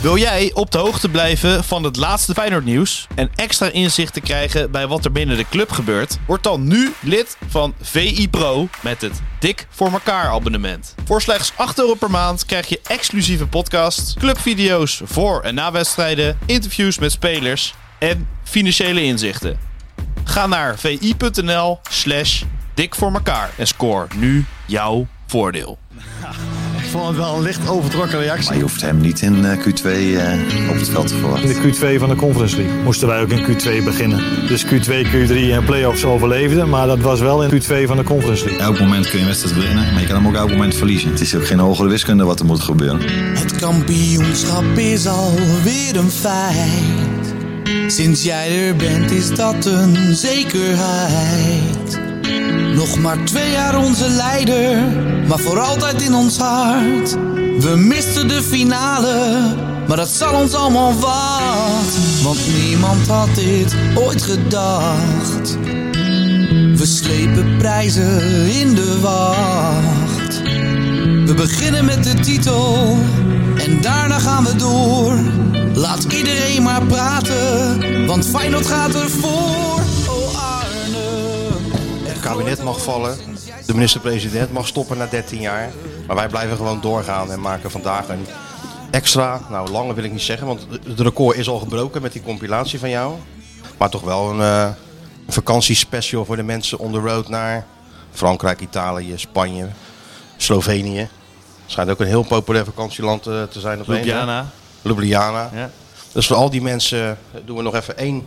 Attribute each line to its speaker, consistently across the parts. Speaker 1: Wil jij op de hoogte blijven van het laatste Feyenoord nieuws en extra inzicht te krijgen bij wat er binnen de club gebeurt? Word dan nu lid van VI Pro met het Dik voor elkaar abonnement. Voor slechts 8 euro per maand krijg je exclusieve podcasts, clubvideo's voor en na wedstrijden, interviews met spelers en financiële inzichten. Ga naar vi.nl slash dik voor elkaar en score nu jouw voordeel.
Speaker 2: Ik vond het wel een licht overtrokken reactie.
Speaker 3: Maar je hoeft hem niet in eh, Q2 eh, op het veld te
Speaker 4: In
Speaker 3: verwachten.
Speaker 4: de Q2 van de Conference League moesten wij ook in Q2 beginnen. Dus Q2, Q3 en playoffs overleefden, maar dat was wel in Q2 van de Conference League.
Speaker 3: Elk moment kun je een wedstrijd winnen, maar je kan hem ook elk moment verliezen. Het is ook geen hogere wiskunde wat er moet gebeuren.
Speaker 5: Het kampioenschap is alweer een feit. Sinds jij er bent is dat een zekerheid. Nog maar twee jaar onze leider, maar voor altijd in ons hart. We misten de finale, maar dat zal ons allemaal wat. Want niemand had dit ooit gedacht. We slepen prijzen in de wacht. We beginnen met de titel en daarna gaan we door. Laat iedereen maar praten, want Feyenoord gaat ervoor. Oh Arne.
Speaker 6: Het kabinet mag vallen. De minister-president mag stoppen na 13 jaar. Maar wij blijven gewoon doorgaan en maken vandaag een extra. Nou, lange wil ik niet zeggen, want het record is al gebroken met die compilatie van jou. Maar toch wel een eh, een vakantiespecial voor de mensen on the road naar Frankrijk, Italië, Spanje, Slovenië. Schijnt ook een heel populair vakantieland eh, te zijn. opeens, hè?
Speaker 1: Ljubljana.
Speaker 6: Ljubljana.
Speaker 1: Ja.
Speaker 6: Dus voor al die mensen eh, doen we nog even één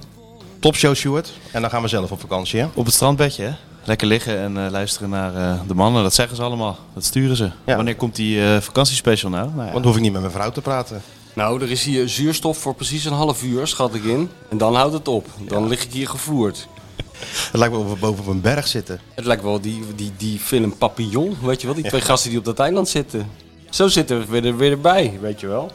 Speaker 6: topshow, Stuart. En dan gaan we zelf op vakantie, hè?
Speaker 1: Op het strandbedje, hè? Lekker liggen en eh, luisteren naar eh, de mannen. Dat zeggen ze allemaal. Dat sturen ze.
Speaker 6: Ja.
Speaker 1: Wanneer komt die eh, vakantiespecial nou? nou ja.
Speaker 6: Want dan hoef ik niet met mijn vrouw te praten.
Speaker 7: Nou, er is hier zuurstof voor precies een half uur, schat ik in. En dan houdt het op. Dan lig ik hier gevloerd.
Speaker 6: Het lijkt wel of we boven op een berg zitten.
Speaker 7: Het lijkt wel die, die, die film Papillon, weet je wel? Die twee gasten die op dat eiland zitten. Zo zitten we weer, er- weer erbij, weet je wel?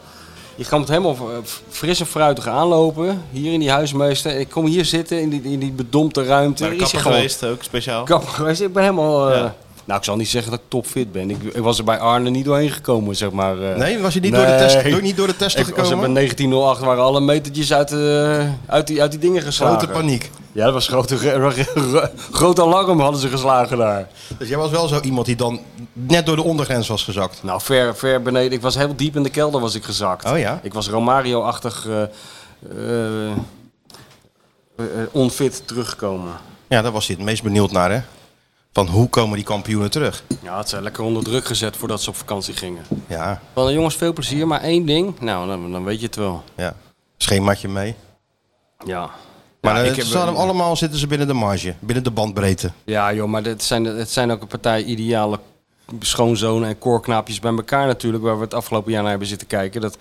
Speaker 7: Je kan het helemaal eh, f- fris en fruitig aanlopen. Hier in die huismeester. Ik kom hier zitten in die, in die bedompte ruimte.
Speaker 1: Naar de
Speaker 7: Is hier
Speaker 1: kapper
Speaker 7: gewoon-
Speaker 1: geweest, ook speciaal.
Speaker 7: Kapper geweest. Ik ben helemaal... eh,
Speaker 1: Ja.
Speaker 7: Nou, ik zal niet zeggen dat ik topfit ben. Ik, ik was er bij Arne niet doorheen gekomen, zeg maar. eh.
Speaker 6: Nee, was je niet, Door, de test,
Speaker 7: Nee.
Speaker 6: door, niet door de testen
Speaker 7: Ik was er bij
Speaker 6: gekomen?
Speaker 7: 1908 waren alle metertjes uit, de- uit, die, uit die dingen geslagen.
Speaker 6: Grote paniek.
Speaker 7: Ja, dat was grote, ge- ge- groot alarm hadden ze geslagen daar.
Speaker 6: Dus jij was wel zo iemand die dan net door de ondergrens was gezakt.
Speaker 7: Nou, ver, ver beneden. Ik was heel diep in de kelder was ik gezakt.
Speaker 6: Oh ja?
Speaker 7: Ik was Romario-achtig eh, eh, eh, onfit teruggekomen.
Speaker 6: Ja, daar was hij het meest benieuwd naar, hè? Van hoe komen die kampioenen terug?
Speaker 7: Ja, het zijn lekker onder druk gezet voordat ze op vakantie gingen.
Speaker 6: Ja,
Speaker 7: Wel, nou, jongens, veel plezier, maar één ding. Nou, dan, dan weet je het wel.
Speaker 6: ja. Schemaatje mee.
Speaker 7: Ja.
Speaker 6: Maar
Speaker 7: ja,
Speaker 6: eh,
Speaker 7: ik
Speaker 6: ze
Speaker 7: heb-
Speaker 6: staan hem allemaal zitten ze binnen de marge, binnen de bandbreedte.
Speaker 7: Ja, joh, maar het zijn, het zijn ook een partij ideale schoonzonen en koorknaapjes bij elkaar natuurlijk, waar we het afgelopen jaar naar hebben zitten kijken. Dat,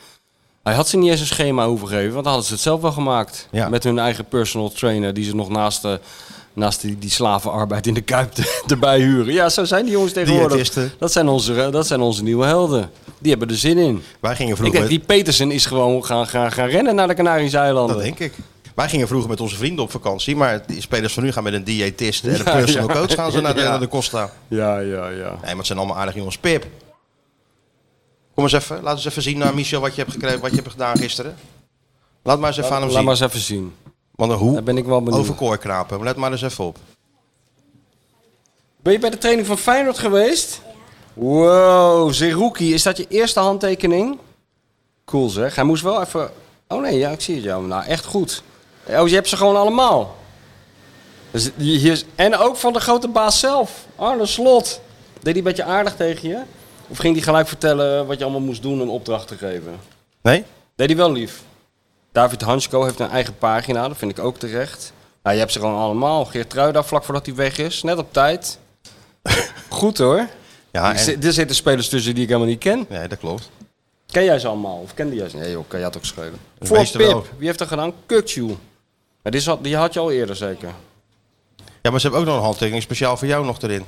Speaker 7: hij had ze niet eens een schema overgegeven, want dan hadden ze het zelf wel gemaakt.
Speaker 6: Ja.
Speaker 7: Met hun eigen personal trainer, die ze nog naast, de, naast die, die slavenarbeid in de Kuip te- erbij huren. Ja, zo zijn die jongens tegenwoordig.
Speaker 6: Diëtisten.
Speaker 7: Dat zijn, onze, eh, dat zijn onze nieuwe helden. Die hebben er zin in.
Speaker 6: Wij gingen
Speaker 7: Ik
Speaker 6: vroeger
Speaker 7: denk, die Petersen is gewoon gaan, gaan, gaan rennen naar de Canarische eilanden.
Speaker 6: Dat denk ik. Wij gingen vroeger met onze vrienden op vakantie, maar die spelers van nu gaan met een diëtist en een
Speaker 7: Ja,
Speaker 6: personal
Speaker 7: ja.
Speaker 6: coach gaan ze naar de,
Speaker 7: Ja.
Speaker 6: naar de Costa. Nee,
Speaker 7: Ja, ja, ja.
Speaker 6: maar het zijn allemaal aardig jongens. Pip, kom eens even. Laat eens even zien naar Michel wat je hebt, gekregen, wat je hebt gedaan gisteren. Laat maar eens even aan hem
Speaker 7: Laat
Speaker 6: zien.
Speaker 7: maar eens even zien.
Speaker 6: Want een hoe
Speaker 7: Daar ben ik wel benieuwd.
Speaker 6: over kooi krapen. Let maar eens even op.
Speaker 7: Ben je bij de training van Feyenoord geweest? Wow, Zerouki, is dat je eerste handtekening? Cool zeg, hij moest wel even... Oh nee, ja, ik zie het jou. Nou, echt goed. Oh, je hebt ze gewoon allemaal. Dus hier is- En ook van de grote baas zelf, Arne Slot. Deed hij een beetje aardig tegen je? Of ging hij gelijk vertellen wat je allemaal moest doen en opdrachten geven?
Speaker 6: Nee?
Speaker 7: Deed hij wel lief. David Hansko heeft een eigen pagina, dat vind ik ook terecht. Nou, je hebt ze gewoon allemaal. Geert Ruida vlak voordat hij weg is, net op tijd. Goed hoor.
Speaker 6: Ja,
Speaker 7: Er
Speaker 6: en,
Speaker 7: zi- Er zitten spelers tussen die ik helemaal niet ken.
Speaker 6: nee, dat klopt.
Speaker 7: Ken jij ze allemaal? Of kende jij ze? Nee joh, kan jij het ook schelen.
Speaker 6: Dus
Speaker 7: Voor
Speaker 6: wees
Speaker 7: Pip,
Speaker 6: er wel.
Speaker 7: wie heeft dat gedaan? Kukju. Maar die, zat- die had je al eerder zeker.
Speaker 6: Ja, maar ze hebben ook nog een handtekening speciaal voor jou nog erin.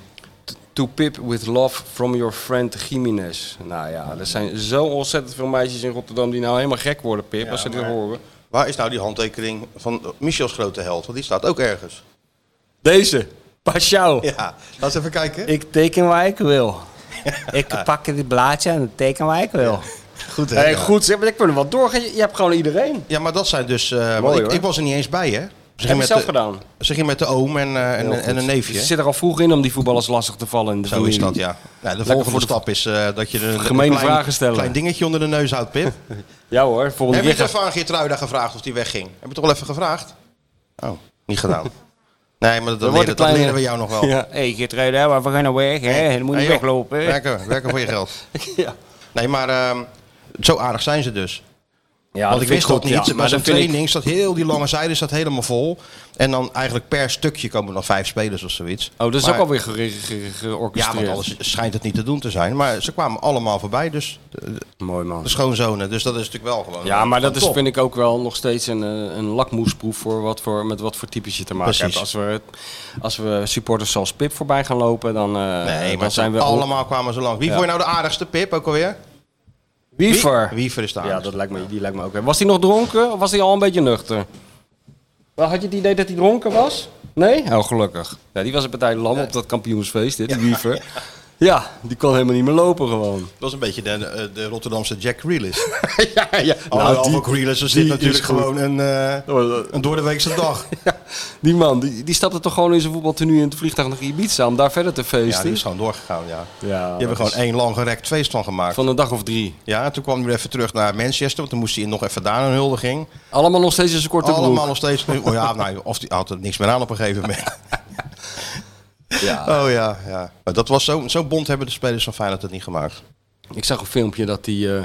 Speaker 7: To Pip with love from your friend Jiménez. Nou ja, er zijn zo ontzettend veel meisjes in Rotterdam die nou helemaal gek worden, Pip, als ze dit horen.
Speaker 6: Waar is nou die handtekening van eh, Michels grote held? Want die staat ook ergens.
Speaker 7: Deze, Pashao.
Speaker 6: Ja, laat eens even kijken.
Speaker 7: Ik teken waar ik wil. ik pak het blaadje en teken waar ik wil.
Speaker 6: Goed, hè?
Speaker 7: Hey,
Speaker 6: Ja.
Speaker 7: goed, zeg, maar ik ben er wel doorgaan. Je je hebt gewoon iedereen.
Speaker 6: Ja, maar dat zijn dus... eh, want
Speaker 7: Mooi,
Speaker 6: ik,
Speaker 7: hoor.
Speaker 6: ik was er niet eens bij, hè?
Speaker 7: Heb
Speaker 6: Ze ging,
Speaker 7: je
Speaker 6: met
Speaker 7: zelf
Speaker 6: de,
Speaker 7: gedaan?
Speaker 6: ze ging met de oom en, eh, en,
Speaker 7: Heel
Speaker 6: en
Speaker 7: goed.
Speaker 6: een
Speaker 7: Ze
Speaker 6: neefje. hè?
Speaker 7: zit er al vroeg in om die voetballers lastig te vallen in de
Speaker 6: Zo
Speaker 7: familie.
Speaker 6: is dat, ja. ja de
Speaker 7: voor
Speaker 6: volgende
Speaker 7: de-
Speaker 6: stap is eh, dat je een,
Speaker 7: Gemene
Speaker 6: een klein,
Speaker 7: vragen stellen.
Speaker 6: klein dingetje onder de neus houdt, Pip.
Speaker 7: Ja hoor, volgende
Speaker 6: Heb je
Speaker 7: keer.
Speaker 6: het
Speaker 7: ga-
Speaker 6: even aan Geertruida gevraagd of die wegging? Heb je toch wel even gevraagd? Oh, niet gedaan. Nee, maar
Speaker 7: Dan wordt
Speaker 6: dat, dat, leren,
Speaker 7: het
Speaker 6: dat
Speaker 7: klein-
Speaker 6: leren we jou nog wel.
Speaker 7: Ja. hey, Geert Ruida, maar we gaan nou weg, hè? Dan moet je
Speaker 6: Hey,
Speaker 7: niet
Speaker 6: joh,
Speaker 7: weglopen. hè?
Speaker 6: Werken, werken voor je geld.
Speaker 7: Ja.
Speaker 6: Nee, maar ehm, zo aardig zijn ze
Speaker 7: Ah,
Speaker 6: dus.
Speaker 7: Ja,
Speaker 6: Want ik wist dat niet. maar zo'n
Speaker 7: dan vind ik-
Speaker 6: training staat heel die lange zijde staat helemaal vol. En dan eigenlijk per stukje komen er nog vijf spelers of zoiets.
Speaker 7: Oh, dat is
Speaker 6: Maar-
Speaker 7: ook alweer gere- ge- ge-
Speaker 6: Ja,
Speaker 7: georchestreerd.
Speaker 6: want alles schijnt het niet te doen te zijn. Maar ze kwamen allemaal voorbij, dus de,
Speaker 7: Mooi man.
Speaker 6: de schoonzonen. Dus dat is natuurlijk wel gewoon.
Speaker 7: Ja, maar dat is,
Speaker 6: top.
Speaker 7: vind ik ook wel nog steeds een, eh, een lakmoesproef voor wat voor, met wat voor types je te maken
Speaker 6: Precies.
Speaker 7: hebt. Als we, als we supporters zoals Pip voorbij gaan lopen, dan, eh,
Speaker 6: Nee, maar
Speaker 7: dan zijn we...
Speaker 6: allemaal kwamen zo lang. Wie
Speaker 7: Ja.
Speaker 6: vond je nou de aardigste, Pip, ook alweer?
Speaker 7: Wiever!
Speaker 6: Wiever is de
Speaker 7: Ja,
Speaker 6: aardigste.
Speaker 7: dat lijkt me, die lijkt me ook. Was hij nog dronken of was hij al een beetje nuchter? Wel, had je het idee dat hij dronken was? Nee? Oh, gelukkig. Ja, die was een partij lam op dat kampioensfeest, dit, die Wiever. Ja. die kon helemaal niet meer lopen gewoon.
Speaker 6: Dat is een beetje de, eh, de Rotterdamse Jack Grealish.
Speaker 7: ja, ja.
Speaker 6: Nou, die,
Speaker 7: die,
Speaker 6: Grealish is
Speaker 7: die
Speaker 6: dit
Speaker 7: is
Speaker 6: natuurlijk
Speaker 7: goed.
Speaker 6: gewoon een, eh een doordeweekse dag.
Speaker 7: die man, die, die stapte toch gewoon in zijn voetbaltenue in het vliegtuig naar Ibiza om daar verder te
Speaker 6: Ja, die
Speaker 7: feesten?
Speaker 6: is gewoon doorgegaan, ja.
Speaker 7: Ja,
Speaker 6: Die hebben
Speaker 7: dat
Speaker 6: gewoon één lang gerekt feest van gemaakt.
Speaker 7: Van een dag of drie.
Speaker 6: Ja, en toen kwam hij weer even terug naar Manchester, want dan moest hij nog even daar een huldiging.
Speaker 7: Allemaal nog steeds in zijn korte
Speaker 6: Allemaal
Speaker 7: broek.
Speaker 6: nog steeds. Oh ja, nou, of die had er niks meer aan op een gegeven moment.
Speaker 7: Ja.
Speaker 6: Oh ja, ja. Maar dat was zo, zo bond hebben de spelers van Feyenoord het niet gemaakt.
Speaker 7: Ik zag een filmpje dat die... eh,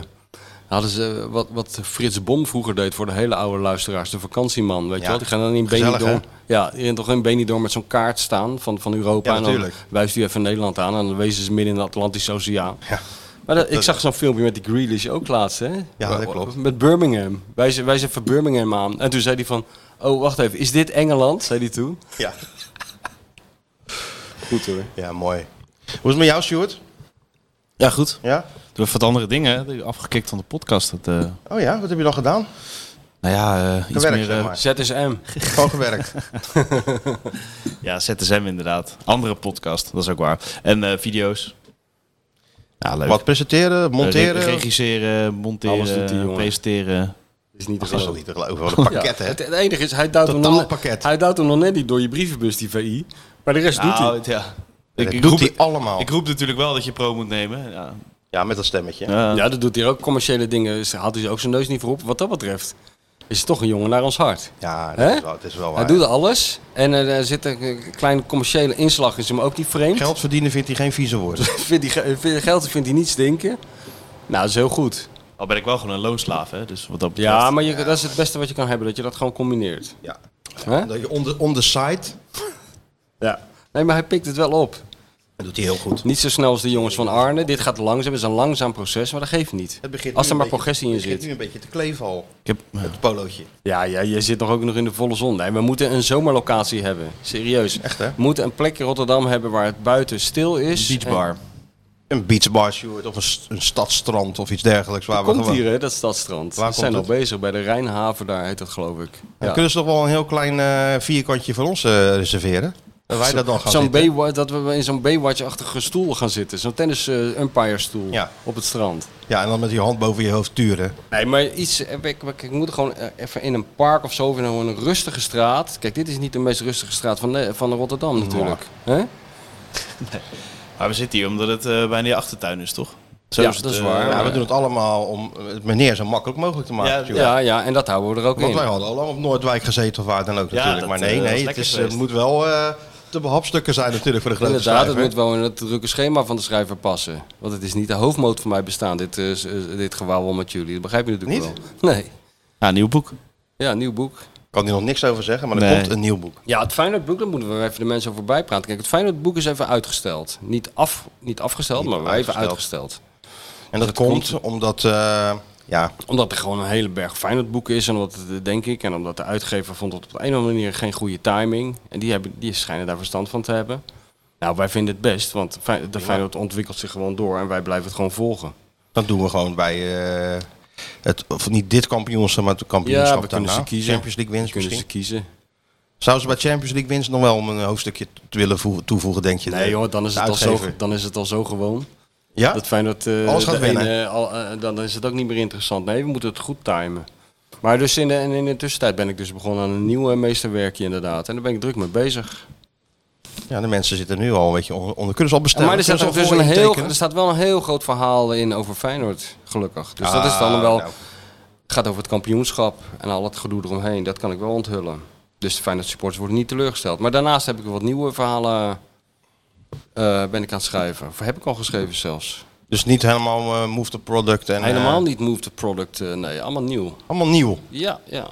Speaker 7: hadden ze eh, wat, wat Frits Bom vroeger deed voor de hele oude luisteraars. De vakantieman, weet
Speaker 6: Ja.
Speaker 7: je wel. Die gaan dan in
Speaker 6: Gezellig,
Speaker 7: Benidorm... Ja, die gaan toch in Benidorm met zo'n kaart staan van, van Europa.
Speaker 6: Ja,
Speaker 7: en dan
Speaker 6: natuurlijk.
Speaker 7: wijst u even Nederland aan. En dan wezen ze midden in de Atlantische Oceaan.
Speaker 6: Ja.
Speaker 7: Maar dat- ik zag zo'n filmpje met die Grealish ook laatst, hè?
Speaker 6: Ja, dat klopt.
Speaker 7: Met Birmingham. Wij zijn, wij zijn van Birmingham aan. En toen zei hij van... Oh, wacht even. Is dit Engeland? Zei hij toen.
Speaker 6: Ja,
Speaker 7: Goed hoor.
Speaker 6: ja mooi. Hoe is het met jou, Stuart?
Speaker 1: Ja, goed.
Speaker 6: Ja?
Speaker 1: Door wat andere dingen. hè. Afgekikt van de podcast. Dat, eh,
Speaker 6: Oh ja, wat heb je dan gedaan?
Speaker 1: nou ja, eh, iets
Speaker 6: Gewerkt,
Speaker 1: meer...
Speaker 6: zeg
Speaker 1: eh,
Speaker 6: maar.
Speaker 7: ZSM.
Speaker 6: Gewoon gewerkt.
Speaker 1: Ja, ZSM inderdaad. Andere podcast, dat is ook waar. En eh, video's. Ja, leuk.
Speaker 6: Wat presenteren, monteren.
Speaker 1: Re- regisseren, monteren,
Speaker 7: Alles doet die jongen.
Speaker 1: presenteren.
Speaker 7: Is niet te
Speaker 6: dat is
Speaker 7: geloven.
Speaker 6: toch niet te geloven. Wat een
Speaker 7: Ja,
Speaker 6: pakket, hè?
Speaker 7: Het, het enige is, hij duwt, hem
Speaker 6: Totaal
Speaker 7: nog,
Speaker 6: pakket.
Speaker 7: hij duwt hem nog net niet door je brievenbus, die VI. Maar de rest doet hij.
Speaker 1: Nou, ja.
Speaker 6: Dat
Speaker 1: Ik, ik,
Speaker 6: doet
Speaker 1: roep,
Speaker 6: hij allemaal.
Speaker 1: ik roep natuurlijk wel dat je pro moet nemen. Ja.
Speaker 6: Ja, met dat stemmetje.
Speaker 1: Ja.
Speaker 7: Ja, dat doet hij ook. Commerciële dingen is- haalt hij ook zijn neus niet voor op. Wat dat betreft is het toch een jongen naar ons hart.
Speaker 6: Ja,
Speaker 7: Hè?
Speaker 6: dat is wel, het is wel
Speaker 7: Hij
Speaker 6: waar.
Speaker 7: doet alles. En er eh, zit een eh, kleine commerciële inslag in hem ook niet vreemd.
Speaker 6: Geld verdienen vindt hij geen vieze woorden.
Speaker 7: Vindt hij, ge- vindt- geld vindt hij niet stinken. Nou, dat is heel goed.
Speaker 1: Al ben ik wel gewoon een loonslaaf, hè. Dus wat dat betreft.
Speaker 7: Ja, maar je, dat is het beste wat je kan hebben. Dat je dat gewoon combineert.
Speaker 6: Ja.
Speaker 7: Hè?
Speaker 6: Dat je on the, on the side,
Speaker 7: Ja. Nee, maar hij pikt het wel op.
Speaker 6: dat doet hij heel goed.
Speaker 7: Niet zo snel als de jongens van Arne. Dit gaat langzaam. Het is een langzaam proces, maar dat geeft niet.
Speaker 6: Het begint
Speaker 7: als
Speaker 6: nu
Speaker 7: er maar
Speaker 6: een beetje-
Speaker 7: progressie in
Speaker 6: Het begint
Speaker 7: zit.
Speaker 6: nu een beetje te kleven al,
Speaker 1: Ik heb,
Speaker 6: het polootje.
Speaker 7: Ja, ja, je zit toch ook nog in de volle zon. Nee, we moeten een zomerlocatie hebben. Serieus.
Speaker 6: Echt, hè?
Speaker 7: We moeten een plek in Rotterdam hebben waar het buiten stil is. En-
Speaker 1: beachbar.
Speaker 6: Een beachbar, Stuart, of een, st- een stadstrand of iets dergelijks. Waar we
Speaker 7: Komt
Speaker 6: gewoon...
Speaker 7: hier, hè, dat stadstrand.
Speaker 6: Waar
Speaker 7: We zijn al
Speaker 6: komt
Speaker 7: bezig bij de Rijnhaven, daar heet dat geloof ik.
Speaker 6: Dan kunnen ze toch wel een heel klein eh, vierkantje voor ons eh, reserveren? Dat wij dat dan gaan
Speaker 7: Zo'n
Speaker 6: zitten.
Speaker 7: Baywa- dat we in zo'n Baywatch-achtige stoel gaan zitten. Zo'n tennis-umpire-stoel
Speaker 6: Ja.
Speaker 7: op het strand.
Speaker 6: Ja, en dan met je hand boven je hoofd turen.
Speaker 7: Nee, maar iets. eh, Ik, ik, ik moet gewoon eh, even in een park of zo, of in een, een rustige straat. Kijk, dit is niet de meest rustige straat van, de, van Rotterdam natuurlijk. Hè?
Speaker 1: Maar we zitten hier omdat het eh, bijna je achtertuin is, toch? Zo
Speaker 7: Ja,
Speaker 1: het,
Speaker 7: dat is
Speaker 1: eh,
Speaker 7: waar.
Speaker 6: Ja,
Speaker 7: Ja.
Speaker 6: we doen het allemaal om eh, het meneer zo makkelijk mogelijk te maken.
Speaker 1: Ja,
Speaker 6: Stuart.
Speaker 7: Ja, ja, en dat houden we er ook
Speaker 6: Want
Speaker 7: in.
Speaker 6: wij hadden al lang op Noordwijk gezeten of waar dan ook
Speaker 1: Ja,
Speaker 6: natuurlijk.
Speaker 1: dat,
Speaker 6: maar
Speaker 1: eh,
Speaker 6: nee,
Speaker 1: was
Speaker 6: nee, het,
Speaker 1: lekker
Speaker 6: is,
Speaker 1: geweest.
Speaker 6: het moet wel eh te behapstukken zijn natuurlijk voor de grote
Speaker 7: Inderdaad, het
Speaker 6: schrijver.
Speaker 7: moet wel in het drukke schema van de schrijver passen. Want het is niet de hoofdmoot van mijn bestaan, dit, eh, s- eh, dit gewauwel met jullie. Dat begrijp je natuurlijk
Speaker 6: Niet?
Speaker 7: wel. Nee.
Speaker 1: Ja, nieuw boek.
Speaker 7: Ja, nieuw boek.
Speaker 6: kan hier nog niks over zeggen, maar er
Speaker 1: Nee.
Speaker 6: komt een nieuw boek.
Speaker 7: Ja, het Feyenoordboek, daar moeten we even de mensen over bijpraten. Kijk, het Feyenoordboek is even uitgesteld. Niet, af, niet afgesteld,
Speaker 6: Niet
Speaker 7: maar even
Speaker 6: uitgesteld.
Speaker 7: uitgesteld.
Speaker 6: En dat, komt, omdat, eh, ja,
Speaker 7: Omdat er gewoon een hele berg Feyenoordboeken is. En omdat het, eh, denk ik, en omdat de uitgever vond dat op de een of andere manier geen goede timing. En die, hebben, die schijnen daar verstand van te hebben. Nou, wij vinden het best, want Fey- de Feyenoord ontwikkelt zich gewoon door en wij blijven het gewoon volgen.
Speaker 6: dat doen we gewoon bij eh, het, of niet dit kampioenschap, maar het kampioenschap
Speaker 7: Ja, we kunnen
Speaker 6: daarna.
Speaker 7: ze kiezen.
Speaker 6: Champions League winst
Speaker 7: Kunnen ze
Speaker 6: misschien.
Speaker 7: kiezen.
Speaker 6: Zou ze bij Champions League winst nog wel om een hoofdstukje te willen voe- toevoegen, denk je?
Speaker 7: Nee,
Speaker 6: De-
Speaker 7: joh, dan is,
Speaker 6: de
Speaker 7: het al zo,
Speaker 6: uitgever.
Speaker 7: dan is het al zo gewoon.
Speaker 6: Ja?
Speaker 7: Dat fijn dat eh,
Speaker 6: Alles gaat
Speaker 7: de
Speaker 6: winnen.
Speaker 7: ene, al- eh, dan is het ook niet meer interessant. Nee, we moeten het goed timen. Maar dus in de, en in de tussentijd ben ik dus begonnen aan een nieuw eh, meesterwerkje inderdaad. En daar ben ik druk mee bezig.
Speaker 6: Ja, de mensen zitten nu al een beetje onder. onder kunnen ze al bestellen.
Speaker 7: maar er staat, ook
Speaker 6: Kunnen
Speaker 7: dus
Speaker 6: ze al
Speaker 7: een
Speaker 6: voor
Speaker 7: heel,
Speaker 6: intekenen?
Speaker 7: er staat wel een heel groot verhaal in over Feyenoord, gelukkig. Dus dat is dan
Speaker 6: Ah,
Speaker 7: wel...
Speaker 6: nou.
Speaker 7: gaat over het kampioenschap en al het gedoe eromheen. Dat kan ik wel onthullen. Dus de Feyenoord supporters worden niet teleurgesteld. Maar daarnaast heb ik wat nieuwe verhalen eh, ben ik aan het schrijven. Of heb ik al geschreven zelfs.
Speaker 6: Dus niet helemaal eh, move the product. En, eh,
Speaker 7: Helemaal niet move the product. eh, nee, allemaal nieuw.
Speaker 6: Allemaal nieuw.
Speaker 7: Ja, ja.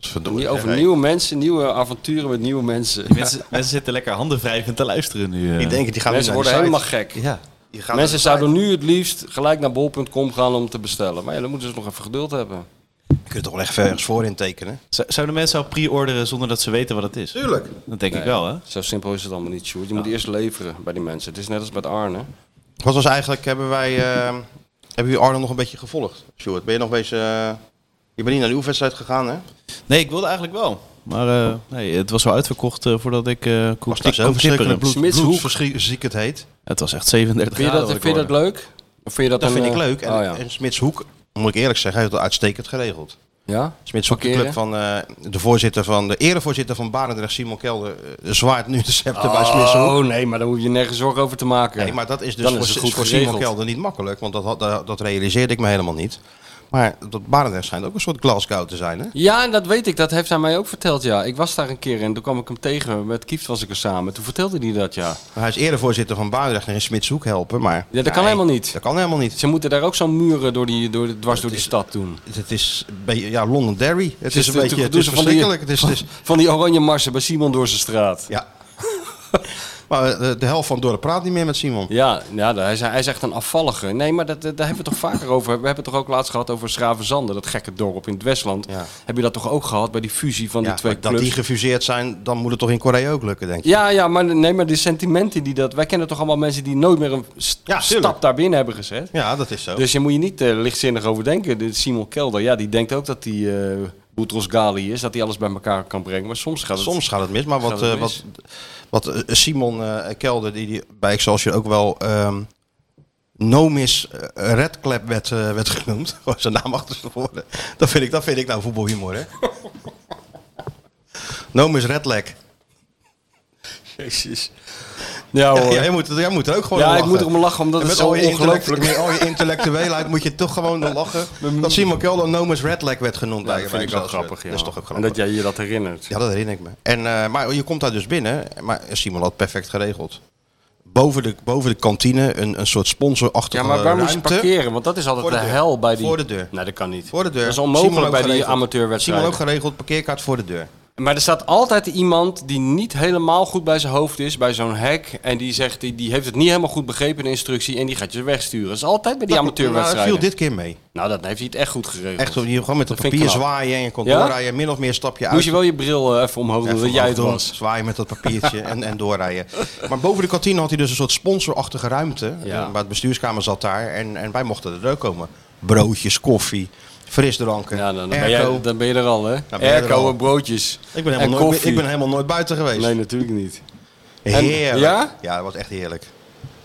Speaker 6: Verdorie,
Speaker 7: Nieuw-
Speaker 6: zeg,
Speaker 7: over
Speaker 6: hey.
Speaker 7: nieuwe mensen, nieuwe avonturen met nieuwe mensen.
Speaker 1: Mensen, mensen zitten lekker handen wrijvend te luisteren nu. eh.
Speaker 6: Die denken, die gaan
Speaker 7: mensen
Speaker 6: nu naar
Speaker 7: worden
Speaker 6: die
Speaker 7: helemaal
Speaker 6: site.
Speaker 7: gek.
Speaker 1: Ja.
Speaker 6: Die gaan
Speaker 7: mensen
Speaker 6: naar die
Speaker 7: zouden nu het liefst gelijk naar bol.com gaan om te bestellen. Maar ja, dan moeten ze nog even geduld hebben.
Speaker 6: site. Je kunt toch wel echt ergens voor intekenen.
Speaker 1: Z- Zouden mensen al pre-orderen zonder dat ze weten wat het is?
Speaker 6: Tuurlijk.
Speaker 1: Dat denk ik
Speaker 7: Nee.
Speaker 1: wel, hè?
Speaker 7: Zo simpel is het allemaal niet, Sjoerd. Je moet eerst leveren bij die mensen. Het is net als met Arne.
Speaker 6: Wat was eigenlijk, hebben wij, eh, hebben jullie Arno nog een beetje gevolgd? Sjoerd, ben je nog bezig, eh, je bent niet naar de oefenwedstrijd gegaan hè?
Speaker 1: Nee, ik wilde eigenlijk wel. Maar eh, nee, het was wel uitverkocht eh, voordat ik eh kon,
Speaker 6: Was daar
Speaker 1: kon
Speaker 6: zo verschrikkelijk
Speaker 1: knipperen.
Speaker 6: bloed,
Speaker 7: Smitshoek.
Speaker 6: bloedverziek het heet.
Speaker 1: Het was echt 37
Speaker 7: Vind je dat,
Speaker 1: graden.
Speaker 7: vind je dat leuk? Of vind je dat
Speaker 6: Dat
Speaker 7: een,
Speaker 6: vind ik
Speaker 7: eh,
Speaker 6: leuk. En,
Speaker 7: oh ja.
Speaker 6: en Smitshoek, moet ik eerlijk zeggen, heeft het uitstekend geregeld.
Speaker 7: ja?
Speaker 6: Smitshoek, de club
Speaker 7: Parkeren?
Speaker 6: van eh, de voorzitter van, de erevoorzitter van Barendrecht, Simon Kelder, eh, zwaait nu de scepter bij Smitshoek.
Speaker 7: Oh nee, maar daar hoef je nergens zorgen over te maken.
Speaker 6: Nee, maar dat is dus
Speaker 7: Dan is
Speaker 6: voor,
Speaker 7: het goed
Speaker 6: voor Simon
Speaker 7: geregeld.
Speaker 6: Kelder niet makkelijk, want dat, had- eh, dat, dat realiseerde ik me helemaal niet. Maar dat Barendrecht schijnt ook een soort Glasgow te zijn hè?
Speaker 7: Ja, en dat weet ik. Dat heeft hij mij ook verteld, ja. Ik was daar een keer en toen kwam ik hem tegen. Met Kieft was ik er samen. Toen vertelde hij dat, ja.
Speaker 6: Hij is erevoorzitter van Barendrecht en in Smitshoek helpen, maar...
Speaker 7: Ja, dat kan helemaal niet.
Speaker 6: Dat kan helemaal niet.
Speaker 7: Ze moeten daar ook zo'n muren door die, door, de- dwars door die stad doen.
Speaker 6: Het is een beetje- ja, Londonderry. Het is een
Speaker 7: de-
Speaker 6: beetje
Speaker 7: de
Speaker 6: het is
Speaker 7: gedoe van die-
Speaker 6: verschrikkelijk. Het is, het is,
Speaker 7: Van die oranje marsen bij Simon door zijn straat.
Speaker 6: ja. maar eh, de, de helft van het dorp praat niet meer met Simon.
Speaker 7: Ja, ja hij, is, hij is echt een afvallige. Nee, maar dat, dat- daar hebben we het toch vaker over. We hebben het toch ook laatst gehad over Schravenzanden, dat gekke dorp in het Westland.
Speaker 6: Ja.
Speaker 7: Heb je dat toch ook gehad bij die fusie van
Speaker 6: Ja,
Speaker 7: die twee
Speaker 6: maar dat
Speaker 7: clubs?
Speaker 6: die gefuseerd zijn, dan moet het toch in Korea ook lukken, denk ik.
Speaker 7: Ja, ja, maar nee, maar die sentimenten die dat. Wij kennen toch allemaal mensen die nooit meer een st-
Speaker 6: Ja, tuurlijk.
Speaker 7: stap daar binnen hebben gezet.
Speaker 6: Ja, dat is zo.
Speaker 7: Dus je moet je niet eh, lichtzinnig over denken. De Simon Kelder, ja, die denkt ook dat hij eh Boutros Ghali is, dat hij alles bij elkaar kan brengen. Maar soms gaat het.
Speaker 6: Soms gaat het mis, maar wat,
Speaker 7: Gaat het
Speaker 6: eh,
Speaker 7: mis.
Speaker 6: wat, wat eh, Simon eh, Kelder, die, die bij Excelsior ook wel ehm no-miss eh, red clap werd, eh, werd genoemd. Gewoon zijn naam achterstevoren. Dat vind ik, dat vind ik nou voetbalhumor, hè? no-miss red leg.
Speaker 7: Jezus. Ja hoor.
Speaker 6: Ja,
Speaker 7: Ja,
Speaker 6: Oh, jij, moet, jij moet er ook gewoon
Speaker 7: Ja,
Speaker 6: om
Speaker 7: ik
Speaker 6: lachen.
Speaker 7: moet erom lachen, omdat
Speaker 6: En
Speaker 7: het
Speaker 6: met
Speaker 7: zo
Speaker 6: al je intellect-
Speaker 7: ongelooflijk-
Speaker 6: Met al je intellectueelheid moet je toch gewoon om lachen. Dat Simon Kelder Nomus Redleg werd genoemd. bij-
Speaker 7: dat
Speaker 6: bij
Speaker 7: vind ik wel
Speaker 6: Excelsior.
Speaker 7: grappig. Ja.
Speaker 6: Dat is toch ook
Speaker 7: En
Speaker 6: grappig.
Speaker 7: dat jij je dat herinnert.
Speaker 6: Ja, dat herinner ik me. En, eh, maar je komt daar dus binnen. Maar Simon had perfect geregeld. Boven de, boven de kantine een, een soort sponsorachtige
Speaker 7: Ja, maar waar moet je
Speaker 6: eh, ruimte.
Speaker 7: parkeren? Want dat is altijd
Speaker 6: Voor
Speaker 7: de,
Speaker 6: de deur.
Speaker 7: hel bij die.
Speaker 6: Voor de deur.
Speaker 7: Nee, dat kan niet.
Speaker 6: Voor de deur.
Speaker 7: Dat is
Speaker 6: Simon
Speaker 7: onmogelijk
Speaker 6: ook
Speaker 7: bij die
Speaker 6: geregeld.
Speaker 7: amateurwedstrijd.
Speaker 6: Simon ook geregeld, parkeerkaart voor de deur.
Speaker 7: Maar er staat altijd iemand die niet helemaal goed bij zijn hoofd is, bij zo'n hack. En die zegt, die, die heeft het niet helemaal goed begrepen, de instructie. En die gaat je wegsturen. Dat is altijd bij die
Speaker 6: Nou, dat
Speaker 7: amateurwedstrijden.
Speaker 6: viel
Speaker 7: Nou,
Speaker 6: dit keer mee.
Speaker 7: dat heeft hij het echt goed geregeld.
Speaker 6: Echt, je gewoon met dat
Speaker 7: Dat vind ik
Speaker 6: papier
Speaker 7: knap.
Speaker 6: zwaaien en je kon
Speaker 7: Ja?
Speaker 6: doorrijden. Min of meer stap je uit.
Speaker 7: Moest je wel je bril eh, even omhoog doen,
Speaker 6: Even
Speaker 7: dat jij het
Speaker 6: afdoen,
Speaker 7: was.
Speaker 6: Zwaaien met dat papiertje en, en doorrijden. Maar boven de kantine had hij dus een soort sponsorachtige ruimte.
Speaker 7: Ja.
Speaker 6: Eh, Maar het bestuurskamer zat daar en, en wij mochten er ook komen. Broodjes, koffie, frisdranken,
Speaker 7: Ja, dan, dan, ben
Speaker 6: airco.
Speaker 7: jij, dan ben je er al, hè?
Speaker 6: ben je er al.
Speaker 7: Airco en broodjes.
Speaker 6: Ik, ben
Speaker 7: en
Speaker 6: helemaal nooit,
Speaker 7: koffie.
Speaker 6: ik ben helemaal nooit buiten geweest.
Speaker 7: Nee, natuurlijk niet. en-
Speaker 6: heerlijk.
Speaker 7: ja?
Speaker 6: dat was echt heerlijk.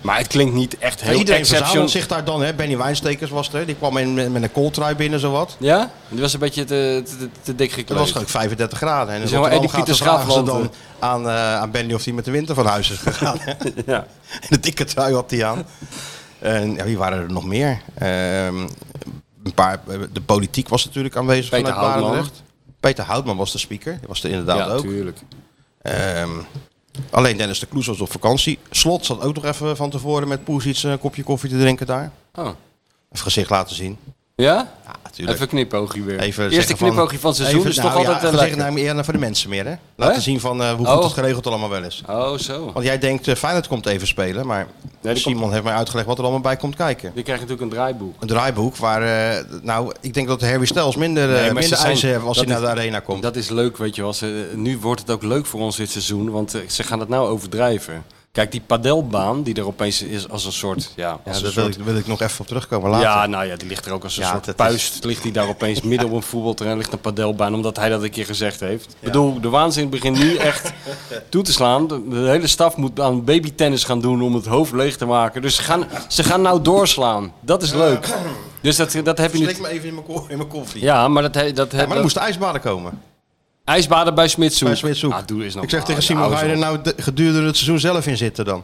Speaker 7: Maar het klinkt niet echt heel
Speaker 6: Maar iedereen
Speaker 7: exception-
Speaker 6: verzamelt zich daar dan. Hè? Benny Wijnstekers was er. Die kwam in met, met een kooltrui binnen zowat.
Speaker 7: Ja? Die was een beetje te, te, te dik gekleed.
Speaker 6: Het was gewoon 35 graden. En in
Speaker 7: Zeg maar,
Speaker 6: Rotterdam
Speaker 7: Eddie
Speaker 6: gaat de
Speaker 7: Pieter
Speaker 6: vraag ze dan
Speaker 7: Schaafland,
Speaker 6: aan, eh, aan Benny of hij met de winter van huis is gegaan.
Speaker 7: Ja.
Speaker 6: En De dikke trui had hij aan. En ja, wie waren er nog meer? Ehm, een paar, eh, de politiek was natuurlijk aanwezig
Speaker 7: Peter
Speaker 6: vanuit
Speaker 7: Houtman.
Speaker 6: Barendrecht. Peter Houtman was de speaker. Die was er inderdaad
Speaker 7: Ja,
Speaker 6: ook.
Speaker 7: tuurlijk.
Speaker 6: Ehm, alleen Dennis de Kloes was op vakantie. Slot zat ook nog even van tevoren met Poes iets een kopje koffie te drinken daar.
Speaker 7: Oh.
Speaker 6: Even gezicht laten zien.
Speaker 7: Ja?
Speaker 6: Ja, natuurlijk.
Speaker 7: Even knipoogje weer.
Speaker 6: Even
Speaker 7: Eerste
Speaker 6: zeggen van-
Speaker 7: knipoogje van het seizoen
Speaker 6: Even-
Speaker 7: is toch
Speaker 6: nou ja,
Speaker 7: altijd een
Speaker 6: gezicht
Speaker 7: lekker.
Speaker 6: naar, eerder voor de mensen meer. Hè? Laten zien van eh, hoe goed
Speaker 7: Oh.
Speaker 6: het geregeld allemaal wel is.
Speaker 7: Oh, zo.
Speaker 6: Want jij denkt, eh, Feyenoord komt even spelen. Maar
Speaker 7: die
Speaker 6: Simon heeft mij uitgelegd wat er allemaal bij komt kijken.
Speaker 7: Die krijgt natuurlijk een draaiboek.
Speaker 6: Een draaiboek waar, eh, nou, ik denk dat Harry Styles minder, eh,
Speaker 7: Nee, maar ze
Speaker 6: minder
Speaker 7: zijn-
Speaker 6: eisen heeft als
Speaker 7: dat
Speaker 6: hij naar de
Speaker 7: is-
Speaker 6: arena komt.
Speaker 7: eh, Dat is leuk, weet je wel. Ze- nu wordt het ook leuk voor ons dit seizoen, want eh, ze gaan het nou overdrijven. Kijk, die padelbaan die er opeens is als een soort... Ja, als een
Speaker 6: daar wil,
Speaker 7: soort
Speaker 6: ik, wil ik nog even op terugkomen later.
Speaker 7: Ja, nou ja, die ligt er ook als een
Speaker 6: Ja, dat
Speaker 7: soort
Speaker 6: is-
Speaker 7: puist. Ligt hij daar opeens midden op een voetbalterrein, ligt een padelbaan, omdat hij dat een keer gezegd heeft. Ik bedoel, de waanzin begint nu echt toe te slaan. De, de hele staf moet aan babytennis gaan doen om het hoofd leeg te maken. Dus ze gaan, ze gaan nou doorslaan. Dat is leuk. Dus dat, dat heb je
Speaker 6: Slik
Speaker 7: niet...
Speaker 6: me even in mijn, ko- in mijn koffie.
Speaker 7: Ja, maar dat... he- dat, he-
Speaker 6: Ja, maar
Speaker 7: dat-
Speaker 6: er moesten ijsbaden komen.
Speaker 7: ijsbaden bij Smitsoek.
Speaker 6: Bij Smitshoek.
Speaker 7: Ah, doe eens
Speaker 6: ik zeg
Speaker 7: normaal,
Speaker 6: tegen Simon,
Speaker 7: ja,
Speaker 6: ga je er
Speaker 7: hou
Speaker 6: nou de- gedurende het seizoen zelf in zitten dan?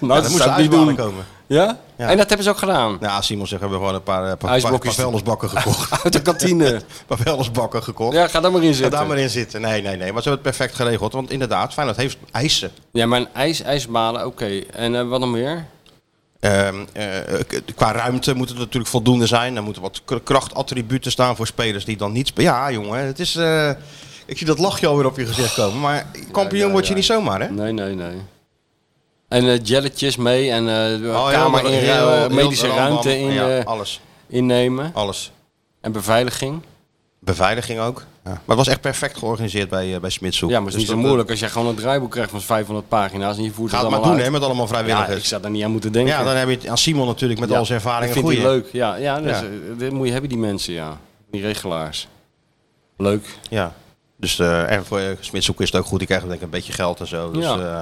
Speaker 7: eens op. Nou,
Speaker 6: Ja,
Speaker 7: dat zou
Speaker 6: er moesten
Speaker 7: ik niet
Speaker 6: ijsbaden
Speaker 7: doen.
Speaker 6: komen.
Speaker 7: Ja?
Speaker 6: Ja.
Speaker 7: En dat hebben ze ook gedaan.
Speaker 6: Nou, Simon zegt, we hebben gewoon een paar, eh, paar, paar,
Speaker 7: Ijsblokjes.
Speaker 6: paar vuilnisbakken gekocht.
Speaker 7: Uit de kantine.
Speaker 6: Een paar vuilnisbakken gekocht.
Speaker 7: Ja, ga daar maar in zitten.
Speaker 6: Ga daar maar in zitten. Nee, nee, nee. Maar ze hebben het perfect geregeld. Want inderdaad, Feyenoord heeft eisen.
Speaker 7: Ja, maar een ijs, ijsbaden, oké. En eh, wat nog meer?
Speaker 6: Ehm, eh, k- qua ruimte moet het natuurlijk voldoende zijn. Er moeten wat k- krachtattributen staan voor spelers die dan niet spelen. Ja, jongen, het is. eh, ik zie dat lachje alweer op je gezicht komen. Maar kampioen
Speaker 7: ja,
Speaker 6: word je
Speaker 7: ja.
Speaker 6: niet zomaar, hè?
Speaker 7: Nee, nee, nee. En eh jelletjes mee en eh
Speaker 6: Oh, ja,
Speaker 7: kamer
Speaker 6: maar
Speaker 7: in, eh,
Speaker 6: heel- heel
Speaker 7: medische
Speaker 6: het rambam.
Speaker 7: ruimte in,
Speaker 6: Ja,
Speaker 7: eh,
Speaker 6: alles,
Speaker 7: innemen.
Speaker 6: alles.
Speaker 7: En beveiliging.
Speaker 6: Beveiliging ook. Maar het was echt perfect georganiseerd bij, eh, bij Smitshoek.
Speaker 7: Ja, maar het is niet
Speaker 6: Dus
Speaker 7: zo
Speaker 6: dat-
Speaker 7: moeilijk als jij gewoon een draaiboek krijgt van 500 pagina's en je voert
Speaker 6: Ga
Speaker 7: het
Speaker 6: het maar
Speaker 7: allemaal
Speaker 6: doen, hè,
Speaker 7: uit.
Speaker 6: met allemaal
Speaker 7: Ja,
Speaker 6: vrijwilligers.
Speaker 7: ik
Speaker 6: Ja,
Speaker 7: zou daar niet aan moeten denken.
Speaker 6: dan heb je het aan Simon natuurlijk met
Speaker 7: Ja,
Speaker 6: al zijn ervaring
Speaker 7: Ik
Speaker 6: een
Speaker 7: vind het
Speaker 6: goeie.
Speaker 7: leuk. Ja, ja, dus,
Speaker 6: Ja.
Speaker 7: eh, dit moet je hebben, die mensen, ja. Die regelaars. Leuk.
Speaker 6: Ja. Dus eh, en voor eh, Smitshoek is het ook goed. Die krijgen denk ik een beetje geld en zo. Dus,
Speaker 7: Ja.
Speaker 6: eh,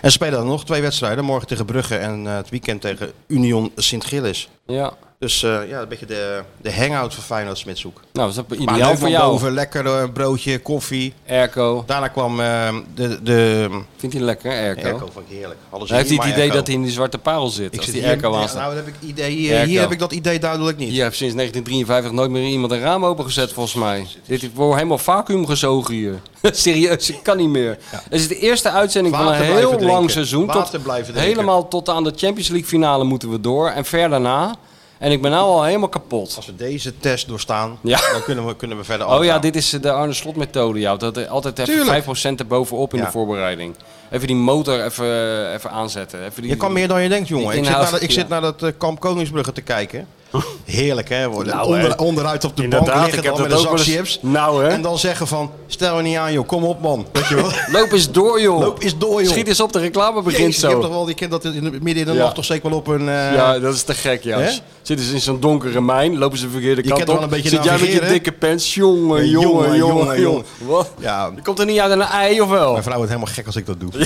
Speaker 6: en ze spelen dan nog twee wedstrijden. Morgen tegen Brugge en eh, het weekend tegen Union Sint-Gillis.
Speaker 7: Ja.
Speaker 6: Dus eh, ja, een beetje de, de hangout van Feyenoord Smitshoek.
Speaker 7: Nou, dat is
Speaker 6: leuk
Speaker 7: ideaal voor
Speaker 6: van
Speaker 7: jou.
Speaker 6: boven, lekker eh, broodje, koffie.
Speaker 7: Erco.
Speaker 6: Daarna kwam eh, de, de
Speaker 7: Vindt hij lekker, Erco?
Speaker 6: Erco van Heerlijk. Alles
Speaker 7: Hij heeft hij het idee dat hij in die zwarte parel zit. als die Erco
Speaker 6: hier,
Speaker 7: aanstaat.
Speaker 6: Nou, dat heb ik idee, hier,
Speaker 7: Erco.
Speaker 6: hier heb ik dat idee duidelijk niet.
Speaker 7: Hier heeft sinds 1953 nooit meer iemand een raam opengezet, volgens mij. Dit wordt helemaal vacuüm gezogen hier. Serieus, ik kan niet meer. Dit is de eerste uitzending van
Speaker 6: Water
Speaker 7: een heel
Speaker 6: blijven drinken.
Speaker 7: lang seizoen.
Speaker 6: Water
Speaker 7: tot,
Speaker 6: blijven drinken.
Speaker 7: helemaal tot aan de Champions League finale moeten we door. En ver daarna. En ik ben nou al helemaal kapot.
Speaker 6: Als we deze test doorstaan,
Speaker 7: Ja.
Speaker 6: dan kunnen we, kunnen we verder
Speaker 7: Oh ja,
Speaker 6: afgaan.
Speaker 7: dit is de Arne Slot methode. Ja. Dat er altijd even
Speaker 6: Tuurlijk.
Speaker 7: 5% erbovenop in
Speaker 6: Ja.
Speaker 7: de voorbereiding. Even die motor even, even aanzetten. Even die,
Speaker 6: Je kan meer dan je denkt, jongen.
Speaker 7: Die
Speaker 6: Ik zit naar,
Speaker 7: inhoud-
Speaker 6: dat- ik
Speaker 7: ja.
Speaker 6: zit naar dat eh, kamp Koningsbrugge te kijken. Heerlijk, hè? Worden
Speaker 7: Nou,
Speaker 6: onder-
Speaker 7: hè.
Speaker 6: onderuit op de bank
Speaker 4: Inderdaad,
Speaker 6: liggen
Speaker 4: ik heb
Speaker 6: dan met
Speaker 4: dat
Speaker 6: een
Speaker 4: ook
Speaker 6: zak
Speaker 4: wel eens-
Speaker 6: chips.
Speaker 7: Nou hè.
Speaker 6: En dan zeggen van, stel je niet aan, joh. Kom op, man. Weet je wel?
Speaker 7: Loop eens door joh.
Speaker 6: Loop eens door, joh.
Speaker 7: Schiet eens op, de reclame begint
Speaker 6: Jezus,
Speaker 7: zo.
Speaker 6: Ik heb toch wel, die kind dat in de, midden in de
Speaker 7: Ja.
Speaker 6: nacht toch zeker wel op een... eh,
Speaker 7: Ja, dat is te gek,
Speaker 6: Hè?
Speaker 7: Jas. Zitten ze in zo'n donkere mijn, lopen ze de verkeerde
Speaker 6: Je
Speaker 7: kant
Speaker 6: kent
Speaker 7: op.
Speaker 6: wel een beetje
Speaker 7: Zit jij met je
Speaker 6: navigeren, hè?
Speaker 7: dikke pens? Jongen,
Speaker 6: Eh,
Speaker 7: jongen,
Speaker 6: jongen,
Speaker 7: jongen,
Speaker 6: jongen,
Speaker 7: jongen. Wat?
Speaker 6: ja,
Speaker 7: Je komt er niet uit een ei, of wel?
Speaker 6: mijn vrouw wordt helemaal gek als ik dat doe.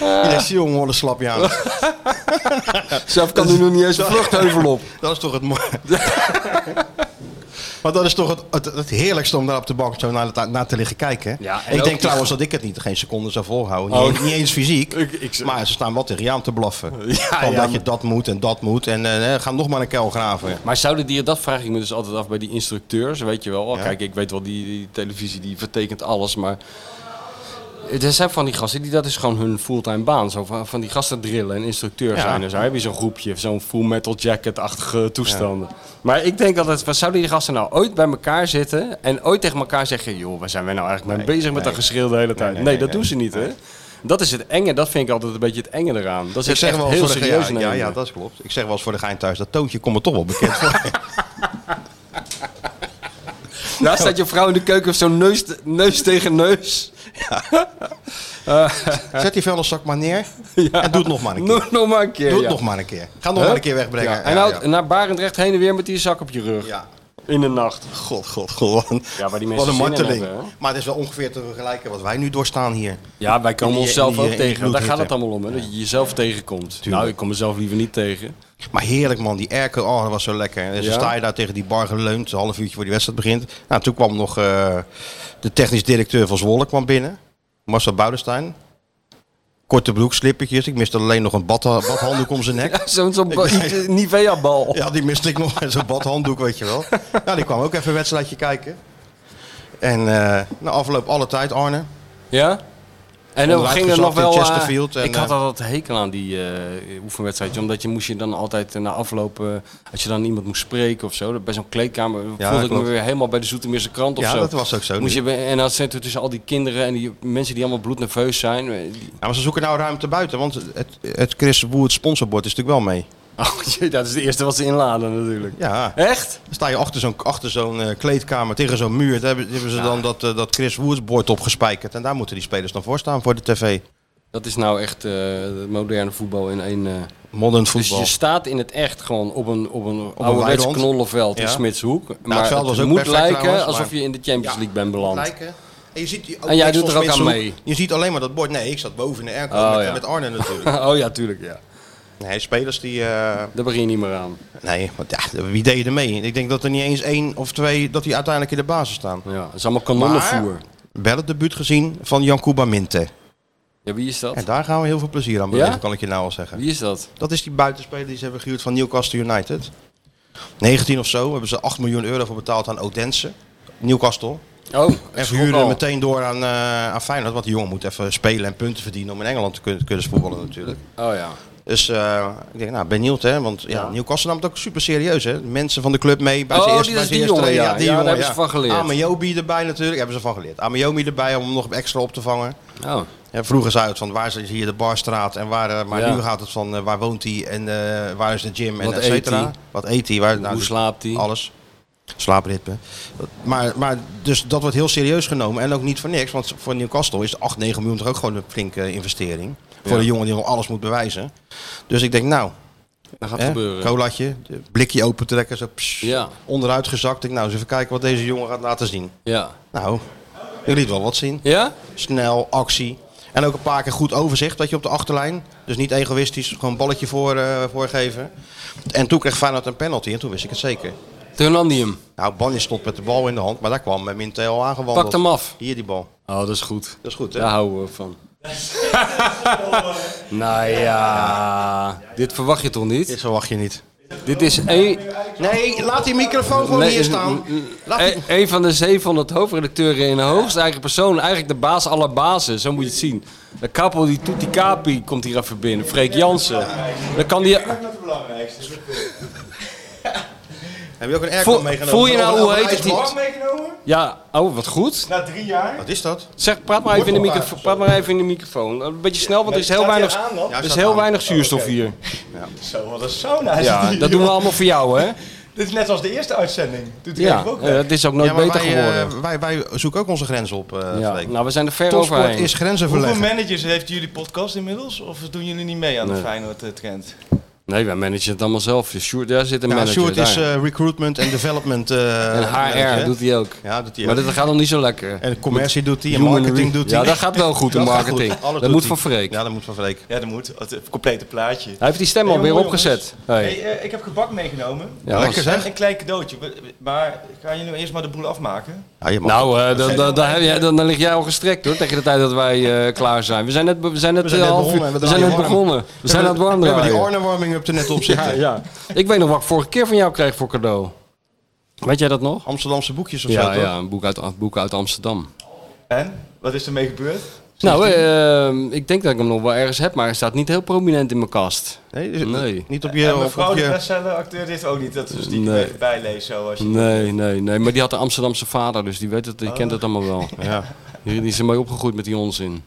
Speaker 6: Ja. is jongen, wat een slap je aan.
Speaker 7: Zelf kan hij nog niet eens de vluchtheuvel op.
Speaker 6: Dat is toch het mooie. maar dat is toch het, het, het heerlijkste om daar op de bank zo naar, te- naar te liggen kijken.
Speaker 7: Ja, en ook
Speaker 6: ik denk
Speaker 7: die-
Speaker 6: trouwens dat ik het niet geen seconde zou volhouden. Niet,
Speaker 7: Oh.
Speaker 6: niet eens fysiek.
Speaker 7: Ik- ik-
Speaker 6: maar ze staan wel tegen je aan te blaffen.
Speaker 7: Ja,
Speaker 6: Van
Speaker 7: ja,
Speaker 6: dat
Speaker 7: maar-
Speaker 6: je dat moet en dat moet. En eh, eh, ga nog maar een kuil graven.
Speaker 7: Maar zouden die, dat vraag ik me dus altijd af bij die instructeurs, weet je wel. Oh, Kijk, ik weet wel, die, die televisie die vertekent alles, maar... Er zijn van die gasten, die, dat is gewoon hun fulltime baan. Zo van, van die gasten drillen en instructeur
Speaker 6: Ja.
Speaker 7: zijn. Dus daar heb je zo'n groepje, zo'n full metal jacket-achtige toestanden. Maar ik denk altijd, wat zouden die gasten nou ooit bij elkaar zitten... en ooit tegen elkaar zeggen, joh, waar zijn wij nou eigenlijk mee bezig met dat geschreeuw de hele tijd? Nee, dat doen ze niet, hè? Dat is het enge, dat vind ik altijd een beetje het enge eraan. Dat is
Speaker 6: Ik zeg
Speaker 7: echt
Speaker 6: wel eens
Speaker 7: heel
Speaker 6: voor de,
Speaker 7: serieus
Speaker 6: ja, ja,
Speaker 7: nemen.
Speaker 6: ja, dat klopt. Ik zeg wel eens voor de gein thuis, dat toontje komt me toch wel bekend voor.
Speaker 7: Daar staat je vrouw in de keuken of zo'n neus, neus tegen neus. Eh,
Speaker 6: Zet die vuilniszak maar neer en doe het nog maar een keer.
Speaker 7: Nog, nog maar een keer.
Speaker 6: doe het
Speaker 7: ja.
Speaker 6: nog maar een keer. Ga nog
Speaker 7: Huh?
Speaker 6: maar een keer wegbrengen.
Speaker 7: Ja, En
Speaker 6: Ja,
Speaker 7: nou,
Speaker 6: ja.
Speaker 7: naar Barendrecht heen en weer met die zak op je rug.
Speaker 6: Ja.
Speaker 7: In de nacht.
Speaker 6: God, god, god. Wat een,
Speaker 7: Ja, waar die
Speaker 6: wat
Speaker 7: mensen
Speaker 6: een
Speaker 7: zin in
Speaker 6: marteling.
Speaker 7: hebben, hè?
Speaker 6: maar het is wel ongeveer te vergelijken wat wij nu doorstaan hier.
Speaker 7: Ja, wij komen
Speaker 6: In die- in
Speaker 7: onszelf
Speaker 6: die-
Speaker 7: ook
Speaker 6: in die
Speaker 7: tegen. want Daar gaat het
Speaker 6: bloedhitte.
Speaker 7: allemaal om, hè? Dat je jezelf tegenkomt. Nou, ik kom mezelf liever niet tegen.
Speaker 6: Maar heerlijk man, die airco, oh, dat was zo lekker. En
Speaker 7: Ja?
Speaker 6: dan sta je daar tegen die bar geleund, een half uurtje voor die wedstrijd begint. Nou, toen kwam nog eh, de technisch directeur van Zwolle kwam binnen, Marcel Boudestein. Korte broek, slippertjes. Ik miste alleen nog een bad, badhanddoek om zijn nek.
Speaker 7: Zo'n zo'n ba- Nivea-bal.
Speaker 6: Ja, die miste ik nog met zo'n badhanddoek, weet je wel. Nou, die kwam ook even een wedstrijdje kijken. En eh na afloop alle tijd, Arne.
Speaker 7: Ja? En dan
Speaker 6: Onderuit
Speaker 7: ging er
Speaker 6: gezakt
Speaker 7: nog wel...
Speaker 6: in
Speaker 7: eh,
Speaker 6: Chesterfield en,
Speaker 7: ik had
Speaker 6: eh,
Speaker 7: altijd hekel aan die eh, oefenwedstrijdje. Omdat je moest je dan altijd eh, na afloop... eh, als je dan iemand moest spreken of zo. dat- Bij zo'n kleedkamer voelde ik me
Speaker 6: klopt.
Speaker 7: weer helemaal bij de Zoetermeerse krant of
Speaker 6: Ja,
Speaker 7: zo.
Speaker 6: dat was ook zo.
Speaker 7: Moest
Speaker 6: nu.
Speaker 7: je, bij- en dan zitten we tussen al die kinderen en die mensen die allemaal bloednerveus zijn. eh, die-
Speaker 6: Ja, maar ze zoeken nou ruimte buiten, want het, het Chris Woerd sponsorbord is natuurlijk wel mee.
Speaker 7: Oh jee, dat is de eerste wat ze inladen natuurlijk.
Speaker 6: Ja.
Speaker 7: Echt?
Speaker 6: Dan sta je achter zo'n achter zo'n eh, kleedkamer tegen zo'n muur. Daar hebben, hebben ze dan dat, eh, dat Chris Woods bord opgespijkerd. En daar moeten die spelers dan voor staan voor de tv.
Speaker 7: Dat is nou echt eh, het moderne voetbal in één... eh,
Speaker 6: Modern
Speaker 7: dus
Speaker 6: voetbal.
Speaker 7: je staat in het echt gewoon op een, op een, ouderwets
Speaker 6: weiland.
Speaker 7: knollenveld in
Speaker 6: Ja. Nou,
Speaker 7: Smitshoek. Maar
Speaker 6: het veld was
Speaker 7: het
Speaker 6: ook
Speaker 7: moet
Speaker 6: perfect
Speaker 7: lijken
Speaker 6: trouwens, maar-
Speaker 7: alsof je in de Champions League bent beland.
Speaker 6: Lijken. En, je ziet die- ook
Speaker 7: En jij
Speaker 6: niks
Speaker 7: doet
Speaker 6: van
Speaker 7: er ook aan
Speaker 6: Spitshoek.
Speaker 7: mee.
Speaker 6: Je ziet alleen maar dat bord. Nee, ik zat boven in de airco
Speaker 7: Oh,
Speaker 6: met,
Speaker 7: ja.
Speaker 6: met Arne natuurlijk.
Speaker 7: oh ja, tuurlijk. Ja.
Speaker 6: nee, spelers die... eh,
Speaker 7: Daar begin je niet meer aan.
Speaker 6: nee, want ja, wie deed er mee? Ik denk dat er niet eens één of twee... dat die uiteindelijk in de basis staan.
Speaker 7: Ja, het is allemaal kanonnenvoer.
Speaker 6: Maar- Wel het debuut gezien van Jankuba Minte.
Speaker 7: Ja, wie is dat?
Speaker 6: En daar gaan we heel veel plezier aan
Speaker 7: Ja?
Speaker 6: beleven, kan ik je nou al zeggen.
Speaker 7: Wie is dat?
Speaker 6: Dat is die buitenspeler die ze hebben gehuurd van Newcastle United. 19 of zo hebben ze 8 miljoen euro voor betaald aan Odense. Newcastle.
Speaker 7: Oh,
Speaker 6: En
Speaker 7: en
Speaker 6: verhuurden hem meteen door aan, eh, aan Feyenoord. Want die jongen moet even spelen en punten verdienen om in Engeland te kunnen, kunnen voetballen natuurlijk.
Speaker 7: Oh ja.
Speaker 6: Dus eh, ik denk, nou benieuwd hè. Want ja, Newcastle nam het ook super serieus hè. Mensen van de club mee bij
Speaker 7: Oh,
Speaker 6: zijn eerste,
Speaker 7: die-
Speaker 6: bij
Speaker 7: dat
Speaker 6: zijn
Speaker 7: is
Speaker 6: eerste
Speaker 7: die jongen,
Speaker 6: training.
Speaker 7: ja. Ja, daar hebben ze van geleerd.
Speaker 6: Amayobi erbij natuurlijk. Hebben ze van geleerd. Amayobi erbij om hem nog extra op te vangen.
Speaker 7: Oh.
Speaker 6: Ja, vroeger zei het van waar is hier de barstraat en waar, eh, maar
Speaker 7: Ja.
Speaker 6: nu gaat het van eh, waar woont hij en eh, waar is de gym en
Speaker 7: Wat
Speaker 6: et
Speaker 7: eet
Speaker 6: cetera.
Speaker 7: hij?
Speaker 6: Wat eet hij? Waar, nou,
Speaker 7: Hoe
Speaker 6: dus
Speaker 7: slaapt hij?
Speaker 6: Alles. Slaapritme. Maar, maar dus dat wordt heel serieus genomen en ook niet voor niks, want voor Newcastle is 8, 9 miljoen toch ook gewoon een flinke investering. Voor een jongen die nog alles moet bewijzen. Dus ik denk nou,
Speaker 7: Dat gaat
Speaker 6: hè,
Speaker 7: gebeuren.
Speaker 6: colaatje, de blikje open trekken, zo pss,
Speaker 7: Ja.
Speaker 6: onderuit gezakt. Ik denk nou, eens even kijken wat deze jongen gaat laten zien.
Speaker 7: ja.
Speaker 6: Nou, je liet wel wat zien
Speaker 7: Ja?
Speaker 6: snel, actie. En ook een paar keer goed overzicht dat je op de achterlijn. Dus niet egoïstisch, gewoon een balletje voor, eh, voorgeven. En toen kreeg Feyenoord een penalty en toen wist ik het zeker.
Speaker 7: Toen nam die hem.
Speaker 6: Nou, Banje stond met de bal in de hand, maar daar kwam eh, Minte al aangewandeld.
Speaker 7: Pakt hem af.
Speaker 6: Hier die bal.
Speaker 7: Oh, dat is goed.
Speaker 6: Dat is goed, hè?
Speaker 7: Daar houden we van. nou ja, dit verwacht je toch niet?
Speaker 6: Dit verwacht je niet.
Speaker 7: Dit is één,
Speaker 6: Nee, laat die microfoon gewoon
Speaker 7: Nee, eh,
Speaker 6: hier
Speaker 7: is- mm, eh,
Speaker 6: staan. Laat die-
Speaker 7: één- één van de 700 hoofdredacteuren in de hoogste eigen persoon. Eigenlijk de baas aller bazen, zo moet je het zien. De kappel die Tutti Capi komt hier even binnen. Freek Jansen. Dan kan die...
Speaker 6: Heb je ook een airco
Speaker 7: Voel-
Speaker 6: meegenomen?
Speaker 7: voel je nou
Speaker 6: Of een-
Speaker 7: hoe
Speaker 6: of een
Speaker 7: heet het
Speaker 6: ijsblad?
Speaker 7: Ja, oh, wat goed.
Speaker 6: Wat is dat?
Speaker 7: Zeg, praat maar even in de microfoon. Praat maar even in de microfoon. Een beetje snel, want er is heel weinig,
Speaker 6: Ja,
Speaker 7: er is
Speaker 6: staat
Speaker 7: heel
Speaker 6: aan. Oh,
Speaker 7: weinig zuurstof hier.
Speaker 8: Zo, wat een sauna is dit
Speaker 7: Ja, dat
Speaker 8: hier,
Speaker 7: doen we
Speaker 8: joh.
Speaker 7: allemaal voor jou, hè?
Speaker 8: Dit is net als de eerste uitzending. Doet hij
Speaker 7: Ja,
Speaker 8: even ook
Speaker 7: eh, het is ook nooit
Speaker 6: Ja, maar
Speaker 7: beter
Speaker 6: wij, eh,
Speaker 7: geworden.
Speaker 6: wij, wij zoeken ook onze grens op, eh
Speaker 7: Ja,
Speaker 6: Freek.
Speaker 7: nou, we zijn er ver
Speaker 6: Topsport
Speaker 7: overheen.
Speaker 6: is grenzen
Speaker 8: Hoeveel
Speaker 6: verleggen.
Speaker 8: managers heeft jullie podcast inmiddels? Of doen jullie niet mee aan de eh, Feyenoord-trend?
Speaker 7: Nee, wij managen het allemaal zelf. Dus Sjoerd, daar zit een
Speaker 6: Ja,
Speaker 7: manager.
Speaker 6: Sjoerd is
Speaker 7: daar.
Speaker 6: eh, recruitment en development. eh,
Speaker 7: en
Speaker 6: manager, hè?
Speaker 7: HR doet hij ook.
Speaker 6: Ja, doet hij
Speaker 7: Maar
Speaker 6: ook.
Speaker 7: dat gaat nog niet zo lekker.
Speaker 6: En commercie doet hij, en
Speaker 7: Human
Speaker 6: marketing
Speaker 7: re-
Speaker 6: doet hij.
Speaker 7: Ja, dat gaat wel goed, de
Speaker 6: Dat gaat
Speaker 7: marketing.
Speaker 6: goed. Alles
Speaker 7: dat
Speaker 6: doet
Speaker 7: moet
Speaker 6: hij.
Speaker 7: van Freek.
Speaker 6: Ja, dat moet van Freek.
Speaker 8: Ja, dat moet. Het complete plaatje.
Speaker 7: Hij heeft die stem
Speaker 8: Hey,
Speaker 7: alweer
Speaker 8: jongen,
Speaker 7: opgezet.
Speaker 8: jongens.
Speaker 7: Hey.
Speaker 8: Hey, eh, ik heb gebak meegenomen.
Speaker 7: Ja,
Speaker 6: Lekker
Speaker 7: was-
Speaker 6: zeg.
Speaker 8: Een klein cadeautje. We- Maar gaan jullie nou eerst maar de boel afmaken?
Speaker 6: Ja, je mag.
Speaker 7: Nou, eh, dan, dan, dan, heb jij- dan, dan lig jij al gestrekt hoor, tegen de tijd dat wij eh, klaar zijn. We zijn net, be- we zijn net,
Speaker 6: zijn
Speaker 7: eh,
Speaker 6: net
Speaker 7: half uur-
Speaker 6: begonnen en
Speaker 7: We
Speaker 6: we
Speaker 7: zijn net
Speaker 6: draaien warm.
Speaker 7: begonnen. We zijn aan het warm
Speaker 6: we hebben die
Speaker 7: draaien.
Speaker 6: Arne warming up er net op zitten.
Speaker 7: Ja. Ik weet nog wat ik vorige keer van jou kreeg voor cadeau. Weet jij dat nog?
Speaker 6: Amsterdamse boekjes of zo,
Speaker 7: Ja,
Speaker 6: toch?
Speaker 7: ja een boek uit, een boek uit Amsterdam.
Speaker 8: En? Wat is ermee gebeurd?
Speaker 7: Nou, eh, ik denk dat ik hem nog wel ergens heb, maar hij staat niet heel prominent in mijn kast.
Speaker 6: Nee, is-
Speaker 7: Nee.
Speaker 6: Niet op
Speaker 8: En
Speaker 6: je... Of
Speaker 8: mevrouw
Speaker 6: op
Speaker 8: de
Speaker 6: je...
Speaker 8: bestseller acteur dit ook niet. Dat is die
Speaker 7: Nee.
Speaker 8: even bijlezen. Zoals je...
Speaker 7: Nee, nee, nee. Maar die had een Amsterdamse vader, dus die, weet het, die kent het allemaal wel.
Speaker 6: Oh. Ja.
Speaker 7: Die, die is ermee opgegroeid met die onzin.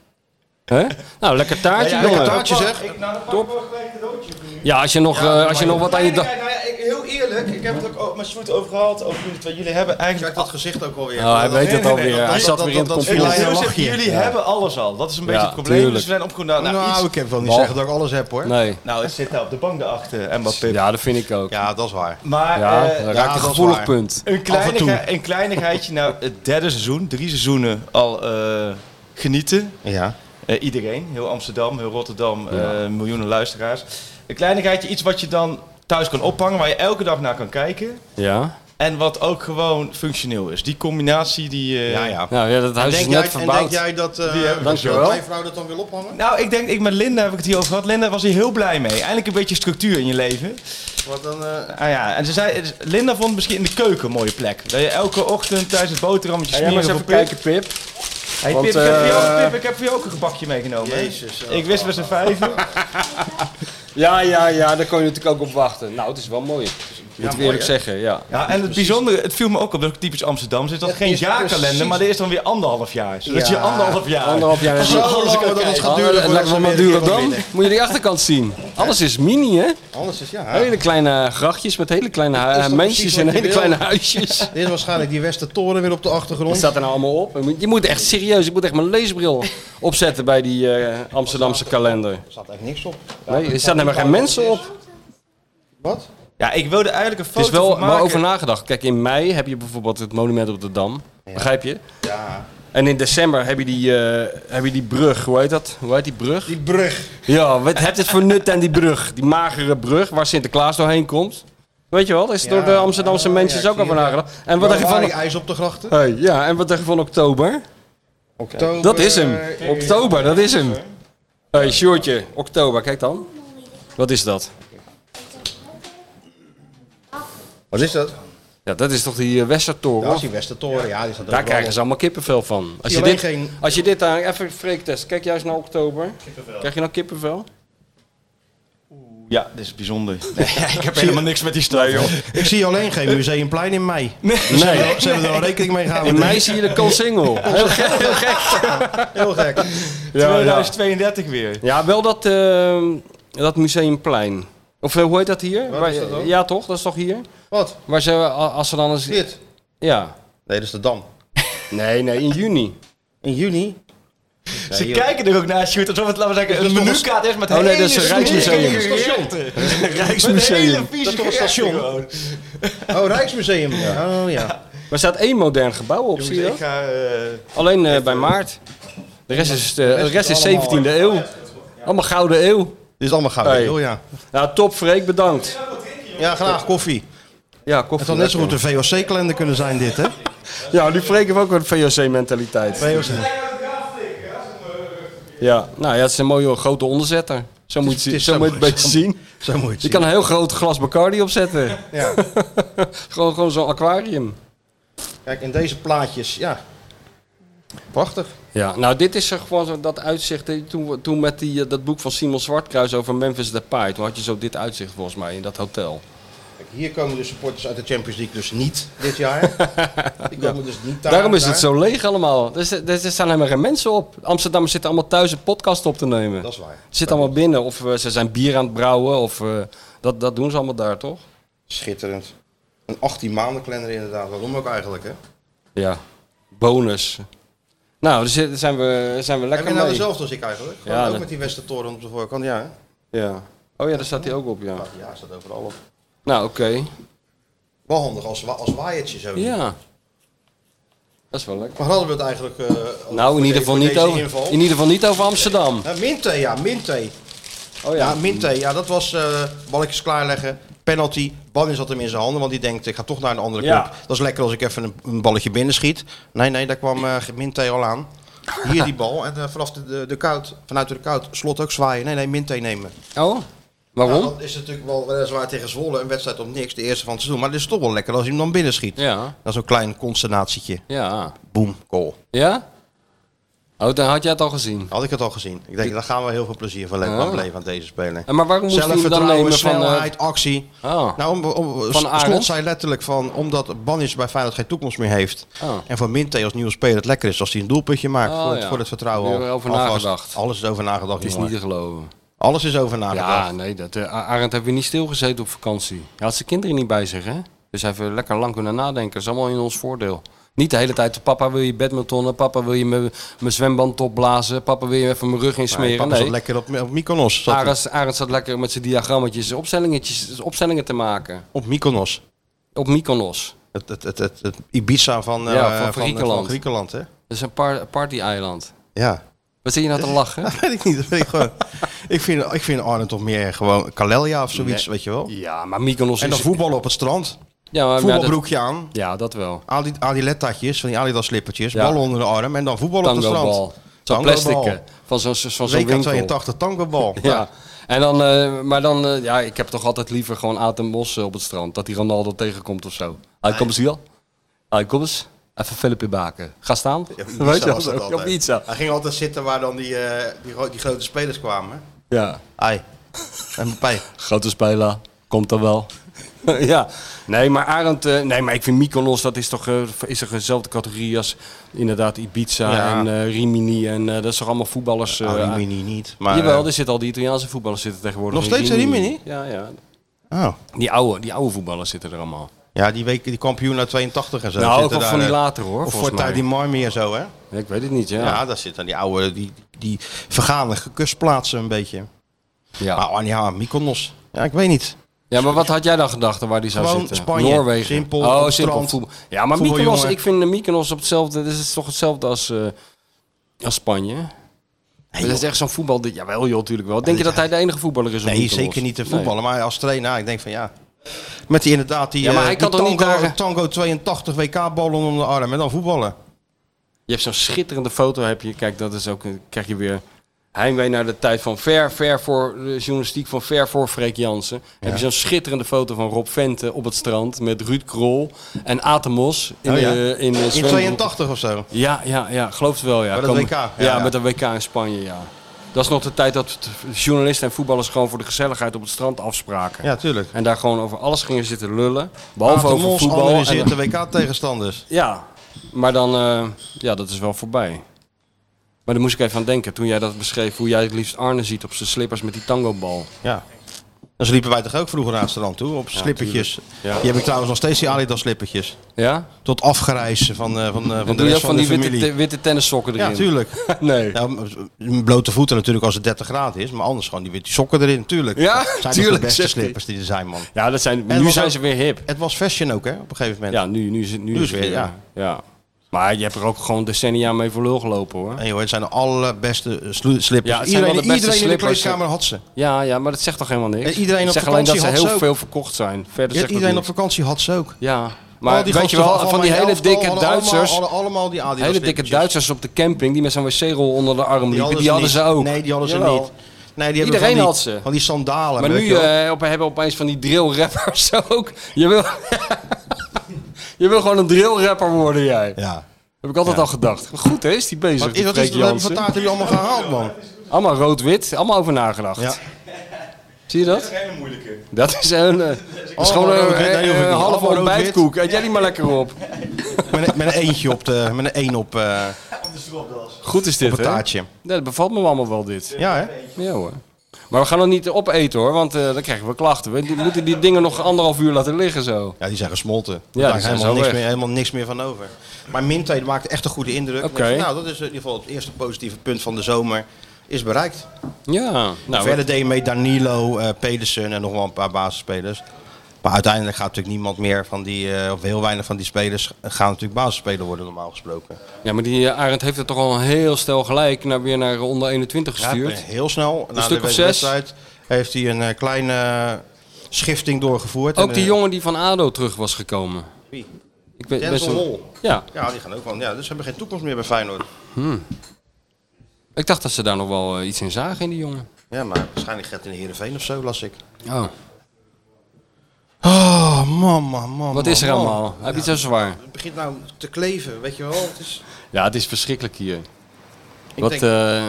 Speaker 7: Hè? Nou, lekker taartje,
Speaker 6: lekker
Speaker 7: jongen.
Speaker 6: taartje, zeg.
Speaker 8: Ik, nou, dan pak ik wel een klein cadeautje voor jullie.
Speaker 7: Ja, als je nog, eh, als je nog wat aan je...
Speaker 8: Kijk,
Speaker 7: da-
Speaker 8: nou ja, ik, heel eerlijk, ik heb het ook o- met Sjoerd over gehad, over jullie, wat jullie hebben eigenlijk...
Speaker 6: Kijk dat gezicht ook alweer.
Speaker 7: Oh, hij weet het
Speaker 8: nee,
Speaker 7: alweer.
Speaker 8: nee,
Speaker 7: Hij
Speaker 8: dat-
Speaker 7: zat
Speaker 6: dat-
Speaker 7: weer in het
Speaker 6: dat- dat-
Speaker 8: Hey,
Speaker 6: Kleine
Speaker 8: Jozef,
Speaker 7: complot.
Speaker 6: lachje.
Speaker 8: Jullie hebben alles al, dat is een beetje
Speaker 7: Ja,
Speaker 8: het probleem,
Speaker 7: tuurlijk.
Speaker 8: dus we zijn opgegroeid naar, naar
Speaker 6: Nou,
Speaker 8: iets.
Speaker 6: ik heb wel niet
Speaker 7: Wel.
Speaker 6: zeggen dat ik alles heb, hoor.
Speaker 7: Nee.
Speaker 8: Nou, het zit daar op de bank daarachter, en Mbappé.
Speaker 7: Ja, dat vind ik ook.
Speaker 6: Ja, dat is waar.
Speaker 8: Maar
Speaker 7: Ja,
Speaker 8: eh,
Speaker 7: dat
Speaker 6: ja,
Speaker 7: raakt een
Speaker 6: dat is
Speaker 7: gevoelig
Speaker 6: waar.
Speaker 7: punt.
Speaker 8: een,
Speaker 6: en toe.
Speaker 8: kleinigheid, een kleinigheidje, nou, het derde seizoen, drie seizoenen al eh, genieten.
Speaker 6: Ja.
Speaker 8: Eh, iedereen, heel Amsterdam, heel Rotterdam, eh, miljoenen luisteraars. Een kleinigheidje, iets wat je dan thuis kan ophangen, waar je elke dag naar kan kijken.
Speaker 7: Ja.
Speaker 8: En wat ook gewoon functioneel is. Die combinatie die... eh,
Speaker 6: Ja, ja.
Speaker 7: Nou ja, dat
Speaker 6: En
Speaker 7: huis is
Speaker 6: denk,
Speaker 7: net
Speaker 6: jij, en denk
Speaker 7: verbouwd.
Speaker 6: jij dat eh,
Speaker 7: dankjewel.
Speaker 6: mijn vrouw dat dan wil ophangen?
Speaker 8: Nou, ik denk, ik met Linda heb ik het hier over gehad. Linda was hier heel blij mee. Eindelijk een beetje structuur in je leven.
Speaker 6: Wat dan... eh,
Speaker 8: Ah ja, en ze zei, Linda vond misschien in de keuken een mooie plek. Dat je elke ochtend thuis het boterhammetje smeren voor Pip.
Speaker 7: Pip.
Speaker 8: Hey,
Speaker 7: want,
Speaker 8: Pip, ik, heb voor jou,
Speaker 7: eh,
Speaker 8: Pip, ik heb voor jou ook een gebakje meegenomen. hè?
Speaker 6: Jezus, oh.
Speaker 8: ik wist met z'n vijven.
Speaker 7: Ja, ja, ja, daar kon je natuurlijk ook op wachten. Nou, het is wel mooi. moet ik eerlijk zeggen. Ja.
Speaker 8: Ja, en het bijzondere, het viel me ook op dat ik typisch Amsterdam zit, dat
Speaker 6: Ja,
Speaker 8: geen
Speaker 6: precies.
Speaker 8: jaarkalender, maar er is dan weer anderhalf jaar. Dat je anderhalf jaar.
Speaker 7: Anderhalf jaar.
Speaker 6: Zo lang dat het gaat duren
Speaker 7: En
Speaker 6: voordat
Speaker 7: lang
Speaker 6: ze
Speaker 7: zal
Speaker 6: weer
Speaker 7: maar duren
Speaker 6: een keer
Speaker 7: dan.
Speaker 6: winnen.
Speaker 7: Moet je die achterkant zien. Alles is mini, hè?
Speaker 6: Anders is ja.
Speaker 7: Hele kleine grachtjes met hele kleine hu-
Speaker 6: precies
Speaker 7: mensjes
Speaker 6: wat
Speaker 7: en
Speaker 6: je
Speaker 7: hele
Speaker 6: wil?
Speaker 7: kleine huisjes.
Speaker 6: Dit is waarschijnlijk die Westertoren weer op de
Speaker 7: Wat
Speaker 6: achtergrond.
Speaker 7: staat er nou allemaal op? Je moet- Je moet echt serieus, ik moet echt mijn leesbril opzetten bij die eh, Amsterdamse kalender.
Speaker 6: Er staat eigenlijk niks op.
Speaker 7: Nee, er staan helemaal geen mensen op.
Speaker 6: Wat?
Speaker 8: Ja, ik wilde eigenlijk een
Speaker 7: Het
Speaker 8: foto
Speaker 7: is wel
Speaker 8: van
Speaker 7: maar
Speaker 8: maken.
Speaker 7: over nagedacht. Kijk, in mei heb je bijvoorbeeld het monument op de Dam. Begrijp je? Ja. En in december heb je, die, eh, heb je die brug, hoe heet dat? Hoe heet die brug?
Speaker 6: Die brug.
Speaker 7: Ja, wat heeft het voor nut aan die brug? Die magere brug waar Sinterklaas doorheen komt. Weet je wel, daar is door de
Speaker 6: Ja.
Speaker 7: Amsterdamse
Speaker 6: Oh,
Speaker 7: mensen
Speaker 6: ja,
Speaker 7: ook
Speaker 6: ik
Speaker 7: over
Speaker 6: zie het,
Speaker 7: nagedacht. En wat
Speaker 6: Wat
Speaker 7: dacht je
Speaker 6: van
Speaker 7: van...
Speaker 6: ijs op de grachten?
Speaker 7: Hey, ja, en wat dacht je van oktober?
Speaker 6: Oktober.
Speaker 7: Dat is hem. Oktober, dat is hem. Hey, shortje, oktober, kijk dan. Wat is dat?
Speaker 6: Wat is dat?
Speaker 7: Ja, dat is toch die eh, Westertoren?
Speaker 6: Dat is die Westertoren. Ja, die
Speaker 7: Daar
Speaker 6: staat overal
Speaker 7: krijgen
Speaker 6: op.
Speaker 7: ze allemaal kippenvel van. Als je,
Speaker 6: alleen
Speaker 7: dit,
Speaker 6: geen-
Speaker 7: als je dit aan... Even een freaktest. Kijk juist naar oktober. Krijg je nou kippenvel?
Speaker 8: Ja, dit is bijzonder. Nee, ik heb helemaal niks met die stad.
Speaker 6: Ik zie alleen geen museumplein in mei. Dus ze hebben er- ze hebben er wel rekening mee gehouden.
Speaker 7: In mei zie je de koolsingel. Heel gek, heel gek.
Speaker 6: Heel gek.
Speaker 7: Ja, ja.
Speaker 8: 2032 weer.
Speaker 7: Ja, wel dat, ehm, dat museumplein. Of eh, hoe heet dat hier? Waar-
Speaker 6: is dat dan?
Speaker 7: ja, toch? Dat is toch hier?
Speaker 6: Wat?
Speaker 7: Waar ze, eh, als ze dan eens...
Speaker 6: Dit?
Speaker 7: Ja.
Speaker 6: Nee, dat is de Dam.
Speaker 7: Nee, nee, in juni.
Speaker 6: In juni?
Speaker 8: Ze kijken er ook naar, Sjoerd, alsof het, laten we zeggen, een menukaart is met
Speaker 7: Oh, nee,
Speaker 8: hele
Speaker 7: dat is een
Speaker 8: snoerige
Speaker 7: Rijksmuseum.
Speaker 8: station. Met een hele
Speaker 7: Rijksmuseum.
Speaker 8: vieze
Speaker 6: Dat is toch een
Speaker 8: gerechten
Speaker 6: station?
Speaker 8: gewoon.
Speaker 6: Oh, Rijksmuseum. Oh ja.
Speaker 7: Maar staat één modern gebouw op, zie je
Speaker 8: Ik
Speaker 7: dat?
Speaker 8: ga... eh,
Speaker 7: Alleen eh, bij maart. De rest is, eh, de rest is 17e eeuw. Allemaal gouden eeuw.
Speaker 6: Dit is allemaal goud.
Speaker 7: Hey.
Speaker 6: Oh ja.
Speaker 7: Nou, top Freek, bedankt.
Speaker 6: Ja, graag koffie.
Speaker 7: Ja,
Speaker 6: Het
Speaker 7: koffie.
Speaker 6: had net zo goed een VOC-kalender kunnen zijn, dit hè?
Speaker 7: Ja, die Freek heeft ook een VOC-mentaliteit.
Speaker 6: VOC.
Speaker 7: Ja, nou ja, het is een mooie grote onderzetter. Zo moet je
Speaker 6: het
Speaker 7: het,
Speaker 6: is
Speaker 7: zo
Speaker 6: zo
Speaker 7: moet je het
Speaker 6: mooi,
Speaker 7: een beetje zien.
Speaker 6: Zo moet je
Speaker 7: Je
Speaker 6: het
Speaker 7: kan een heel groot glas Bacardi opzetten.
Speaker 6: zien. Ja.
Speaker 7: Gewoon, gewoon zo'n aquarium.
Speaker 6: Kijk, in deze plaatjes, ja. Prachtig.
Speaker 7: Ja, nou dit is er gewoon zo, dat uitzicht. eh, Toen, we- toen met die, eh, dat boek van Simon Zwartkruis over Memphis Depay. Toen had je zo dit uitzicht volgens mij in dat hotel.
Speaker 6: Kijk, hier komen de supporters uit de Champions League dus niet dit jaar. Die komen dus niet daar.
Speaker 7: Daarom is
Speaker 6: daar.
Speaker 7: het zo leeg allemaal. Er, zi- er, er staan helemaal geen mensen op. Amsterdammers zitten allemaal thuis een podcast op te nemen.
Speaker 6: Dat is waar.
Speaker 7: Ze zitten allemaal binnen. Of eh, ze zijn bier aan het brouwen. Of eh, dat, dat doen ze allemaal daar, toch?
Speaker 6: Schitterend. Een 18 maanden kalender inderdaad. Waarom ook eigenlijk, hè?
Speaker 7: Ja. Bonus. Nou, dus eh, zijn we, zijn we
Speaker 6: Heb
Speaker 7: lekker
Speaker 6: je nou
Speaker 7: mee.
Speaker 6: dezelfde als ik eigenlijk? Gewoon
Speaker 7: Ja,
Speaker 6: ook
Speaker 7: dat-
Speaker 6: met die Westertoren op de voorkant, ja. hè?
Speaker 7: Ja. Oh ja, daar staat hij ook op, ja.
Speaker 6: Ja, staat overal op.
Speaker 7: Nou, oké.
Speaker 6: Wel handig als, wa- als waaiertje zo.
Speaker 7: Ja. Dat is wel lekker.
Speaker 6: Maar hadden we het eigenlijk... eh, over
Speaker 7: Nou, in
Speaker 6: de-
Speaker 7: ieder, geval
Speaker 6: voor
Speaker 7: niet
Speaker 6: deze
Speaker 7: over,
Speaker 6: inval?
Speaker 7: in ieder geval niet over Amsterdam.
Speaker 6: Nou, minthee, ja, minthee.
Speaker 7: Oh
Speaker 6: Ja, minthee. Ja, dat was eh, balletjes klaarleggen, penalty. Bannis had hem in zijn handen, want die denkt, ik ga toch naar een andere club.
Speaker 7: Ja.
Speaker 6: Dat is lekker als ik even een, een balletje binnenschiet. Nee, nee, daar kwam eh minthee al aan. Hier die bal. En eh, vanaf de, de, de koud, vanuit de koud, slot ook zwaaien. Nee, nee, minthee nemen.
Speaker 7: Oh,
Speaker 6: Nou,
Speaker 7: waarom?
Speaker 6: dat is natuurlijk wel weliswaar tegen Zwolle een wedstrijd om niks, de eerste van het seizoen. Maar het is toch wel lekker als hij hem dan binnenschiet.
Speaker 7: Ja,
Speaker 6: Dat is een klein consternatietje.
Speaker 7: ja.
Speaker 6: Boom, goal.
Speaker 7: Ja? Oh, dan had jij het al gezien.
Speaker 6: Had ik het al gezien. Ik denk, daar gaan we heel veel plezier van le-
Speaker 7: Ja.
Speaker 6: aan beleven aan deze speler.
Speaker 7: Ah. En Eh, maar waarom moest hij hem dan
Speaker 6: Zelfvertrouwen,
Speaker 7: nemen van... eh,
Speaker 6: snelheid, actie.
Speaker 7: Oh.
Speaker 6: Nou, om, om,
Speaker 7: Van
Speaker 6: S-
Speaker 7: Arend?
Speaker 6: Slot zei letterlijk van, omdat Bannis bij Feyenoord geen toekomst meer heeft.
Speaker 7: Oh.
Speaker 6: En voor Minte als nieuwe speler het lekker is als hij een doelpuntje maakt
Speaker 7: Oh,
Speaker 6: voor, het,
Speaker 7: ja.
Speaker 6: voor het vertrouwen.
Speaker 7: Hier
Speaker 6: al-
Speaker 7: over
Speaker 6: alvast.
Speaker 7: nagedacht.
Speaker 6: Alles is over nagedacht,
Speaker 7: het is
Speaker 6: jongen.
Speaker 7: niet te geloven.
Speaker 6: Alles is over
Speaker 7: Ja,
Speaker 6: nagedacht.
Speaker 7: nee, dat, eh, A- Arend heeft weer niet stilgezeten op vakantie. Hij had zijn kinderen niet bij zich, hè? Dus hij heeft weer lekker lang kunnen nadenken. Dat is allemaal in ons voordeel. Niet de hele tijd, papa wil je badmintonnen, papa wil je mijn mijn zwemband opblazen, papa wil je even mijn rug
Speaker 6: Nee,
Speaker 7: insmeren.
Speaker 6: Nou, papa zat
Speaker 7: Nee,
Speaker 6: lekker op, op Mykonos. Zat hij.
Speaker 7: Arend, Arend zat lekker met zijn diagrammetjes opstellingetjes, opstellingen te maken.
Speaker 6: op Mykonos.
Speaker 7: Op Mykonos.
Speaker 6: Het, het, het, het, het Ibiza van, eh,
Speaker 7: Ja, van
Speaker 6: van, van Griekenland.
Speaker 7: Griekenland.
Speaker 6: hè?
Speaker 7: Dat is een par party-eiland.
Speaker 6: Ja.
Speaker 7: Wat zit je nou te lachen?
Speaker 6: Dat weet ik niet, dat weet ik gewoon. ik, vind, ik vind Arnhem toch meer gewoon Kalelia of zoiets, weet je wel.
Speaker 7: Ja, maar Mykonos
Speaker 6: En dan
Speaker 7: is...
Speaker 6: voetballen op het strand.
Speaker 7: ja, maar, ja, dat,
Speaker 6: Voetbalbroekje aan.
Speaker 7: ja, dat wel.
Speaker 6: Adi- Adilettaatjes, van die Adidas slippertjes,
Speaker 7: Ja.
Speaker 6: bal onder de arm en dan voetballen op het strand.
Speaker 7: Tangobal. Zo'n
Speaker 6: Tangobal.
Speaker 7: plastic van zo'n van zo'n
Speaker 6: WK
Speaker 7: winkel.
Speaker 6: 82 tankobal.
Speaker 7: Ja. En dan, eh, maar dan, eh, ja, ik heb toch altijd liever gewoon Aad en Bos eh, op het strand. Dat die Ronaldo tegenkomt of zo. Hij komt eens hier. Hij komt eens. Even Philippe Baken. Ga staan. Weet je wel, zo. Op pizza.
Speaker 6: Hij ging altijd zitten waar dan die, eh, die, gro- die grote spelers kwamen.
Speaker 7: Ja.
Speaker 6: Ai. En Mbappé.
Speaker 7: Grote speler. Komt dan wel. ja. Nee, maar Arend... eh, nee, maar ik vind Mykonos, dat is toch, eh, is toch dezelfde categorie als inderdaad Ibiza
Speaker 6: Ja.
Speaker 7: en eh, Rimini. En eh, dat is toch allemaal voetballers... eh,
Speaker 6: Nou, Rimini niet. Maar,
Speaker 7: Jawel,
Speaker 6: eh,
Speaker 7: er zitten al die Italiaanse voetballers zitten tegenwoordig
Speaker 6: Nog
Speaker 7: in
Speaker 6: steeds in Rimini?
Speaker 7: Ja, ja.
Speaker 6: oh.
Speaker 7: Die oude, die oude voetballers zitten er allemaal.
Speaker 6: Ja, die, week, die kampioen uit 82 en zo.
Speaker 7: nou, ook wel
Speaker 6: zitten daar,
Speaker 7: van die
Speaker 6: eh,
Speaker 7: later hoor,
Speaker 6: Of
Speaker 7: volgens
Speaker 6: Fortuyn
Speaker 7: mij.
Speaker 6: die Marmi en zo, hè?
Speaker 7: Ja, Ik weet het niet, ja.
Speaker 6: Ja, daar zitten die oude, die, die vergane kustplaatsen een beetje.
Speaker 7: Ja.
Speaker 6: Maar Arnhem, ja, Mykonos. Ja, ik weet niet.
Speaker 7: Ja, maar wat had jij dan gedacht waar die zou
Speaker 6: Gewoon
Speaker 7: zitten?
Speaker 6: Spanje.
Speaker 7: Noorwegen.
Speaker 6: Simpel, op
Speaker 7: oh,
Speaker 6: het
Speaker 7: simpel
Speaker 6: strand.
Speaker 7: voetbal. Ja, maar
Speaker 6: Voetbaljongen.
Speaker 7: Mykonos, ik vind de Mykonos op hetzelfde. Dit is toch hetzelfde als, eh, als Spanje. dat is echt zo'n voetbal. Jawel, joh, natuurlijk wel. Denk je dat hij de enige voetballer is? op
Speaker 6: Nee,
Speaker 7: Mykonos?
Speaker 6: zeker niet te
Speaker 7: Nee.
Speaker 6: voetballen. Maar als trainer, ja, ik denk van ja. Met die inderdaad die,
Speaker 7: Ja, maar
Speaker 6: eh,
Speaker 7: hij
Speaker 6: die
Speaker 7: kan toch niet
Speaker 6: tango,
Speaker 7: daar-
Speaker 6: tango 82 WK-ballen om de arm en dan voetballen.
Speaker 7: Je hebt zo'n schitterende foto. Heb je. Kijk, dat is ook. een- Krijg je weer heimwee naar de tijd van ver, ver voor de journalistiek van ver voor Freek Jansen. Heb je zo'n schitterende foto van Rob Vente op het strand met Ruud Krol en Atemos in,
Speaker 6: Oh ja.
Speaker 7: de, in, de
Speaker 6: In
Speaker 7: zwembroek.
Speaker 6: 82 of zo.
Speaker 7: Ja, ja, ja, geloof het wel. Ja.
Speaker 6: Met het
Speaker 7: Kom-
Speaker 6: WK, ja,
Speaker 7: Ja,
Speaker 6: ja.
Speaker 7: met een WK in Spanje, ja. Dat is nog de tijd dat t- journalisten en voetballers gewoon voor de gezelligheid op het strand afspraken.
Speaker 6: Ja, tuurlijk.
Speaker 7: En daar gewoon over alles gingen zitten lullen. Behalve over
Speaker 6: Atemos
Speaker 7: voetbal. en-
Speaker 6: analyseert de WK-tegenstanders.
Speaker 7: ja, maar dan, eh, ja, dat is wel voorbij. Maar daar moest ik even aan denken toen jij dat beschreef, hoe jij het liefst Arne ziet op zijn slippers met die tangobal.
Speaker 6: Ja. Dan sliepen wij toch ook vroeger naar het strand toe, op slippertjes.
Speaker 7: Ja.
Speaker 6: Die heb ik trouwens nog steeds, die Adidas-slippertjes.
Speaker 7: Ja?
Speaker 6: Tot afgereizen van, eh, van, eh, van
Speaker 7: Dan
Speaker 6: de
Speaker 7: doe je ook
Speaker 6: rest
Speaker 7: van
Speaker 6: van de
Speaker 7: die witte,
Speaker 6: familie.
Speaker 7: te- witte tennissokken erin.
Speaker 6: ja, tuurlijk.
Speaker 7: Nee.
Speaker 6: Nou, m- blote voeten natuurlijk als het 30 graden is, maar anders gewoon die witte sokken erin, natuurlijk.
Speaker 7: Ja,
Speaker 6: Dat zijn
Speaker 7: tuurlijk,
Speaker 6: Zijn de beste
Speaker 7: zegt hij.
Speaker 6: slippers die er zijn, man.
Speaker 7: Ja, dat zijn, nu
Speaker 6: was
Speaker 7: zijn
Speaker 6: ook-
Speaker 7: ze weer hip.
Speaker 6: Het was fashion ook, hè, op een gegeven moment.
Speaker 7: Ja, nu, nu, is het- nu,
Speaker 6: Nu
Speaker 7: is het weer. Ja. Maar je hebt er ook gewoon decennia mee verloren gelopen hoor.
Speaker 6: En joh, het zijn de allerbeste eh, slu- slippers.
Speaker 7: Ja, het zijn wel
Speaker 6: iedereen
Speaker 7: de beste
Speaker 6: iedereen in de
Speaker 7: slippers.
Speaker 6: kleedkamer had ze.
Speaker 7: Ja, ja, maar dat zegt toch helemaal niks.
Speaker 6: En iedereen op
Speaker 7: zeg alleen dat
Speaker 6: vakantie
Speaker 7: ze
Speaker 6: had
Speaker 7: heel
Speaker 6: ze ook.
Speaker 7: veel verkocht zijn. Verder zegt
Speaker 6: iedereen op
Speaker 7: dat niet.
Speaker 6: vakantie had ze ook.
Speaker 7: Ja, maar
Speaker 6: Al die
Speaker 7: weet je
Speaker 6: gasten
Speaker 7: wel, van die
Speaker 6: mijn
Speaker 7: hele
Speaker 6: elftal
Speaker 7: dikke
Speaker 6: hadden
Speaker 7: Duitsers,
Speaker 6: Allemaal, hadden allemaal die Adidas
Speaker 7: hele dikke
Speaker 6: slippertjes.
Speaker 7: Duitsers op de camping die met zo'n wc-rol onder de arm
Speaker 6: Die
Speaker 7: liepen,
Speaker 6: hadden,
Speaker 7: die hadden ze
Speaker 6: niet.
Speaker 7: ook.
Speaker 6: Nee, die hadden ze
Speaker 7: Jawel.
Speaker 6: niet. Nee, die hebben
Speaker 7: Iedereen
Speaker 6: van die,
Speaker 7: had ze.
Speaker 6: Van die sandalen.
Speaker 7: Maar
Speaker 6: weet
Speaker 7: nu
Speaker 6: je wel.
Speaker 7: eh, op, hebben we opeens van die drillrappers ook. Je wil, je wil gewoon een drillrapper worden jij.
Speaker 6: ja.
Speaker 7: Heb ik altijd al gedacht. Goed hè, is die bezig,
Speaker 6: Wat is
Speaker 7: die
Speaker 6: dat?
Speaker 7: Freek
Speaker 6: Is, dat hebben
Speaker 7: Jansen.
Speaker 6: van taart jullie allemaal gehaald, man?
Speaker 7: Allemaal rood-wit, allemaal over nagedacht.
Speaker 6: Ja.
Speaker 7: Zie je dat?
Speaker 8: is een hele moeilijke.
Speaker 7: Dat is een, eh, dat is
Speaker 6: Allemaal
Speaker 7: gewoon een,
Speaker 6: rood-wit, nee,
Speaker 7: eh,
Speaker 6: hoef ik niet.
Speaker 7: een halve
Speaker 6: Allemaal rood-wit.
Speaker 7: ontbijtkoek. Eet jij die maar lekker op.
Speaker 6: Met, een- met een eentje op de... Met een één op, eh
Speaker 7: Goed is dit,
Speaker 6: op het
Speaker 7: hè?
Speaker 6: taartje.
Speaker 7: Ja, dat bevalt me allemaal wel, dit.
Speaker 6: Ja, hè?
Speaker 7: Ja hoor. Maar we gaan nog niet opeten hoor, want eh, dan krijgen we klachten. We die- moeten die dingen nog anderhalf uur laten liggen zo.
Speaker 6: Ja, die zijn gesmolten.
Speaker 7: Ja,
Speaker 6: Daar
Speaker 7: die
Speaker 6: is
Speaker 7: zijn
Speaker 6: helemaal
Speaker 7: zo
Speaker 6: niks,
Speaker 7: weg.
Speaker 6: meer, helemaal niks meer van over. Maar Minthee maakt echt een goede indruk.
Speaker 7: Oké.
Speaker 6: Dus, nou, dat is in ieder geval het eerste positieve punt van de zomer. Is bereikt.
Speaker 7: Ja. Nou,
Speaker 6: Verder deed je mee Danilo, eh, Pedersen en nog wel een paar basisspelers. Maar uiteindelijk gaat natuurlijk niemand meer van die, eh, of heel weinig van die spelers, gaan natuurlijk basisspeler worden normaal gesproken.
Speaker 7: ja, maar die eh, Arend heeft het toch al heel snel gelijk naar, weer naar eh, onder 21
Speaker 6: Ja,
Speaker 7: gestuurd.
Speaker 6: Eh, heel snel, na
Speaker 7: stuk
Speaker 6: de
Speaker 7: of zes.
Speaker 6: wedstrijd, heeft hij een eh, kleine eh, schifting doorgevoerd. En,
Speaker 7: Ook die
Speaker 6: eh,
Speaker 7: jongen die van ADO terug was gekomen.
Speaker 6: Wie?
Speaker 7: Ik weet
Speaker 6: Denzel
Speaker 7: best wel-
Speaker 6: Hol.
Speaker 7: Ja,
Speaker 6: Ja, die gaan ook wel. Ja, dus ze hebben geen toekomst meer bij Feyenoord.
Speaker 7: ik dacht dat ze daar nog wel eh, iets in zagen in die jongen.
Speaker 6: Ja, maar waarschijnlijk gaat het in de Heerenveen of zo, las ik.
Speaker 7: Oh.
Speaker 6: Oh, man, man, man.
Speaker 7: Wat
Speaker 6: man,
Speaker 7: is er
Speaker 6: man.
Speaker 7: allemaal? Heb je het zo zwaar?
Speaker 6: Het begint nou te kleven, weet je wel. Het is,
Speaker 7: Ja, het is verschrikkelijk hier.
Speaker 6: ik
Speaker 7: Wat,
Speaker 6: denk,
Speaker 7: eh,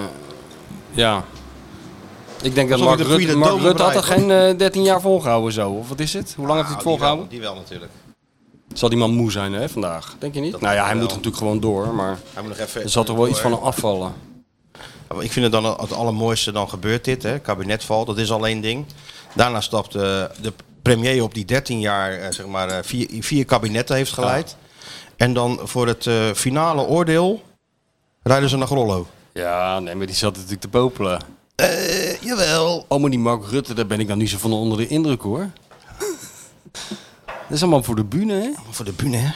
Speaker 7: ja. Ik denk dat
Speaker 6: Alsof
Speaker 7: Mark
Speaker 6: je de
Speaker 7: Rutte,
Speaker 6: Friede
Speaker 7: Mark
Speaker 6: Dome
Speaker 7: Rutte had dat
Speaker 6: bereikt,
Speaker 7: geen eh, 13 jaar volgehouden zo. Of wat is het? Hoe lang heeft hij
Speaker 6: ah,
Speaker 7: het
Speaker 6: die wel,
Speaker 7: volgehouden?
Speaker 6: Die wel natuurlijk.
Speaker 7: Zal die man moe zijn hè, vandaag? Denk je niet?
Speaker 6: Dat
Speaker 7: nou ja,
Speaker 6: denk
Speaker 7: hij
Speaker 6: ik
Speaker 7: moet
Speaker 6: wel.
Speaker 7: natuurlijk gewoon door. Maar
Speaker 6: Hij moet nog even. eh,
Speaker 7: er zal toch wel iets van hem afvallen.
Speaker 6: Ja, maar Ik vind het dan het allermooiste, dan gebeurt dit. Hè. Kabinet valt, dat is al één ding. Daarna stapt eh, de premier op die 13 jaar eh, zeg maar, eh, vier, vier kabinetten heeft geleid. En dan voor het eh, finale oordeel rijden ze naar Grollo.
Speaker 7: Ja, nee, maar die zat natuurlijk te popelen.
Speaker 6: Eh, jawel.
Speaker 7: Oh, maar die Mark Rutte, daar ben ik dan niet zo van onder de indruk hoor. dat is allemaal voor de bühne hè?
Speaker 6: Voor de bühne, hè?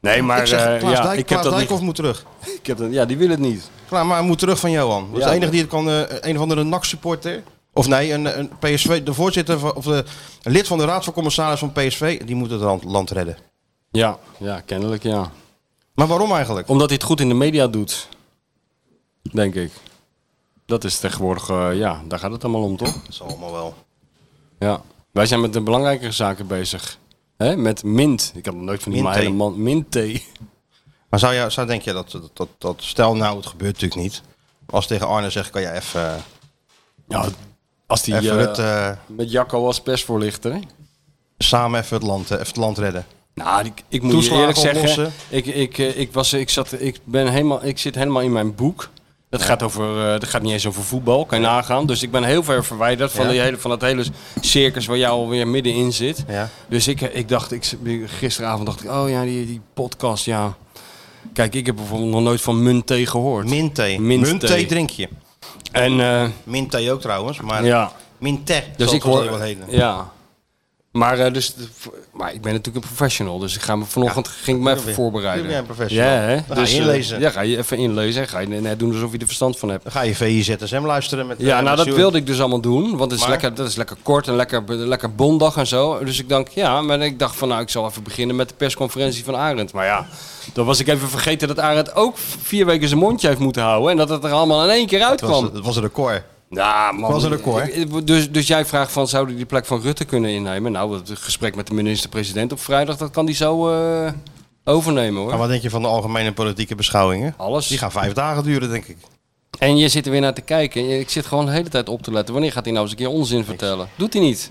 Speaker 7: Nee, maar
Speaker 6: ik zeg,
Speaker 7: eh,
Speaker 6: Klaas,
Speaker 7: ja, ik
Speaker 6: Dijk,
Speaker 7: heb
Speaker 6: Klaas
Speaker 7: dat
Speaker 6: Dijkhoff
Speaker 7: niet.
Speaker 6: moet terug.
Speaker 7: Ik heb dat, ja, die wil het niet.
Speaker 6: Klaar, maar hij moet terug van Johan. Dat is
Speaker 7: Ja,
Speaker 6: de enige
Speaker 7: maar-
Speaker 6: die het kan, eh, een of andere NAC-supporter. Of nee, een, een PSV, de voorzitter van, of de een lid van de raad van commissaris van PSV, die moet het land, land redden.
Speaker 7: Ja, ja, kennelijk ja.
Speaker 6: Maar waarom eigenlijk?
Speaker 7: Omdat hij het goed in de media doet. Denk ik. Dat is tegenwoordig, eh, ja, daar gaat het allemaal om, toch?
Speaker 6: Dat is allemaal wel.
Speaker 7: Ja. Wij zijn met de belangrijkere zaken bezig. Hè? Met mint. Ik had nog nooit van die
Speaker 6: Minthee.
Speaker 7: hele man. Mint thee.
Speaker 6: Maar zou, jij, zou denk je dat, dat, dat, dat- stel nou, het gebeurt natuurlijk niet. Als tegen Arne zegt, kan jij even, eh,
Speaker 7: Ja, als die
Speaker 6: even
Speaker 7: eh,
Speaker 6: het, eh,
Speaker 7: met Jacco als persvoorlichter.
Speaker 6: samen even het land, eh, even het land redden.
Speaker 7: Nou, ik, ik moet je
Speaker 6: Toeslagen
Speaker 7: eerlijk zeggen,
Speaker 6: oplossen.
Speaker 7: ik, ik, eh, ik, was, ik, zat, ik, ben helemaal, ik zit helemaal in mijn boek. Dat, gaat over, eh, dat gaat niet eens over voetbal, kan je nagaan. Dus ik ben heel ver verwijderd van,
Speaker 6: Ja.
Speaker 7: die hele, van dat hele circus waar jij alweer middenin zit.
Speaker 6: Ja.
Speaker 7: Dus ik, ik dacht, ik, gisteravond dacht ik, oh ja, die, die podcast, ja. Kijk, ik heb bijvoorbeeld nog nooit van munthee gehoord.
Speaker 6: Minthee.
Speaker 7: Minthee.
Speaker 6: Minthee drink je.
Speaker 7: en eh,
Speaker 6: Minthee ook trouwens, maar ja.
Speaker 7: ja,
Speaker 6: Minte.
Speaker 7: dus ik hoor...
Speaker 6: wat heden.
Speaker 7: Ja. Maar, eh, dus, maar ik ben natuurlijk een professional, dus ik ga me vanochtend ging ik me even
Speaker 6: ben-
Speaker 7: voorbereiden.
Speaker 6: nu ben jij een professional.
Speaker 7: Ja, hè?
Speaker 6: Dan ga je
Speaker 7: eh,
Speaker 6: inlezen.
Speaker 7: ja, ga je even inlezen en ga je net doen alsof je er verstand van hebt.
Speaker 6: Dan ga je VIZSM luisteren met
Speaker 7: Ja,
Speaker 6: eh,
Speaker 7: nou
Speaker 6: met
Speaker 7: dat
Speaker 6: Sjoerd.
Speaker 7: wilde ik dus allemaal doen, want het is
Speaker 6: Maar?
Speaker 7: lekker, dat is lekker kort en lekker, lekker bondag en zo. Dus ik dacht, ja, maar ik dacht van nou, ik zal even beginnen met de persconferentie van Arend. Maar ja, dan was ik even vergeten dat Arend ook vier weken zijn mondje heeft moeten houden en dat het er allemaal in één keer
Speaker 6: Het was,
Speaker 7: uitkwam.
Speaker 6: het was een record.
Speaker 7: Ja, Nou, man.
Speaker 6: was een record.
Speaker 7: Ik- ik- Dus, dus jij vraagt van, zouden die plek van Rutte kunnen innemen? Nou, het gesprek met de minister-president op vrijdag, dat kan die zo eh, overnemen, hoor.
Speaker 6: Maar wat denk je van de algemene politieke beschouwingen?
Speaker 7: Alles.
Speaker 6: Die gaan vijf dagen duren, denk ik.
Speaker 7: En je zit er weer naar te kijken. Ik zit gewoon de hele tijd op te letten. Wanneer gaat hij nou eens een keer onzin vertellen? Doet hij niet.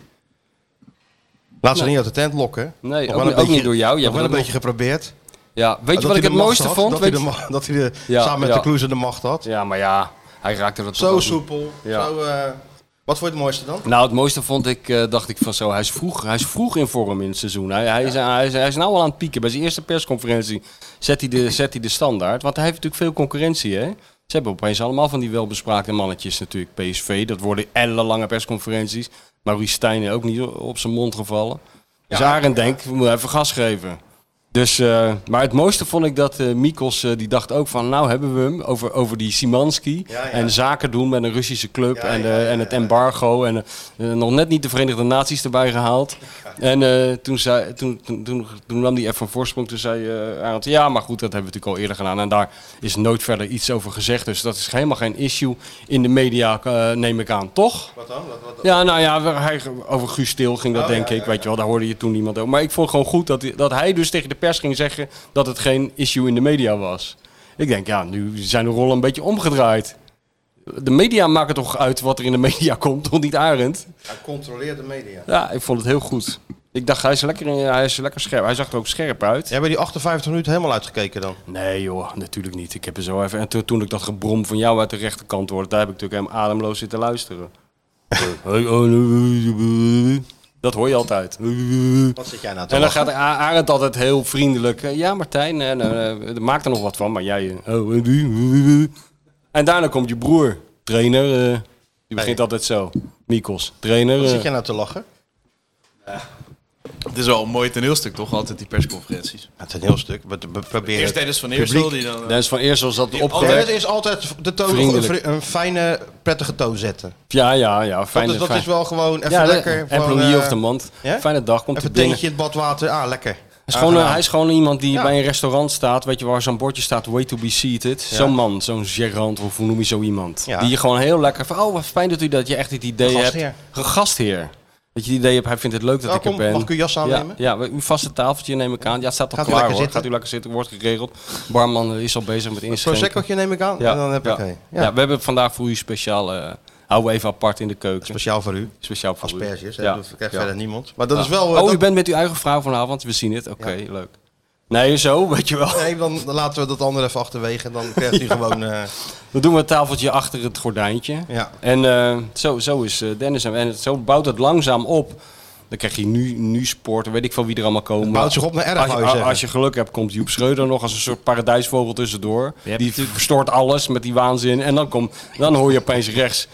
Speaker 6: Laat ze
Speaker 7: Nee.
Speaker 6: niet uit de tent lokken.
Speaker 7: Nee,
Speaker 6: Nog
Speaker 7: ook
Speaker 6: wel
Speaker 7: niet- ook niet door jou. Jij
Speaker 6: nog
Speaker 7: bent
Speaker 6: wel een
Speaker 7: ook
Speaker 6: beetje geprobeerd.
Speaker 7: Ja, weet je wat
Speaker 6: Dat hij
Speaker 7: ik
Speaker 6: de
Speaker 7: het
Speaker 6: macht
Speaker 7: mooiste
Speaker 6: had,
Speaker 7: vond?
Speaker 6: Dat hij,
Speaker 7: Weet
Speaker 6: de,
Speaker 7: je-
Speaker 6: ma- dat hij de,
Speaker 7: Ja,
Speaker 6: samen met
Speaker 7: ja.
Speaker 6: de Kloes de macht had.
Speaker 7: Ja, maar ja, hij raakte dat toch
Speaker 6: Zo
Speaker 7: ook niet.
Speaker 6: soepel.
Speaker 7: Ja.
Speaker 6: Zo, eh, wat voor het mooiste dan?
Speaker 7: Nou, het mooiste vond ik, eh, dacht ik van zo, hij is vroeg, hij is vroeg in vorm in het seizoen. Hij, hij, is, hij, is, hij is nou al aan het pieken. Bij zijn eerste persconferentie zet hij, de, zet hij de standaard. Want hij heeft natuurlijk veel concurrentie, hè? Ze hebben opeens allemaal van die welbespraakte mannetjes natuurlijk. PSV, dat worden ellenlange persconferenties. Maurice Stijn ook niet op zijn mond gevallen. Dus Arend denkt, we moeten even gas geven. Dus, eh, maar het mooiste vond ik dat eh Mikos, eh, die dacht ook van, nou hebben we hem over, over die Simanski.
Speaker 6: Ja, ja.
Speaker 7: En zaken doen met een Russische club
Speaker 6: Ja,
Speaker 7: en,
Speaker 6: ja,
Speaker 7: eh, en het embargo. En eh, nog net niet de Verenigde Naties erbij gehaald. En eh, toen, zei, toen, toen, toen, toen nam hij even een voorsprong. Toen zei eh Arend, ja maar goed, dat hebben we natuurlijk al eerder gedaan. En daar is nooit verder iets over gezegd. Dus dat is helemaal geen issue in de media, eh, neem ik aan, toch?
Speaker 6: Wat dan? Wat, wat,
Speaker 7: Ja, nou ja, we- hij, over Guus Stil ging dat,
Speaker 6: Oh,
Speaker 7: denk
Speaker 6: ja,
Speaker 7: ik.
Speaker 6: ja,
Speaker 7: Weet je wel, daar hoorde je toen niemand over. Maar ik vond gewoon goed dat, dat hij dus tegen de pers ging zeggen dat het geen issue in de media was. Ik denk, ja, nu zijn de rollen een beetje omgedraaid. De media maken toch uit wat er in de media komt, toch niet Arend?
Speaker 6: Hij controleert de media.
Speaker 7: Ja, ik vond het heel goed. Ik dacht, hij is lekker, hij is lekker scherp. Hij zag er ook scherp uit.
Speaker 6: Jij bent die 58 minuten helemaal uitgekeken dan?
Speaker 7: Nee joh, natuurlijk niet. Ik heb er zo even... En toen, toen ik dat gebrom van jou uit de rechterkant hoorde, daar heb ik natuurlijk helemaal ademloos zitten luisteren. Eh, oh, dat hoor je altijd.
Speaker 6: Wat zit jij nou te
Speaker 7: En dan
Speaker 6: lachen?
Speaker 7: gaat A- Arend altijd heel vriendelijk. eh, Ja Martijn, en, eh, eh, maak er nog wat van, maar jij... eh, oh, eh, die, eh, eh." En daarna komt je broer, trainer. eh, die begint altijd zo. Mikos, trainer.
Speaker 6: Wat
Speaker 7: eh.
Speaker 6: zit jij nou te lachen?
Speaker 1: Het is wel een mooi toneelstuk, toch? Altijd die persconferenties.
Speaker 6: Het is een heel stuk. We we proberen...
Speaker 1: Eerst Dennis van Eerstel, die
Speaker 6: nou-
Speaker 1: dan... eh,
Speaker 7: Dennis van Eerst was dat
Speaker 6: Nee,
Speaker 7: opgewekt.
Speaker 6: het Oh, is altijd de toon,
Speaker 7: Vriendelijk.
Speaker 6: een fijne, prettige toon zetten.
Speaker 7: Ja, ja, ja.
Speaker 6: Dat,
Speaker 7: Fijne,
Speaker 6: is, dat
Speaker 7: fijn-
Speaker 6: is wel gewoon even
Speaker 7: Ja,
Speaker 6: lekker.
Speaker 7: de
Speaker 6: gewoon,
Speaker 7: employee
Speaker 6: eh,
Speaker 7: of the month.
Speaker 6: ja?
Speaker 7: Fijne dag, komt
Speaker 6: Even
Speaker 7: hij
Speaker 6: een
Speaker 7: binnen.
Speaker 6: teentje, het badwater. Ah, lekker.
Speaker 7: Hij is, gewoon, eh,
Speaker 6: Aangenaam.
Speaker 7: hij is gewoon iemand die
Speaker 6: Ja.
Speaker 7: bij een restaurant staat, weet je, waar zo'n bordje staat, way to be seated. Zo'n man, zo'n gerant, of hoe noem je zo iemand?
Speaker 6: Ja.
Speaker 7: Die je gewoon heel lekker van, oh wat fijn dat u dat je echt het idee
Speaker 6: Gastheer.
Speaker 7: hebt. Een gastheer. Dat je het idee hebt, hij vindt het leuk dat ik er
Speaker 6: Welkom,
Speaker 7: ben.
Speaker 6: mag ik uw jas
Speaker 7: ja,
Speaker 6: aannemen?
Speaker 7: ja, we- uw vaste tafeltje neem ik aan. Ja, het staat al
Speaker 6: Gaat u
Speaker 7: klaar
Speaker 6: lekker
Speaker 7: hoor.
Speaker 6: zitten?
Speaker 7: Gaat u lekker zitten, wordt geregeld. Barman is al bezig met
Speaker 6: Een
Speaker 7: inschenken.
Speaker 6: Prosecco'tje neem ik aan.
Speaker 7: Ja,
Speaker 6: En dan heb
Speaker 7: ja.
Speaker 6: ik een.
Speaker 7: Ja.
Speaker 6: Ja.
Speaker 7: we hebben vandaag voor u speciaal, eh, houden we even apart in de keuken.
Speaker 6: Speciaal voor u.
Speaker 7: Speciaal voor u.
Speaker 6: Asperges. hè,
Speaker 7: Ja.
Speaker 6: Dat krijgt
Speaker 7: Ja.
Speaker 6: verder niemand. Maar dat is wel... eh,
Speaker 7: Oh,
Speaker 6: dat-
Speaker 7: u bent met uw eigen vrouw vanavond, we zien het. Oké, leuk. Nee, zo, weet je wel.
Speaker 6: Nee, dan laten we dat andere even achterwege. en Dan krijgt u gewoon... eh,
Speaker 7: Dan doen we het tafeltje achter het gordijntje.
Speaker 6: ja.
Speaker 7: En eh, zo, zo is eh, Dennis. hem. En het- zo bouwt het langzaam op. Dan krijg je nu, nu sport, weet ik van wie er allemaal komen.
Speaker 6: Het bouwt zich op naar erg,
Speaker 7: als
Speaker 6: wou je
Speaker 7: je,
Speaker 6: zeggen.
Speaker 7: als je geluk hebt, komt Joep Schreuder nog als een soort paradijsvogel tussendoor.
Speaker 1: Je hebt
Speaker 7: die
Speaker 1: natuurlijk-
Speaker 7: verstoort alles met die waanzin. En dan, komt, dan hoor je opeens rechts.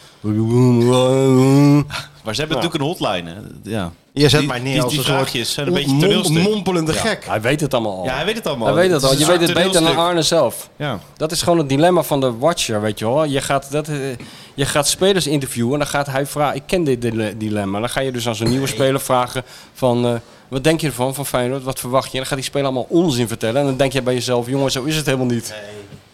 Speaker 1: Maar ze hebben natuurlijk een hotline, hè? Ja.
Speaker 6: Je zet
Speaker 1: Die-
Speaker 6: mij neer
Speaker 1: die-
Speaker 6: als
Speaker 1: die
Speaker 6: een soort...
Speaker 1: vraagjes zijn een beetje
Speaker 6: mom-
Speaker 1: toneelstuk.
Speaker 6: mompelende gek.
Speaker 7: Hij weet het allemaal al.
Speaker 1: Ja, hij weet het allemaal.
Speaker 7: Hij weet het al.
Speaker 1: is
Speaker 7: Je
Speaker 1: een
Speaker 7: weet het beter dan
Speaker 1: toneelstuk.
Speaker 7: Arne zelf.
Speaker 1: Ja.
Speaker 7: Dat is gewoon het dilemma van de watcher, weet je wel. Je gaat, dat, eh, je gaat spelers interviewen en dan gaat hij vragen... Ik ken dit dile- dilemma. Dan ga je dus aan zo'n nieuwe speler vragen van... eh, wat denk je ervan, van Feyenoord? Wat verwacht je? En dan gaat die speler allemaal onzin vertellen. En dan denk je bij jezelf, jongen, zo is het helemaal niet.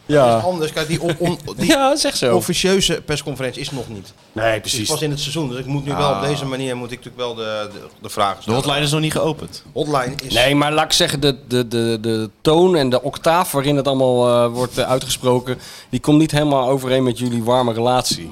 Speaker 7: Ja.
Speaker 6: Anders, kijk, die, on, on- die
Speaker 7: ja, zeg zo.
Speaker 6: officieuze persconferentie is nog niet.
Speaker 7: nee,
Speaker 6: Het is pas in het seizoen. Dus ik moet nu
Speaker 7: Ah.
Speaker 6: wel op deze manier moet ik natuurlijk wel de, de, de vragen
Speaker 1: De
Speaker 6: stellen.
Speaker 1: hotline is nog niet geopend.
Speaker 6: Hotline is...
Speaker 7: Nee, maar laat ik zeggen, de, de, de, de toon en de octaaf waarin het allemaal eh, wordt eh, uitgesproken... die komt niet helemaal overeen met jullie warme relatie.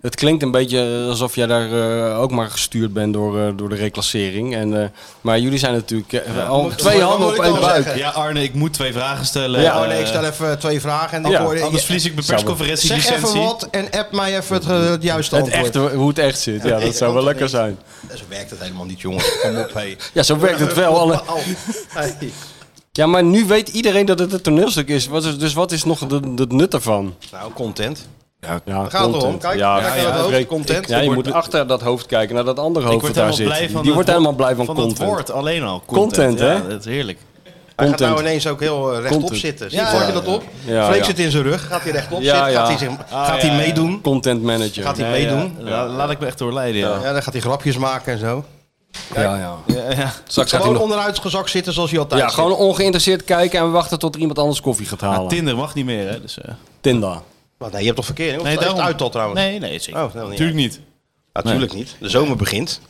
Speaker 7: Het klinkt een beetje alsof jij daar eh, ook maar gestuurd bent door, eh, door de reclassering. En, eh, maar jullie zijn natuurlijk eh, al twee
Speaker 6: wat
Speaker 7: handen
Speaker 6: moet
Speaker 7: op
Speaker 6: ik
Speaker 7: één
Speaker 6: dan
Speaker 7: buik.
Speaker 6: zeggen?
Speaker 1: Ja, Arne, ik moet twee vragen stellen.
Speaker 6: Ja,
Speaker 1: Eh,
Speaker 6: Oh, nee, ik stel even twee vragen en dan
Speaker 7: Ja,
Speaker 6: hoor je-
Speaker 1: Anders verlies ik mijn persconferentie
Speaker 6: Zeg even
Speaker 1: licentie.
Speaker 6: wat en app mij even het, eh, het juiste
Speaker 7: Het
Speaker 6: antwoord.
Speaker 7: echte, hoe het echt zit. Ja,
Speaker 6: ik
Speaker 7: dat zou wel
Speaker 6: kan
Speaker 7: lekker
Speaker 6: toch
Speaker 7: zijn.
Speaker 6: Zo werkt het helemaal niet, jongens. Kom op, hé.
Speaker 7: Ja, zo werkt het wel. Alle...
Speaker 6: Au. Hey.
Speaker 7: Ja, maar nu weet iedereen dat het een toneelstuk is. Wat is dus wat is nog de- het nut daarvan?
Speaker 6: Nou, content.
Speaker 7: Ja,
Speaker 6: Daar gaat het om. Kijk,
Speaker 7: ja,
Speaker 6: kijk
Speaker 7: ja,
Speaker 6: naar
Speaker 7: ja,
Speaker 6: dat hoofd,
Speaker 7: Freek,
Speaker 6: content.
Speaker 7: Ja, je
Speaker 6: Ik
Speaker 7: moet achter dat hoofd kijken, naar dat andere hoofd
Speaker 1: Ik
Speaker 7: dat daar
Speaker 1: word helemaal
Speaker 7: zit.
Speaker 1: blij van
Speaker 7: Die wordt
Speaker 1: dat woord-
Speaker 7: helemaal blij van,
Speaker 1: Van het
Speaker 7: content.
Speaker 1: woord alleen al. Content,
Speaker 7: Content, hè?
Speaker 1: Ja, dat is heerlijk.
Speaker 6: Hij gaat nou
Speaker 7: Content.
Speaker 6: ineens ook heel eh, rechtop
Speaker 7: Content.
Speaker 6: zitten.
Speaker 7: Ja,
Speaker 6: Ja, Vond je
Speaker 7: ja,
Speaker 6: dat op?
Speaker 7: Ja,
Speaker 6: Freek
Speaker 7: ja.
Speaker 6: zit in zijn rug. Gaat hij rechtop
Speaker 7: Ja,
Speaker 6: zitten? Gaat
Speaker 7: ja.
Speaker 6: hij, zich- gaat hij meedoen?
Speaker 7: Content manager.
Speaker 6: Gaat hij meedoen?
Speaker 1: Ja, la- laat ik me echt doorleiden, ja.
Speaker 6: Ja, dan gaat hij grapjes maken en zo.
Speaker 7: Ja, ja. Straks gaat hij
Speaker 6: Gewoon
Speaker 7: nog...
Speaker 6: onderuitgezakt zitten zoals hij altijd
Speaker 7: Ja,
Speaker 6: zit.
Speaker 7: gewoon ongeïnteresseerd kijken en wachten tot er iemand anders koffie gaat
Speaker 1: Ah,
Speaker 7: halen.
Speaker 1: Tinder mag niet meer, hè? Dus, eh.
Speaker 7: Tinder.
Speaker 6: Maar nee, je hebt toch verkeering? Of
Speaker 1: Nee,
Speaker 6: nee, is het
Speaker 1: daarom.
Speaker 6: uit al trouwens?
Speaker 1: Nee, nee, zeker.
Speaker 6: Oh, helemaal niet.
Speaker 1: Natuurlijk niet.
Speaker 6: Natuurlijk niet. De zomer begint.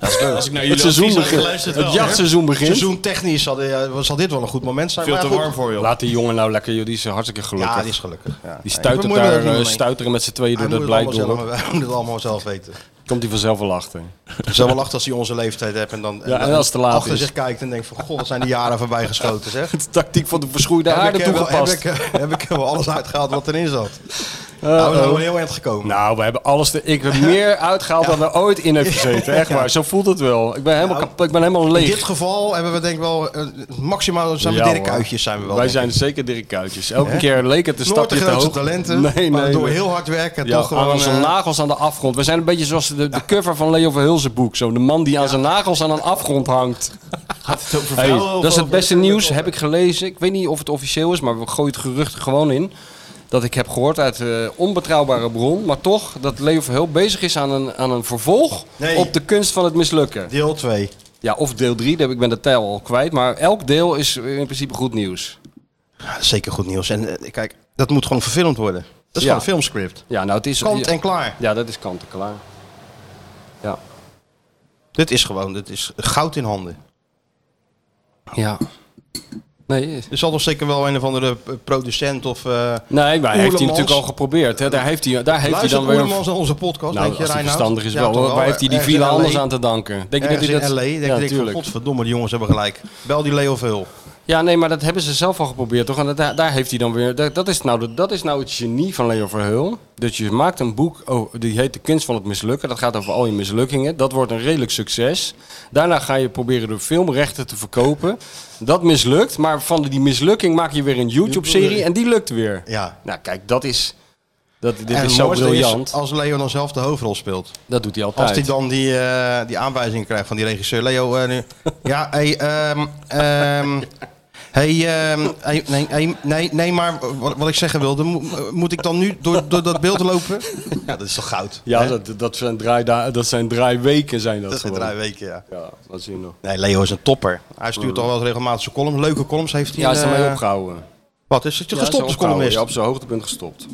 Speaker 1: Als ik naar
Speaker 7: Het
Speaker 1: jullie
Speaker 7: seizoen
Speaker 1: advies had
Speaker 7: begint.
Speaker 1: geluisterd
Speaker 7: Het
Speaker 1: wel,
Speaker 7: jachtseizoen begint.
Speaker 6: Seizoen technisch zal, eh, zal dit wel een goed moment
Speaker 1: hè.
Speaker 6: zijn.
Speaker 1: Veel
Speaker 6: maar
Speaker 1: te
Speaker 6: ja, goed.
Speaker 1: warm voor je.
Speaker 7: Laat die jongen nou lekker, joh, die is hartstikke gelukkig.
Speaker 6: Ja, die
Speaker 7: die,
Speaker 6: is gelukkig. Ja.
Speaker 7: stuitert
Speaker 6: Ik bemoei me
Speaker 7: daar,
Speaker 6: er niet
Speaker 7: eh,
Speaker 6: mee.
Speaker 7: stuiteren met z'n tweeën
Speaker 6: Hij
Speaker 7: door
Speaker 6: moet
Speaker 7: dat
Speaker 6: het allemaal zelf,
Speaker 7: blijddorp.
Speaker 6: wij moeten het allemaal zelf weten.
Speaker 7: Komt hij vanzelf wel achter.
Speaker 6: Het is wel lachen als hij onze leeftijd hebt en dan,
Speaker 7: Ja, en als het te laat
Speaker 6: achter
Speaker 7: is.
Speaker 6: zich kijkt en denkt van... Goh, wat zijn die jaren voorbij geschoten, zeg.
Speaker 7: De tactiek van de verschroeide
Speaker 6: Heb
Speaker 7: aarde
Speaker 6: ik, eh, wel- heb,
Speaker 7: toegepast.
Speaker 6: ik, eh, heb ik er wel alles uitgehaald wat erin zat? nou,
Speaker 7: Eh,
Speaker 6: we zijn wel heel eind gekomen.
Speaker 7: Nou, we hebben alles. te- ik heb meer uitgehaald dan er ooit in heeft gezeten. Echt waar. Zo voelt het wel. Ik ben helemaal,
Speaker 6: Nou,
Speaker 7: kap- ik ben helemaal
Speaker 6: In
Speaker 7: leeg.
Speaker 6: dit geval hebben we denk ik wel... eh, maximaal zijn we
Speaker 7: Ja,
Speaker 6: Dirk
Speaker 7: hoor.
Speaker 6: Kuytjes zijn we wel.
Speaker 7: Wij
Speaker 6: denk
Speaker 7: zijn
Speaker 6: ik.
Speaker 7: zeker Dirk Kuitjes. Elke keer leek het een
Speaker 6: Nooit
Speaker 7: stapje
Speaker 6: de
Speaker 7: te
Speaker 6: grootste
Speaker 7: hoog.
Speaker 6: talenten,
Speaker 7: Nee,
Speaker 6: maar
Speaker 7: nee.
Speaker 6: door
Speaker 7: nee.
Speaker 6: heel hard werken
Speaker 7: Ja,
Speaker 6: toch gewoon...
Speaker 7: aan onze
Speaker 6: eh,
Speaker 7: nagels aan de afgrond. We zijn een beetje zoals de, de cover van Leo Verhulzen boek. Zo, de man die aan zijn nagels aan een afgrond hangt.
Speaker 1: Gaat het over
Speaker 7: Hey,
Speaker 1: vrouwen of
Speaker 7: dat is het
Speaker 1: over-
Speaker 7: beste nieuws, heb ik gelezen. Ik weet niet of het officieel is, maar we gooien het gerucht er gewoon in. Dat ik heb gehoord uit eh, onbetrouwbare bron, maar toch dat Leo Verheul bezig is aan een, aan een vervolg
Speaker 6: Nee.
Speaker 7: op de kunst van het mislukken.
Speaker 6: Deel 2.
Speaker 7: Ja, of deel 3, daar- ik ben de tel al kwijt, maar elk deel is in principe goed nieuws.
Speaker 6: Ja, dat is zeker goed nieuws. En eh, kijk, dat moet gewoon verfilmd worden. Dat is
Speaker 7: Ja.
Speaker 6: gewoon een filmscript.
Speaker 7: Ja, nou het is...
Speaker 6: Kant en klaar.
Speaker 7: Ja, dat is kant en klaar. Ja.
Speaker 6: Dit is gewoon, dit is goud in handen.
Speaker 7: Ja. Nee,
Speaker 6: Er zal toch zeker wel een of andere eh, producent of... eh
Speaker 7: nee maar heeft
Speaker 6: Oerlemans.
Speaker 7: hij natuurlijk al geprobeerd. Hè? Daar heeft hij, daar heeft hij
Speaker 6: Luister
Speaker 7: dan weer... een-
Speaker 6: Oerlemans naar onze podcast,
Speaker 7: Nou,
Speaker 6: denk
Speaker 7: als
Speaker 6: je,
Speaker 7: hij
Speaker 6: Reinoud?
Speaker 7: verstandig is
Speaker 6: Ja,
Speaker 7: wel.
Speaker 6: toch
Speaker 7: hoor. Waar heeft hij die
Speaker 6: Ergens in
Speaker 7: file anders
Speaker 6: LA.
Speaker 7: aan te danken? Denk je dat
Speaker 6: Ergens
Speaker 7: hij
Speaker 6: in
Speaker 7: dat...
Speaker 6: LA denk
Speaker 7: ja,
Speaker 6: ik van,
Speaker 7: tuurlijk.
Speaker 6: godverdomme, die jongens hebben gelijk. Bel die Leo Veel.
Speaker 7: Ja, nee, maar dat hebben ze zelf al geprobeerd, toch? En dat, daar heeft hij dan weer... Dat, dat, is nou, de- dat is nou het genie van Leo Verheul. Dus je maakt een boek, oh, die heet De Kunst van het Mislukken. Dat gaat over al je mislukkingen. Dat wordt een redelijk succes. Daarna ga je proberen de filmrechten te verkopen. Dat mislukt, maar van die mislukking maak je weer een YouTube-serie. En die lukt weer.
Speaker 6: Ja.
Speaker 7: Nou, kijk, dat is... Dat, dit
Speaker 6: En het
Speaker 7: is zo
Speaker 6: mooiste is
Speaker 7: briljant.
Speaker 6: als Leo dan zelf de hoofdrol speelt.
Speaker 7: dat doet hij altijd.
Speaker 6: Als hij dan die, eh, die aanwijzing krijgt van die regisseur. Leo, eh, nu, ja, hey, ehm, ehm, hey, ehm, hey, nee, hey, nee, nee, maar wat, wat ik zeggen wilde, mo- moet ik dan nu door, door dat beeld lopen? Ja, dat is toch goud?
Speaker 7: Ja,
Speaker 6: hè?
Speaker 7: dat, dat, zijn draai, dat zijn draai weken zijn dat,
Speaker 6: dat zijn
Speaker 7: gewoon.
Speaker 6: drie weken, ja.
Speaker 7: Ja, dat zie je nog.
Speaker 6: Nee, Leo is een topper. Hij stuurt al wel eens regelmatig zijn column. Leuke columns heeft hij.
Speaker 7: Ja, is
Speaker 6: eh,
Speaker 7: ermee opgehouden.
Speaker 6: Wat, is het
Speaker 7: Ja,
Speaker 6: gestopt
Speaker 7: is
Speaker 6: als
Speaker 7: opgehouden.
Speaker 6: columnist?
Speaker 7: Ja, op zijn hoogtepunt gestopt.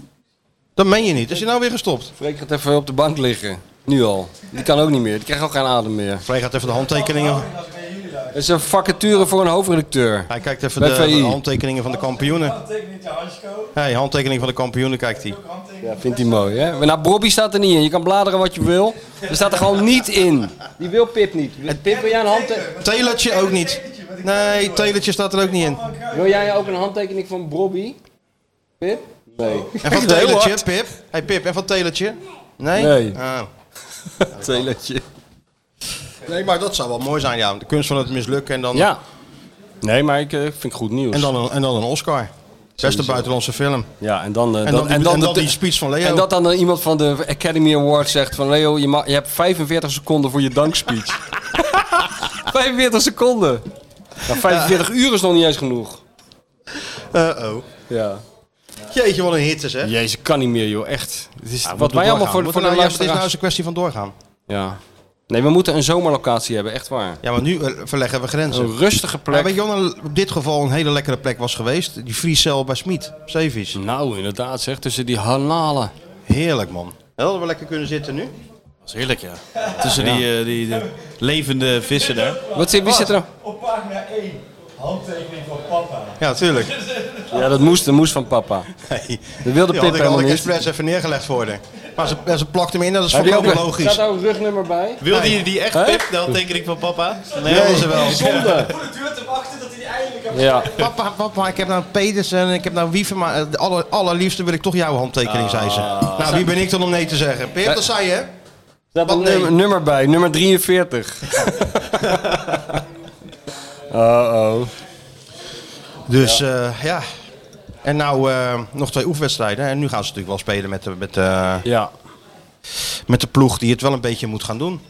Speaker 6: Dat meen je niet. Is hij nou weer gestopt?
Speaker 7: Freek gaat even op de bank liggen. Nu al. Die kan ook niet meer. Die krijgt ook geen adem meer.
Speaker 6: Vrij gaat even de handtekeningen.
Speaker 7: Het is een vacature voor een hoofdredacteur.
Speaker 6: Hij kijkt even
Speaker 7: Bij
Speaker 6: de,
Speaker 7: VI.
Speaker 6: de handtekeningen van de kampioenen. Hey, handtekening van de kampioenen kijkt hij.
Speaker 7: Ja, vindt hij mooi, hè? Maar nou, Bobby staat er niet in. Je kan bladeren wat je wil. Er staat er gewoon niet in. Die wil Pip niet. Pip, wil jij een, handte-
Speaker 6: Telertje ook niet. Nee, Telertje staat er ook niet in.
Speaker 7: wil jij ook een handtekening van Bobby? Pip? Nee.
Speaker 6: En van Telertje, Pip. Hey Pip, en van Telertje? Nee?
Speaker 7: Nee.
Speaker 6: Ah.
Speaker 7: Teletje.
Speaker 6: Nee, maar dat zou wel mooi zijn, ja. De kunst van het mislukken en dan,
Speaker 7: Ja. Nee, maar ik eh, vind het goed nieuws.
Speaker 6: en dan, een, en dan een Oscar. Beste buitenlandse film.
Speaker 7: Ja, en dan, eh,
Speaker 6: En dan, die, en dan,
Speaker 7: de-
Speaker 6: die speech van Leo.
Speaker 7: En dat dan eh, iemand van de Academy Award zegt van Leo, je, ma- je hebt 45 seconden voor je dankspeech. 45 seconden. Nou, 45 uur is nog niet eens genoeg.
Speaker 6: Uh-oh.
Speaker 7: Ja.
Speaker 6: Jeetje, wat een hitte zeg.
Speaker 7: Jezus, kan niet meer joh, echt. Het is,
Speaker 6: Ja, we
Speaker 7: wat
Speaker 6: moeten
Speaker 7: wij allemaal
Speaker 6: doorgaan.
Speaker 7: voor,
Speaker 6: Moeten
Speaker 7: voor
Speaker 6: we
Speaker 7: de
Speaker 6: nou- ja, Het is nou
Speaker 7: luisteraars...
Speaker 6: eens een kwestie van doorgaan.
Speaker 7: Ja. Nee, we moeten een zomerlocatie hebben, echt waar.
Speaker 6: Ja, maar nu eh, verleggen we grenzen.
Speaker 7: Een rustige
Speaker 6: Maar
Speaker 7: plek.
Speaker 6: weet je wat een- op dit geval een hele lekkere plek was geweest? Die freecel bij Smit. Zeevis.
Speaker 7: Nou, inderdaad zeg, tussen die hanalen.
Speaker 6: Heerlijk, man. En dat hadden we lekker kunnen zitten nu.
Speaker 1: Dat is heerlijk, ja. Tussen die, eh, die, die levende vissen daar.
Speaker 7: Wat zit, wie zit er nou?
Speaker 8: Op pagina 1, handtekening van papa.
Speaker 6: Ja, tuurlijk.
Speaker 7: Ja, dat moest, dat moest van papa.
Speaker 6: Nee.
Speaker 7: Dat wilde Pip
Speaker 6: Die had ik al
Speaker 7: helemaal
Speaker 6: een
Speaker 7: niet.
Speaker 6: expres even neergelegd voor haar. Maar ze, ze plakt hem in, dat is
Speaker 7: Heb je ook
Speaker 6: volkomen
Speaker 7: een-
Speaker 6: logisch.
Speaker 7: Staat daar ook rugnummer bij?
Speaker 1: Wilde je die echt,
Speaker 7: Hè?
Speaker 1: Pip? De handtekening van papa? Nee,
Speaker 6: Nee, ze wel.
Speaker 7: Zonde. Ja.
Speaker 6: Papa, papa, ik heb nou Pedersen en ik heb nou Wieven, maar het aller, allerliefste wil ik toch jouw handtekening, zei ze. Nou, wie ben ik dan om nee te zeggen? Pip, dat zei je, hè?
Speaker 7: Daar
Speaker 6: Wat
Speaker 7: een
Speaker 6: nee?
Speaker 7: nummer, nummer bij, nummer 43. Uh-oh.
Speaker 6: Dus ja. ja. En nou eh, nog twee oefenwedstrijden. En nu gaan ze natuurlijk wel spelen met de, met, de,
Speaker 7: Ja.
Speaker 6: met de ploeg die het wel een beetje moet gaan doen.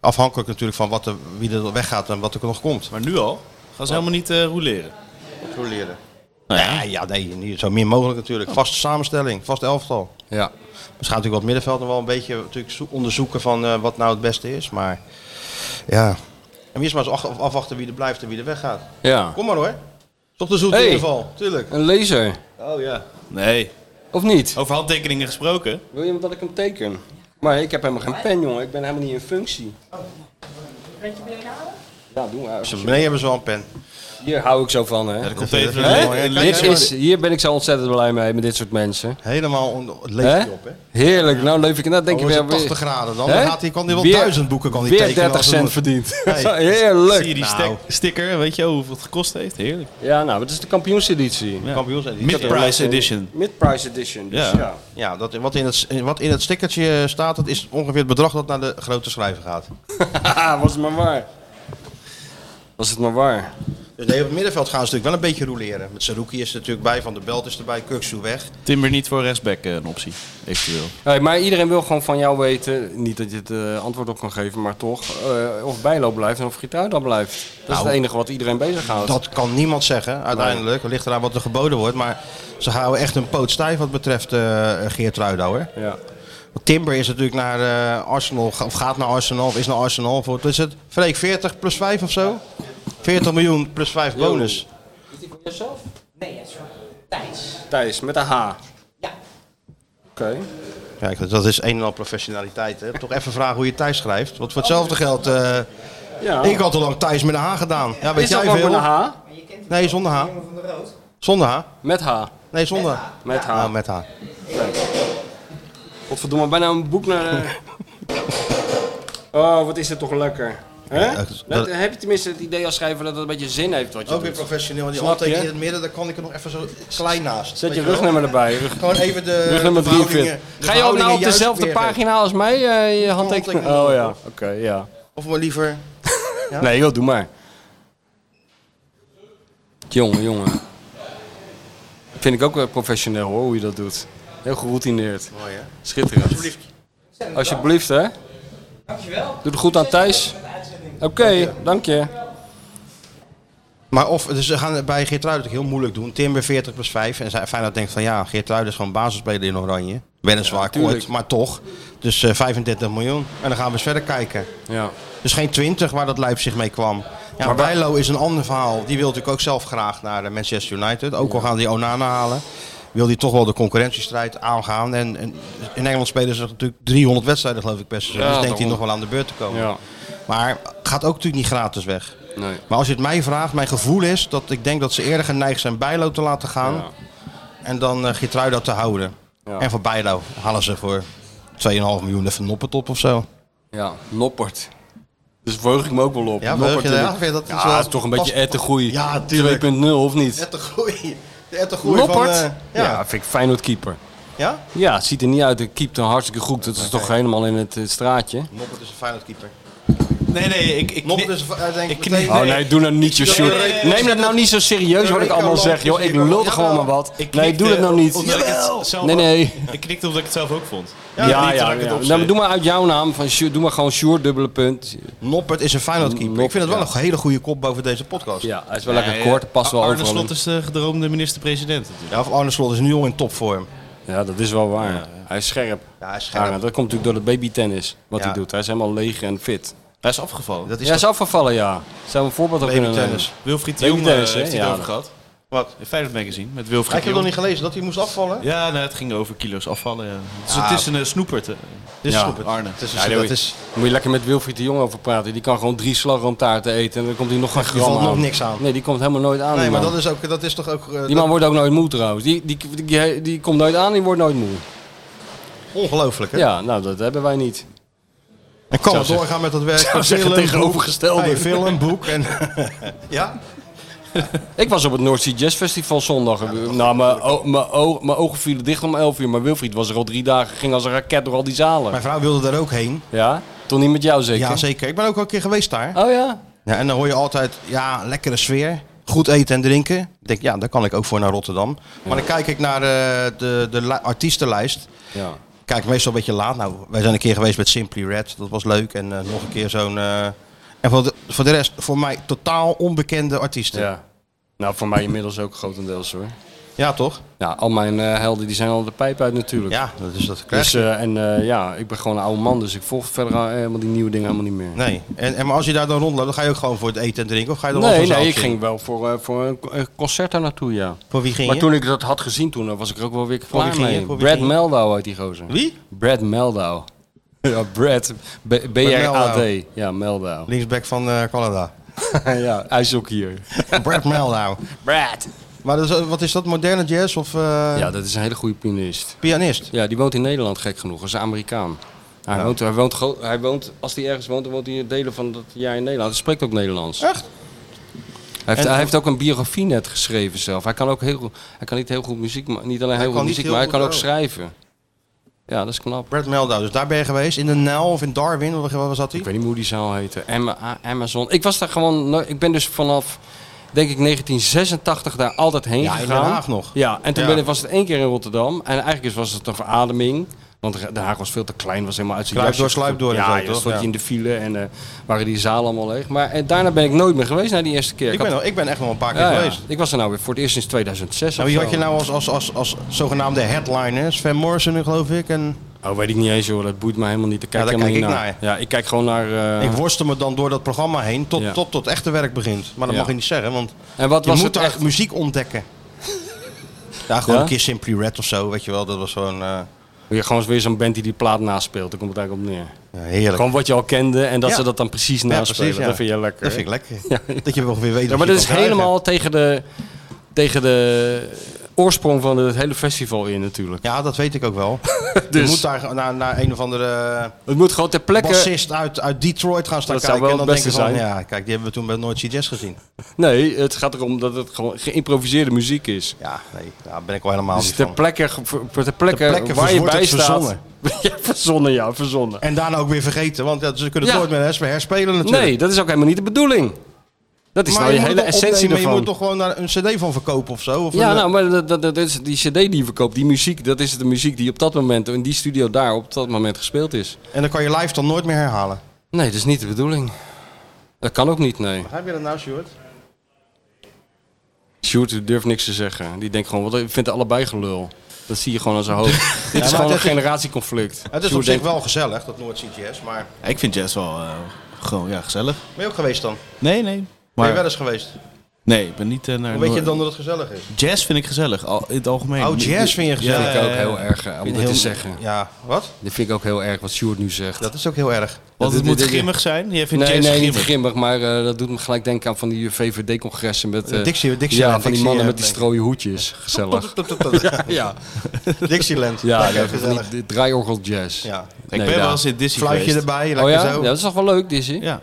Speaker 6: Afhankelijk natuurlijk van wat er, wie er weggaat en wat er nog komt.
Speaker 1: Maar nu al? Gaan ze helemaal niet eh rouleren?
Speaker 6: controleren. ja. ja, nee, niet zo min mogelijk natuurlijk. Vaste samenstelling, vast elftal.
Speaker 7: Ja.
Speaker 6: Dus gaat natuurlijk wat middenveld nog wel een beetje natuurlijk zo- onderzoeken van eh, wat nou het beste is. Maar ja. En wie is maar eens ach- afwachten wie er blijft en wie er weggaat.
Speaker 7: Ja.
Speaker 6: Kom maar hoor. Toch de zoete
Speaker 7: Hey.
Speaker 6: in ieder geval. Tuurlijk.
Speaker 7: Een laser.
Speaker 6: Oh ja.
Speaker 1: Nee.
Speaker 7: Of niet?
Speaker 6: Oh.
Speaker 1: Over handtekeningen gesproken.
Speaker 7: Wil je dat ik hem teken? Maar ik heb helemaal geen pen, jongen. Ik ben helemaal niet in functie. Ja, doen we.
Speaker 6: Ze beneden hebben ze wel een pen.
Speaker 7: Hier hou ik zo van, hè.
Speaker 1: De compleet
Speaker 6: Hè?
Speaker 1: verhaal,
Speaker 6: Dit
Speaker 1: hè?
Speaker 7: Dit is, hier ben ik zo ontzettend blij mee, met dit soort mensen.
Speaker 6: Helemaal on- het leeft
Speaker 7: Hè?
Speaker 6: niet op hè.
Speaker 7: Heerlijk, nou leef ik nou denk
Speaker 6: Oh,
Speaker 7: ik
Speaker 6: is
Speaker 7: weer...
Speaker 6: het 80 graden dan?
Speaker 7: Hè?
Speaker 6: Dan gaat hij, kan hij wel
Speaker 7: Weer-
Speaker 6: duizend boeken kan hij
Speaker 7: weer
Speaker 6: tekenen
Speaker 7: 30
Speaker 6: als het
Speaker 7: cent
Speaker 6: moet.
Speaker 7: verdiend.
Speaker 6: Nee.
Speaker 1: Zie je
Speaker 7: Heerlijk.
Speaker 1: die
Speaker 6: Nou.
Speaker 1: stek- sticker? Weet je hoeveel het gekost heeft? Heerlijk.
Speaker 7: Ja, nou, wat is de kampioenseditie?
Speaker 6: Kampioens editie.
Speaker 1: Mid-price edition.
Speaker 7: Mid-price edition, dus
Speaker 1: Ja.
Speaker 7: ja.
Speaker 6: Ja, dat, wat, in het, wat in het stickertje staat, dat is ongeveer het bedrag dat naar de grote schrijver gaat.
Speaker 7: Haha, was het maar waar. Was het maar waar.
Speaker 6: Dus nee, op het middenveld gaan ze natuurlijk wel een beetje roleren. Met Saruki is er natuurlijk bij, Van der Belt is erbij, Kuksu weg.
Speaker 1: Timber niet voor rechtsback eh, een optie. Eventueel.
Speaker 7: Hey, maar iedereen wil gewoon van jou weten, niet dat je het eh, antwoord op kan geven, maar toch, eh, of Bijlo blijft en of Gitaar dan blijft. Dat is
Speaker 6: Nou,
Speaker 7: het enige wat iedereen bezighoudt.
Speaker 6: Dat kan niemand zeggen, uiteindelijk. Het ligt eraan wat er geboden wordt. Maar ze houden echt een poot stijf wat betreft eh Geert Ruidouwer.
Speaker 7: Ja.
Speaker 6: Want Timber is natuurlijk naar eh, Arsenal, of gaat naar Arsenal, of is naar Arsenal. Voor, wat is het? Freek, 40 plus 5 of zo? 40 miljoen plus 5 bonus.
Speaker 9: Nee, het is voor Thijs.
Speaker 7: Thijs, met een H.
Speaker 9: Ja.
Speaker 7: Oké.
Speaker 6: Kijk, dat is een en al professionaliteit. Hè? Toch even vragen hoe je Thijs schrijft. Want voor hetzelfde geld, eh,
Speaker 7: Ja.
Speaker 6: ik had al lang Thijs met een H gedaan. Ja, weet
Speaker 7: is dat
Speaker 6: jij
Speaker 7: wel met
Speaker 6: veel?
Speaker 7: een H?
Speaker 9: Maar je kent hem
Speaker 6: Nee, zonder H.
Speaker 9: van de Rood.
Speaker 6: Zonder H.
Speaker 7: Met H.
Speaker 6: Nee, zonder
Speaker 7: Met H.
Speaker 6: Nou, met H.
Speaker 7: Godverdomme, bijna een boek naar... eh. Oh, wat is het toch lekker. Hè?
Speaker 6: Ja, echt,
Speaker 7: Net-
Speaker 6: dat-
Speaker 7: heb je tenminste het idee als schrijver dat het een beetje zin heeft wat je
Speaker 6: Ook weer
Speaker 7: doet?
Speaker 6: professioneel. want Die
Speaker 7: Snap je?
Speaker 6: handtekening in het midden, daar kan ik er nog even zo klein naast.
Speaker 7: Zet
Speaker 6: Weet
Speaker 7: je
Speaker 6: wel?
Speaker 7: rugnummer erbij. Rug,
Speaker 6: Gewoon even de
Speaker 7: rugnummer
Speaker 6: de verhoudingen-
Speaker 7: 43.
Speaker 6: de
Speaker 7: Ga je ook nou op
Speaker 6: verhoudingen juist
Speaker 7: dezelfde
Speaker 6: weergeven.
Speaker 7: pagina als mij eh, je handtekening?
Speaker 6: handtekening.
Speaker 7: Oh ja, oké, ja.
Speaker 6: Of maar liever...
Speaker 7: Nee joh, doe maar. Jongen, jongen. Vind ik ook wel professioneel hoor, hoe je dat doet. Heel geroutineerd.
Speaker 6: Mooi, hè?
Speaker 7: Schitterend. Alsjeblieft hè.
Speaker 9: Dankjewel.
Speaker 7: Doe het goed aan Thijs. Oké, dank je.
Speaker 6: Maar of, dus ze gaan het bij Geert natuurlijk heel moeilijk doen. Timber 40 plus 5. En zij- Feyenoord denkt van ja, Geert is gewoon basisspeler in Oranje. Weliswaar
Speaker 7: tuurlijk.
Speaker 6: kort, maar toch. Dus eh, 35 miljoen. En dan gaan we eens verder kijken.
Speaker 7: Ja.
Speaker 6: Dus geen 20 waar dat Leipzig mee kwam. Ja, maar Bijlo is een ander verhaal. Die wil natuurlijk ook zelf graag naar eh, Manchester United. Ook al gaan die Onana halen. Wil die toch wel de concurrentiestrijd aangaan. En, en in Engeland spelen ze natuurlijk 300 wedstrijden geloof ik per seizoen.
Speaker 7: Ja,
Speaker 6: dus denkt hij nog
Speaker 7: daarom.
Speaker 6: wel aan de beurt te komen.
Speaker 7: Ja.
Speaker 6: Maar gaat ook natuurlijk niet gratis weg.
Speaker 7: Nee.
Speaker 6: Maar als je het mij vraagt, mijn gevoel is dat ik denk dat ze eerder geneigd zijn Bijlo te laten gaan.
Speaker 7: Ja.
Speaker 6: En dan eh Geertruida te houden.
Speaker 7: Ja.
Speaker 6: En voor Bijlo halen ze voor 2,5 miljoen even Noppert op of zo.
Speaker 7: Ja, Noppert. Dus verheug ik me ook wel op.
Speaker 6: Ja,
Speaker 7: Noppert
Speaker 6: verheug je daar?
Speaker 7: natuurlijk.
Speaker 6: Vind je dat iets
Speaker 7: ja,
Speaker 6: wel-
Speaker 7: is toch een beetje
Speaker 6: pas-
Speaker 7: Ed de Groei.
Speaker 6: Ja, tuurlijk.
Speaker 7: 2.0 of niet?
Speaker 6: Ette groei. De ette groei
Speaker 7: Noppert?
Speaker 6: van... eh,
Speaker 7: ja.
Speaker 6: ja.
Speaker 7: vind ik Feyenoord keeper.
Speaker 6: ja?
Speaker 7: Ja, het ziet er niet uit. Hij keept een hartstikke goed. Dat is toch helemaal in het eh, straatje.
Speaker 6: Noppert is een Feyenoord keeper.
Speaker 1: Nee, nee, ik, ik,
Speaker 6: Noppert
Speaker 1: kni-
Speaker 6: is eh, denk
Speaker 1: Ik
Speaker 6: ik
Speaker 1: knip-
Speaker 6: meteen...
Speaker 7: Oh nee, doe nou niet je shoot.
Speaker 6: nee, nee, nee.
Speaker 7: Neem dat nou niet zo serieus wat ik allemaal zeg. Joh, ik lul er gewoon maar wat.
Speaker 1: ik
Speaker 7: Nee,
Speaker 1: knikte
Speaker 7: doe dat nou
Speaker 1: omdat
Speaker 7: niet.
Speaker 1: ik het zelf
Speaker 7: Nee,
Speaker 1: ook-
Speaker 7: nee.
Speaker 1: Ik knikte omdat ik het zelf ook vond.
Speaker 7: Ja, ja,
Speaker 1: niet dat
Speaker 7: ja.
Speaker 1: ik het
Speaker 7: Nou,
Speaker 1: opschreef.
Speaker 7: maar doe maar uit jouw naam. Van, Sjoerd- doe maar gewoon Sjoerd, dubbele punt.
Speaker 6: Noppert is een Feyenoord keeper. Ik vind het wel
Speaker 7: Noppert,
Speaker 6: een hele goede kop boven deze podcast. Ja.
Speaker 7: Ja, hij is wel lekker kort. dat Past wel
Speaker 1: Arne
Speaker 7: overal in.
Speaker 1: Slot is
Speaker 6: eh,
Speaker 1: de eh, gedroomde minister-president natuurlijk.
Speaker 6: of Arne Slot is nu al in topvorm.
Speaker 7: Ja, dat is wel waar. Hij is scherp.
Speaker 6: Ja, hij is scherp.
Speaker 7: Arend, dat komt natuurlijk door de babytennis, wat
Speaker 6: Ja.
Speaker 7: hij doet. Hij is helemaal leeg en fit.
Speaker 1: Hij is afgevallen.
Speaker 6: Dat is
Speaker 7: hij is afgevallen, ja. Zou we een voorbeeld op kunnen nemen?
Speaker 6: babytennis.
Speaker 1: Wilfried de Jong eh,
Speaker 7: Babytennis, hè?
Speaker 1: heeft hij
Speaker 7: Ja.
Speaker 1: het over gehad.
Speaker 6: Wat?
Speaker 1: In Feyenoord Magazine met
Speaker 6: Heb
Speaker 1: Wilfried
Speaker 6: je het nog
Speaker 1: Jong.
Speaker 6: niet gelezen dat hij moest afvallen?
Speaker 1: Ja, nee, het ging over kilo's afvallen. Ja. Het, is, het is een eh, snoepert. eh. Het is
Speaker 7: Ja.
Speaker 1: een snoepert. Arne.
Speaker 6: Het is,
Speaker 7: Ja,
Speaker 6: dat
Speaker 7: dat
Speaker 6: is,
Speaker 7: Moet je lekker met Wilfried de Jong over praten. Die kan gewoon drie slagroomtaarten eten en dan komt hij nog geen gram
Speaker 6: valt
Speaker 7: aan.
Speaker 6: nog niks aan.
Speaker 7: Nee, die komt helemaal nooit aan.
Speaker 6: nee,
Speaker 7: die
Speaker 6: maar
Speaker 7: man.
Speaker 6: dat is, ook, dat is toch ook... eh,
Speaker 7: Die man wordt ook nooit moe trouwens. Die, die, die, die, die komt nooit aan, die wordt nooit moe.
Speaker 6: dat- Ongelooflijk, hè?
Speaker 7: Ja, nou dat hebben wij niet.
Speaker 6: En kan het doorgaan met dat werk.
Speaker 7: zou zeggen
Speaker 6: Film,
Speaker 7: tegenovergestelde.
Speaker 6: boek. Hey, film, boek en... ja?
Speaker 7: Ik was op het North Sea Jazz Festival zondag. nou, mijn, o- mijn, o- mijn ogen vielen dicht om 11 uur, maar Wilfried was er al drie dagen, ging als een raket door al die zalen.
Speaker 6: Mijn vrouw wilde daar ook heen.
Speaker 7: Ja? Toen niet met jou zeker?
Speaker 6: Ja, zeker. Ik ben ook al een keer geweest daar.
Speaker 7: Oh ja?
Speaker 6: Ja, en dan hoor je altijd, ja, lekkere sfeer. Goed eten en drinken. Ik denk, ja, daar kan ik ook voor naar Rotterdam. Maar dan kijk ik naar eh, de, de la- artiestenlijst.
Speaker 7: Ja.
Speaker 6: Kijk, meestal een beetje laat. Nou, wij zijn een keer geweest met Simply Red. Dat was leuk. En eh, nog een keer zo'n... eh, En voor de, voor de rest, voor mij totaal onbekende artiesten. Ja,
Speaker 7: ja. Nou, voor mij inmiddels ook grotendeels hoor.
Speaker 6: toch?
Speaker 7: Ja, al mijn eh, helden die zijn al de pijp uit natuurlijk.
Speaker 6: Ja, dat is dat.
Speaker 7: Dus, eh, en eh, ja, ik ben gewoon een oude man, dus ik volg verder al- helemaal die nieuwe dingen helemaal niet meer.
Speaker 6: Nee. En, en maar als je daar dan rondloopt, dan ga je ook gewoon voor het eten en drinken? Of ga je dan wel
Speaker 7: Nee,
Speaker 6: voor
Speaker 7: nee,
Speaker 6: een
Speaker 7: ik
Speaker 6: zaaltje?
Speaker 7: ging wel voor, eh, voor een co- een concert daar naartoe, ja.
Speaker 6: Voor wie ging
Speaker 7: Maar
Speaker 6: je?
Speaker 7: toen ik dat had gezien, toen eh, was ik er ook wel weer klaar
Speaker 6: ging je?
Speaker 7: mee.
Speaker 6: Voor wie
Speaker 7: Brad
Speaker 6: ging je?
Speaker 7: Meldau uit die gozer.
Speaker 6: Wie?
Speaker 7: Brad Meldau. ja, Brad. B-
Speaker 6: Meldau.
Speaker 7: B-R-A-D. Ja, Meldau.
Speaker 6: Linksback van eh, Canada.
Speaker 7: ja, ijshockeyer.
Speaker 6: Brad Meldau.
Speaker 7: Brad.
Speaker 6: Maar dat is- eh, wat is dat? Moderne jazz of eh,
Speaker 7: Ja, dat is een hele goede pianist.
Speaker 6: pianist?
Speaker 7: Ja, die woont in Nederland, gek genoeg. Dat is een Amerikaan. Hij, woont, hij, woont, gro- hij woont, als hij ergens woont, dan woont hij delen van dat jaar in Nederland. Hij spreekt ook Nederlands.
Speaker 6: Echt?
Speaker 7: Hij heeft,
Speaker 6: En-
Speaker 7: hij heeft ook een biografie net geschreven zelf. Hij kan ook heel, goed- hij kan niet heel goed muziek, ma- niet alleen heel
Speaker 6: kan
Speaker 7: goed
Speaker 6: niet
Speaker 7: muziek,
Speaker 6: heel
Speaker 7: maar hij
Speaker 6: goed
Speaker 7: kan ook
Speaker 6: ook.
Speaker 7: schrijven. Ja, dat is knap.
Speaker 6: Brad Meldau. Dus daar ben je geweest. In de Nijl of in Darwin. Waar waar zat hij?
Speaker 7: Ik weet niet hoe die zaal heette. Ama- A- Amazon. Ik was daar gewoon. no- Ik ben dus vanaf denk ik 1986 daar altijd heen
Speaker 6: Ja, in
Speaker 7: gegaan.
Speaker 6: Den Haag nog.
Speaker 7: Ja, en toen
Speaker 6: Ja.
Speaker 7: Ben ik, was het één keer in Rotterdam. En eigenlijk is- was het een verademing. Want Den Haag was veel te klein, was helemaal uit zijn
Speaker 6: Sluip door,
Speaker 7: jasje.
Speaker 6: sluip door en zo,
Speaker 7: Ja,
Speaker 6: toch?
Speaker 7: ja, stond
Speaker 6: Ja.
Speaker 7: je in de file en eh, waren die zalen allemaal leeg. Maar eh, daarna ben ik nooit meer geweest na die eerste keer.
Speaker 6: Ik
Speaker 7: had-
Speaker 6: ben, al- ik ben echt nog een paar keer
Speaker 7: ja, ja.
Speaker 6: geweest.
Speaker 7: ik was er nou weer voor het eerst sinds 2006
Speaker 6: Nou,
Speaker 7: of
Speaker 6: wie
Speaker 7: zo.
Speaker 6: had je nou als, als, als, als zogenaamde headliner? Sven Morrison, geloof ik. En
Speaker 7: Oh, weet ik niet eens hoor. Dat boeit me helemaal niet. Ik kijk
Speaker 6: nou- Ja, daar
Speaker 7: helemaal
Speaker 6: kijk
Speaker 7: niet
Speaker 6: ik
Speaker 7: naar. Ja, ik kijk gewoon naar... eh,
Speaker 6: ik worstel me dan door dat programma heen tot,
Speaker 7: Ja.
Speaker 6: tot, tot het echte werk begint. Maar dat
Speaker 7: Ja.
Speaker 6: mag je niet zeggen, want
Speaker 7: en wat
Speaker 6: je
Speaker 7: was
Speaker 6: moet
Speaker 7: het
Speaker 6: daar
Speaker 7: echt?
Speaker 6: muziek ontdekken. ja, gewoon
Speaker 7: Ja?
Speaker 6: een keer Simply Red of zo, weet je wel. Dat was gewoon eh,
Speaker 7: Ja, gewoon weer zo'n band die die plaat naspeelt. Daar komt het eigenlijk op neer.
Speaker 6: ja, heerlijk.
Speaker 7: Gewoon wat je al kende en dat
Speaker 6: Ja.
Speaker 7: ze dat dan precies
Speaker 6: Ja,
Speaker 7: naspelen.
Speaker 6: precies, ja.
Speaker 7: Dat vind je lekker.
Speaker 6: Dat vind ik lekker. Dat je wel weer weet
Speaker 7: ja, maar
Speaker 6: je
Speaker 7: dat is
Speaker 6: kan krijgen.
Speaker 7: helemaal tegen de, tegen de oorsprong van het hele festival in natuurlijk.
Speaker 6: Ja, dat weet ik ook wel. Je
Speaker 7: Dus-
Speaker 6: moet daar naar, naar een of andere
Speaker 7: Het moet gewoon ter plekke...
Speaker 6: bassist uit, uit Detroit gaan staan
Speaker 7: Dat zou
Speaker 6: kijken.
Speaker 7: wel
Speaker 6: en dan
Speaker 7: het
Speaker 6: denk je
Speaker 7: beste
Speaker 6: van,
Speaker 7: zijn.
Speaker 6: ja, kijk, die hebben we toen bij Nooit See Jazz gezien.
Speaker 7: Nee, het gaat erom dat het gewoon geïmproviseerde muziek is.
Speaker 6: Ja, nee, daar ben ik wel helemaal
Speaker 7: Dus
Speaker 6: niet
Speaker 7: ter
Speaker 6: van.
Speaker 7: plekke, ge- voor- voor ter plekke,
Speaker 6: Ter plekke
Speaker 7: waar je
Speaker 6: wordt
Speaker 7: bij
Speaker 6: het
Speaker 7: staat.
Speaker 6: verzonnen.
Speaker 7: ja, verzonnen, ja, verzonnen.
Speaker 6: En daarna ook weer vergeten, want ja, ze kunnen het
Speaker 7: Ja.
Speaker 6: nooit meer hers- herspelen natuurlijk.
Speaker 7: Nee, dat is ook helemaal niet de bedoeling. Dat is nou je,
Speaker 6: moet
Speaker 7: hele
Speaker 6: het toch
Speaker 7: essentie
Speaker 6: opnemen,
Speaker 7: ervan.
Speaker 6: Je moet toch gewoon daar een cd van verkopen of zo? Of
Speaker 7: Ja,
Speaker 6: een-
Speaker 7: nou, maar dat, dat, dat is die cd die je verkoopt, die muziek, dat is de muziek die op dat moment, in die studio daar op dat moment gespeeld is.
Speaker 6: En dan kan je live dan nooit meer herhalen.
Speaker 7: Nee, dat is niet de bedoeling. Dat kan ook niet, nee.
Speaker 6: Heb je dat nou, Stuart?
Speaker 7: Sjoerd durft niks te zeggen. Die denkt gewoon, wat ik vind het allebei gelul. Dat zie je gewoon aan zijn hoofd. Dit is gewoon een
Speaker 6: het is-
Speaker 7: generatieconflict.
Speaker 6: Het is
Speaker 7: Sjoerd
Speaker 6: op zich
Speaker 7: denkt-
Speaker 6: wel gezellig, dat Noord CGS, maar...
Speaker 1: Ja, ik vind jazz wel eh, gewoon ja, gezellig.
Speaker 6: Ben je ook geweest dan?
Speaker 1: Nee, nee.
Speaker 6: Ben je
Speaker 1: Maar,
Speaker 6: wel eens geweest?
Speaker 1: nee, ik ben niet eh, naar...
Speaker 6: Hoe weet je
Speaker 1: Noor-
Speaker 6: dan dat het gezellig is?
Speaker 1: Jazz vind ik gezellig, al, in het algemeen.
Speaker 6: Oh, jazz vind je gezellig.
Speaker 1: Ja,
Speaker 7: vind ik ook
Speaker 1: eh,
Speaker 7: heel erg, eh, om dat te zeggen.
Speaker 6: Ja, wat?
Speaker 7: Dit vind ik ook heel erg, wat Sjoerd nu zegt.
Speaker 6: Dat is ook heel erg.
Speaker 1: Want
Speaker 7: Dit-
Speaker 1: het
Speaker 7: dit-
Speaker 1: moet
Speaker 7: dit-
Speaker 1: grimmig zijn. Jij vindt
Speaker 7: Nee,
Speaker 1: jazz
Speaker 7: nee, niet
Speaker 1: grimmig.
Speaker 7: grimmig, maar eh, dat doet me gelijk denken aan van die VVD-congressen met... eh,
Speaker 6: Dixie- Dixieland,
Speaker 7: ja, van die
Speaker 6: Dixieland,
Speaker 7: mannen met die
Speaker 6: nee.
Speaker 7: strooie hoedjes. Gezellig. Ja,
Speaker 6: Dixieland.
Speaker 7: ja,
Speaker 6: Oké,
Speaker 7: ja
Speaker 6: gezellig.
Speaker 7: van die draaiorgel jazz.
Speaker 6: Ja.
Speaker 1: Ik
Speaker 7: Nee,
Speaker 1: ben
Speaker 7: daar-
Speaker 1: wel eens in Disney
Speaker 6: Fluitje
Speaker 1: geweest.
Speaker 6: erbij, lekker
Speaker 7: Oh ja?
Speaker 6: zo.
Speaker 7: ja, dat is toch wel leuk, Dizzy?
Speaker 1: Ja.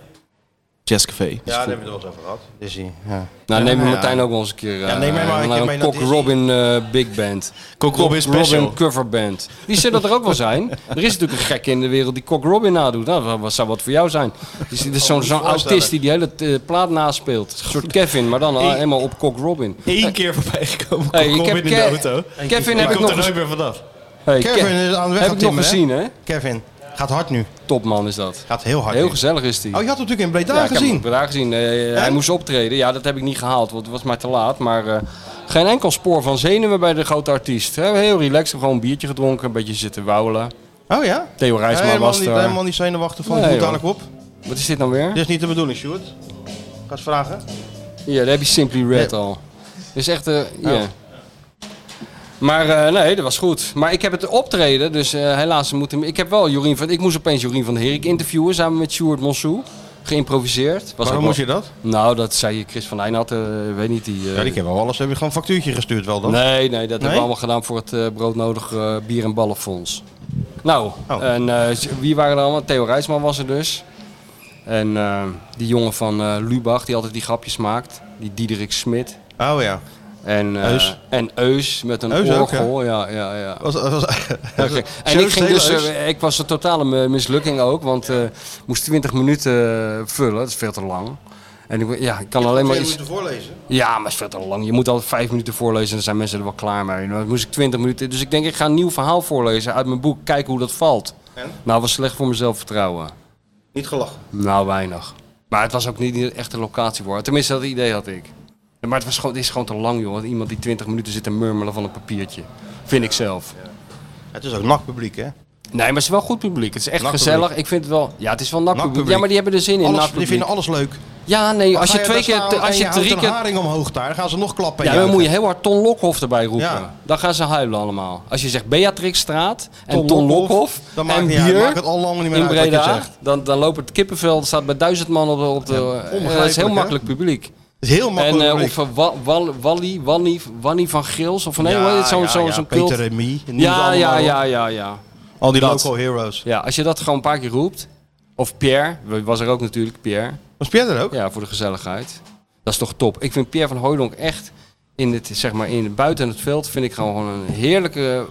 Speaker 1: Jazzcafé.
Speaker 6: Ja, daar hebben we het wel eens over gehad. Dizzy. Ja.
Speaker 7: Nou, neem
Speaker 1: ja.
Speaker 7: Martijn ook wel eens een keer eh,
Speaker 6: Ja, neem mij maar een
Speaker 7: naar
Speaker 6: keer mee
Speaker 7: een
Speaker 6: naar
Speaker 7: Cock
Speaker 6: Disney.
Speaker 7: Robin eh, Big Band.
Speaker 1: Cock Robin Special.
Speaker 7: Robin Cover Band. Die zullen er ook wel zijn. Er is natuurlijk een gek in de wereld die Cock Robin nadoet. Nou, dat was- zou wat voor jou zijn. Dus dit is
Speaker 6: Oh,
Speaker 7: zo'n zo'n autist die die hele eh, plaat naspeelt. Een soort Kevin, maar dan al helemaal op Cock Robin.
Speaker 1: Eén keer voorbij gekomen.
Speaker 7: Hey,
Speaker 1: Hey,
Speaker 7: ik
Speaker 1: kom
Speaker 7: heb
Speaker 1: in de
Speaker 7: Ke-
Speaker 1: auto.
Speaker 7: Kevin heb
Speaker 1: Ik
Speaker 7: ik
Speaker 1: kom
Speaker 7: nog
Speaker 1: er nooit
Speaker 7: eens-
Speaker 1: meer vanaf.
Speaker 7: Hey, Ke-
Speaker 6: Kevin is aan de weg
Speaker 7: Heb
Speaker 6: aan
Speaker 7: ik nog
Speaker 6: timmen, hè?
Speaker 7: gezien, hè?
Speaker 6: Kevin, gaat hard nu.
Speaker 7: Topman is dat.
Speaker 6: Gaat heel hard
Speaker 7: Heel
Speaker 6: nu.
Speaker 7: gezellig is die.
Speaker 6: Oh, je had het natuurlijk in Breda
Speaker 7: Ja, ik heb
Speaker 6: gezien.
Speaker 7: hem daar gezien. Eh, hij moest optreden. Ja, dat heb ik niet gehaald, want het was maar te laat. Maar eh, geen enkel spoor van zenuwen bij de grote artiest. Hè, Heel relaxed, gewoon een biertje gedronken, een beetje zitten wauwelen.
Speaker 6: Oh ja?
Speaker 7: Theo Rijsma
Speaker 6: Nee, helemaal
Speaker 7: was
Speaker 6: niet,
Speaker 7: er.
Speaker 6: helemaal niet zenuwachtig van,
Speaker 7: eh, Nee,
Speaker 6: nee,
Speaker 7: hoor.
Speaker 6: dadelijk op.
Speaker 7: Wat is dit nou weer?
Speaker 6: Dit is niet de bedoeling, Sjoerd. Ga eens vragen.
Speaker 7: Ja, daar heb je Simply Red al. is echt... eh, hier.
Speaker 6: Oh.
Speaker 7: Maar eh, nee, dat was goed. Maar ik heb het optreden, dus eh, helaas moet hem- Ik heb wel Jorien van... Ik moest opeens Jorien van der Herik interviewen samen met Sjoerd Monsou. Geïmproviseerd. Was ook
Speaker 6: Waarom
Speaker 7: wel-
Speaker 6: moest je dat?
Speaker 7: Nou, dat zei Chris van Eijnat, eh weet niet, die... eh,
Speaker 6: Ja, die keer wel alles. Heb je gewoon een factuurtje gestuurd wel dan?
Speaker 7: Nee, nee, dat hebben we
Speaker 6: Nee?
Speaker 7: allemaal gedaan voor het eh, broodnodige eh, bier- en ballenfonds. Nou,
Speaker 6: Oh.
Speaker 7: en eh, z- wie waren er allemaal? Theo Rijsman was er dus. En eh, die jongen van eh, Lubach, die altijd die grapjes maakt. Die Diederik Smit.
Speaker 6: Oh ja.
Speaker 7: En, eh,
Speaker 6: Eus.
Speaker 7: en Eus met een
Speaker 6: Eus ook, Oh,
Speaker 7: orgel. ja, ja, ja.
Speaker 6: Was, was,
Speaker 7: Oké. En ik, ging dus, eh, ik was een totale mi- mislukking ook, want eh moest 20 minuten eh, vullen. Dat is veel te lang. En ik, ja, ik kan alleen maar iets...
Speaker 6: voorlezen.
Speaker 7: Ja, maar het is veel te lang. Je moet altijd vijf minuten voorlezen en dan zijn mensen er wel klaar mee. Nou, Dan moest ik twintig minuten. Dus ik denk, ik ga een nieuw verhaal voorlezen uit mijn boek. Kijken hoe dat valt.
Speaker 6: En?
Speaker 7: Nou, was slecht voor mijn zelfvertrouwen.
Speaker 6: Niet gelachen.
Speaker 7: Nou, weinig. Maar het was ook niet echt een echte locatie voor. Tenminste, dat idee had ik. Maar het, was gewoon, het is gewoon te lang, joh. Iemand die twintig minuten zit te murmelen van een papiertje. Vind ik zelf.
Speaker 6: Het is ook nachtpubliek, hè?
Speaker 7: Nee, maar het is wel goed publiek. Het is echt
Speaker 6: Nakpubliek.
Speaker 7: gezellig. Ik vind het wel... Ja, het is wel nakpubliek.
Speaker 6: Nakpubliek.
Speaker 7: Ja, maar die hebben er zin in.
Speaker 6: Alles, die
Speaker 7: nakpubliek.
Speaker 6: vinden alles leuk.
Speaker 7: Ja, nee. Als
Speaker 6: Ga
Speaker 7: je twee
Speaker 6: daar staan
Speaker 7: keer...
Speaker 6: en
Speaker 7: Als je
Speaker 6: houdt
Speaker 7: drie
Speaker 6: een
Speaker 7: keer...
Speaker 6: haring omhoog daar, dan gaan ze nog klappen. en
Speaker 7: Ja, dan
Speaker 6: juichen.
Speaker 7: moet je heel hard Ton Lokhoff erbij roepen.
Speaker 6: Ja.
Speaker 7: Dan gaan ze huilen allemaal. Als je zegt Beatrixstraat en Ton,
Speaker 6: Ton
Speaker 7: Lokhoff,
Speaker 6: Lokhoff, dan maakt
Speaker 7: en
Speaker 6: niet
Speaker 7: bier
Speaker 6: uit. Maakt het al lang niet meer
Speaker 7: in
Speaker 6: uit wat je
Speaker 7: Breda,
Speaker 6: zegt.
Speaker 7: dan, dan loopt het kippenveld, staat bij duizend man op de... Op de eh, dat is heel
Speaker 6: hè?
Speaker 7: makkelijk publiek.
Speaker 6: Het is heel
Speaker 7: En,
Speaker 6: makkelijk.
Speaker 7: eh, of
Speaker 6: publiek.
Speaker 7: eh, Wa- Wal- Wally, Wanny, Wanny van Gils of nee, hoe heet het? Zo'n
Speaker 6: ja,
Speaker 7: zo'n
Speaker 6: Nou ja,
Speaker 7: zo'n cult.
Speaker 6: Peter Remy. noem ze
Speaker 7: Ja, ja,
Speaker 6: allemaal
Speaker 7: ja,
Speaker 6: op.
Speaker 7: ja, ja.
Speaker 6: Al die
Speaker 7: Dat.
Speaker 6: local heroes.
Speaker 7: Ja, als je dat gewoon een paar keer roept. Of Pierre, was er ook natuurlijk, Pierre.
Speaker 6: Was Pierre er ook?
Speaker 7: Ja, voor de gezelligheid. Dat is toch top. Ik vind Pierre van Hooydonk echt in het, zeg maar, in, buiten het veld vind ik gewoon een heerlijke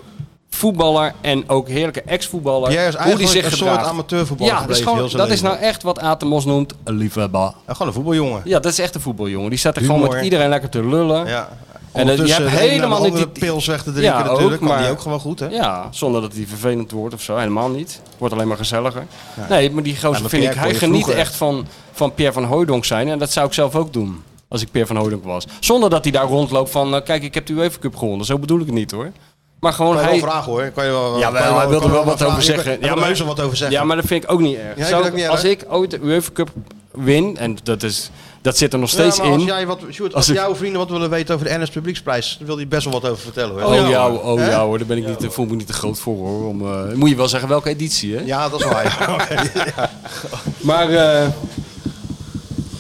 Speaker 7: voetballer en ook heerlijke ex-voetballer.
Speaker 6: Pierre is
Speaker 7: Hoe die
Speaker 6: eigenlijk
Speaker 7: zich
Speaker 6: een soort
Speaker 7: gedraagt.
Speaker 6: amateurvoetballer
Speaker 7: Ja, dat is,
Speaker 6: gebleven
Speaker 7: gewoon,
Speaker 6: heel zijn
Speaker 7: dat is
Speaker 6: leven.
Speaker 7: nou echt wat Atemos noemt een liefhebber.
Speaker 6: Ja, gewoon een voetbaljongen.
Speaker 7: Ja, dat is echt een voetbaljongen. Die staat er gewoon
Speaker 6: Humor.
Speaker 7: met iedereen lekker te lullen. Ja,
Speaker 6: Ja.
Speaker 7: En dat- je hebt helemaal
Speaker 6: niet
Speaker 7: niet
Speaker 6: de
Speaker 7: die-
Speaker 6: pils weg te
Speaker 7: Ja,
Speaker 6: drinken
Speaker 7: ook,
Speaker 6: natuurlijk. Kan die
Speaker 7: maar-
Speaker 6: ook gewoon goed, hè?
Speaker 7: zonder dat hij vervelend wordt of zo. Helemaal niet. Wordt alleen maar gezelliger. Nee, maar die gozer
Speaker 6: maar
Speaker 7: vind ik,
Speaker 6: Pierre kon
Speaker 7: hij
Speaker 6: je
Speaker 7: geniet
Speaker 6: vroeger-
Speaker 7: echt van, van Pierre van Hooydonk zijn. En dat zou ik zelf ook doen. Als ik Pierre van Hooydonk was. Zonder dat hij daar rondloopt van, eh, kijk, ik heb de UEFA Cup gewonnen. Zo bedoel ik het niet hoor. Maar gewoon
Speaker 6: Kan je
Speaker 7: hij...
Speaker 6: wel vragen hoor. Kan je wel,
Speaker 7: Ja,
Speaker 6: kan je
Speaker 7: wel, hij wil
Speaker 6: kan
Speaker 7: er wel wat
Speaker 6: je vragen.
Speaker 7: over
Speaker 6: Je
Speaker 7: zeggen.
Speaker 6: kan- Hij
Speaker 7: Ja,
Speaker 6: wil
Speaker 7: maar-
Speaker 6: heus wel wat over zeggen.
Speaker 7: Ja, maar dat vind ik ook niet erg.
Speaker 6: Ja, ik
Speaker 7: Zou ik-
Speaker 6: vind het ook niet
Speaker 7: als
Speaker 6: erg.
Speaker 7: ik ooit de UEFA Cup win, en dat, is, dat zit er nog
Speaker 6: Ja, maar
Speaker 7: steeds in.
Speaker 6: Als, jij wat, Sjoerd, als,
Speaker 7: Als ik-
Speaker 6: jouw vrienden wat willen weten over de NS Publieksprijs, dan wil hij best wel wat over vertellen hoor.
Speaker 7: Oh, ja, hoor. oh
Speaker 6: Hè?
Speaker 7: ja hoor, daar ben ik niet, te- voel ik me niet te groot voor hoor. Om, eh, moet je wel zeggen welke editie hè?
Speaker 6: Ja, dat is waar.
Speaker 7: Maar eh,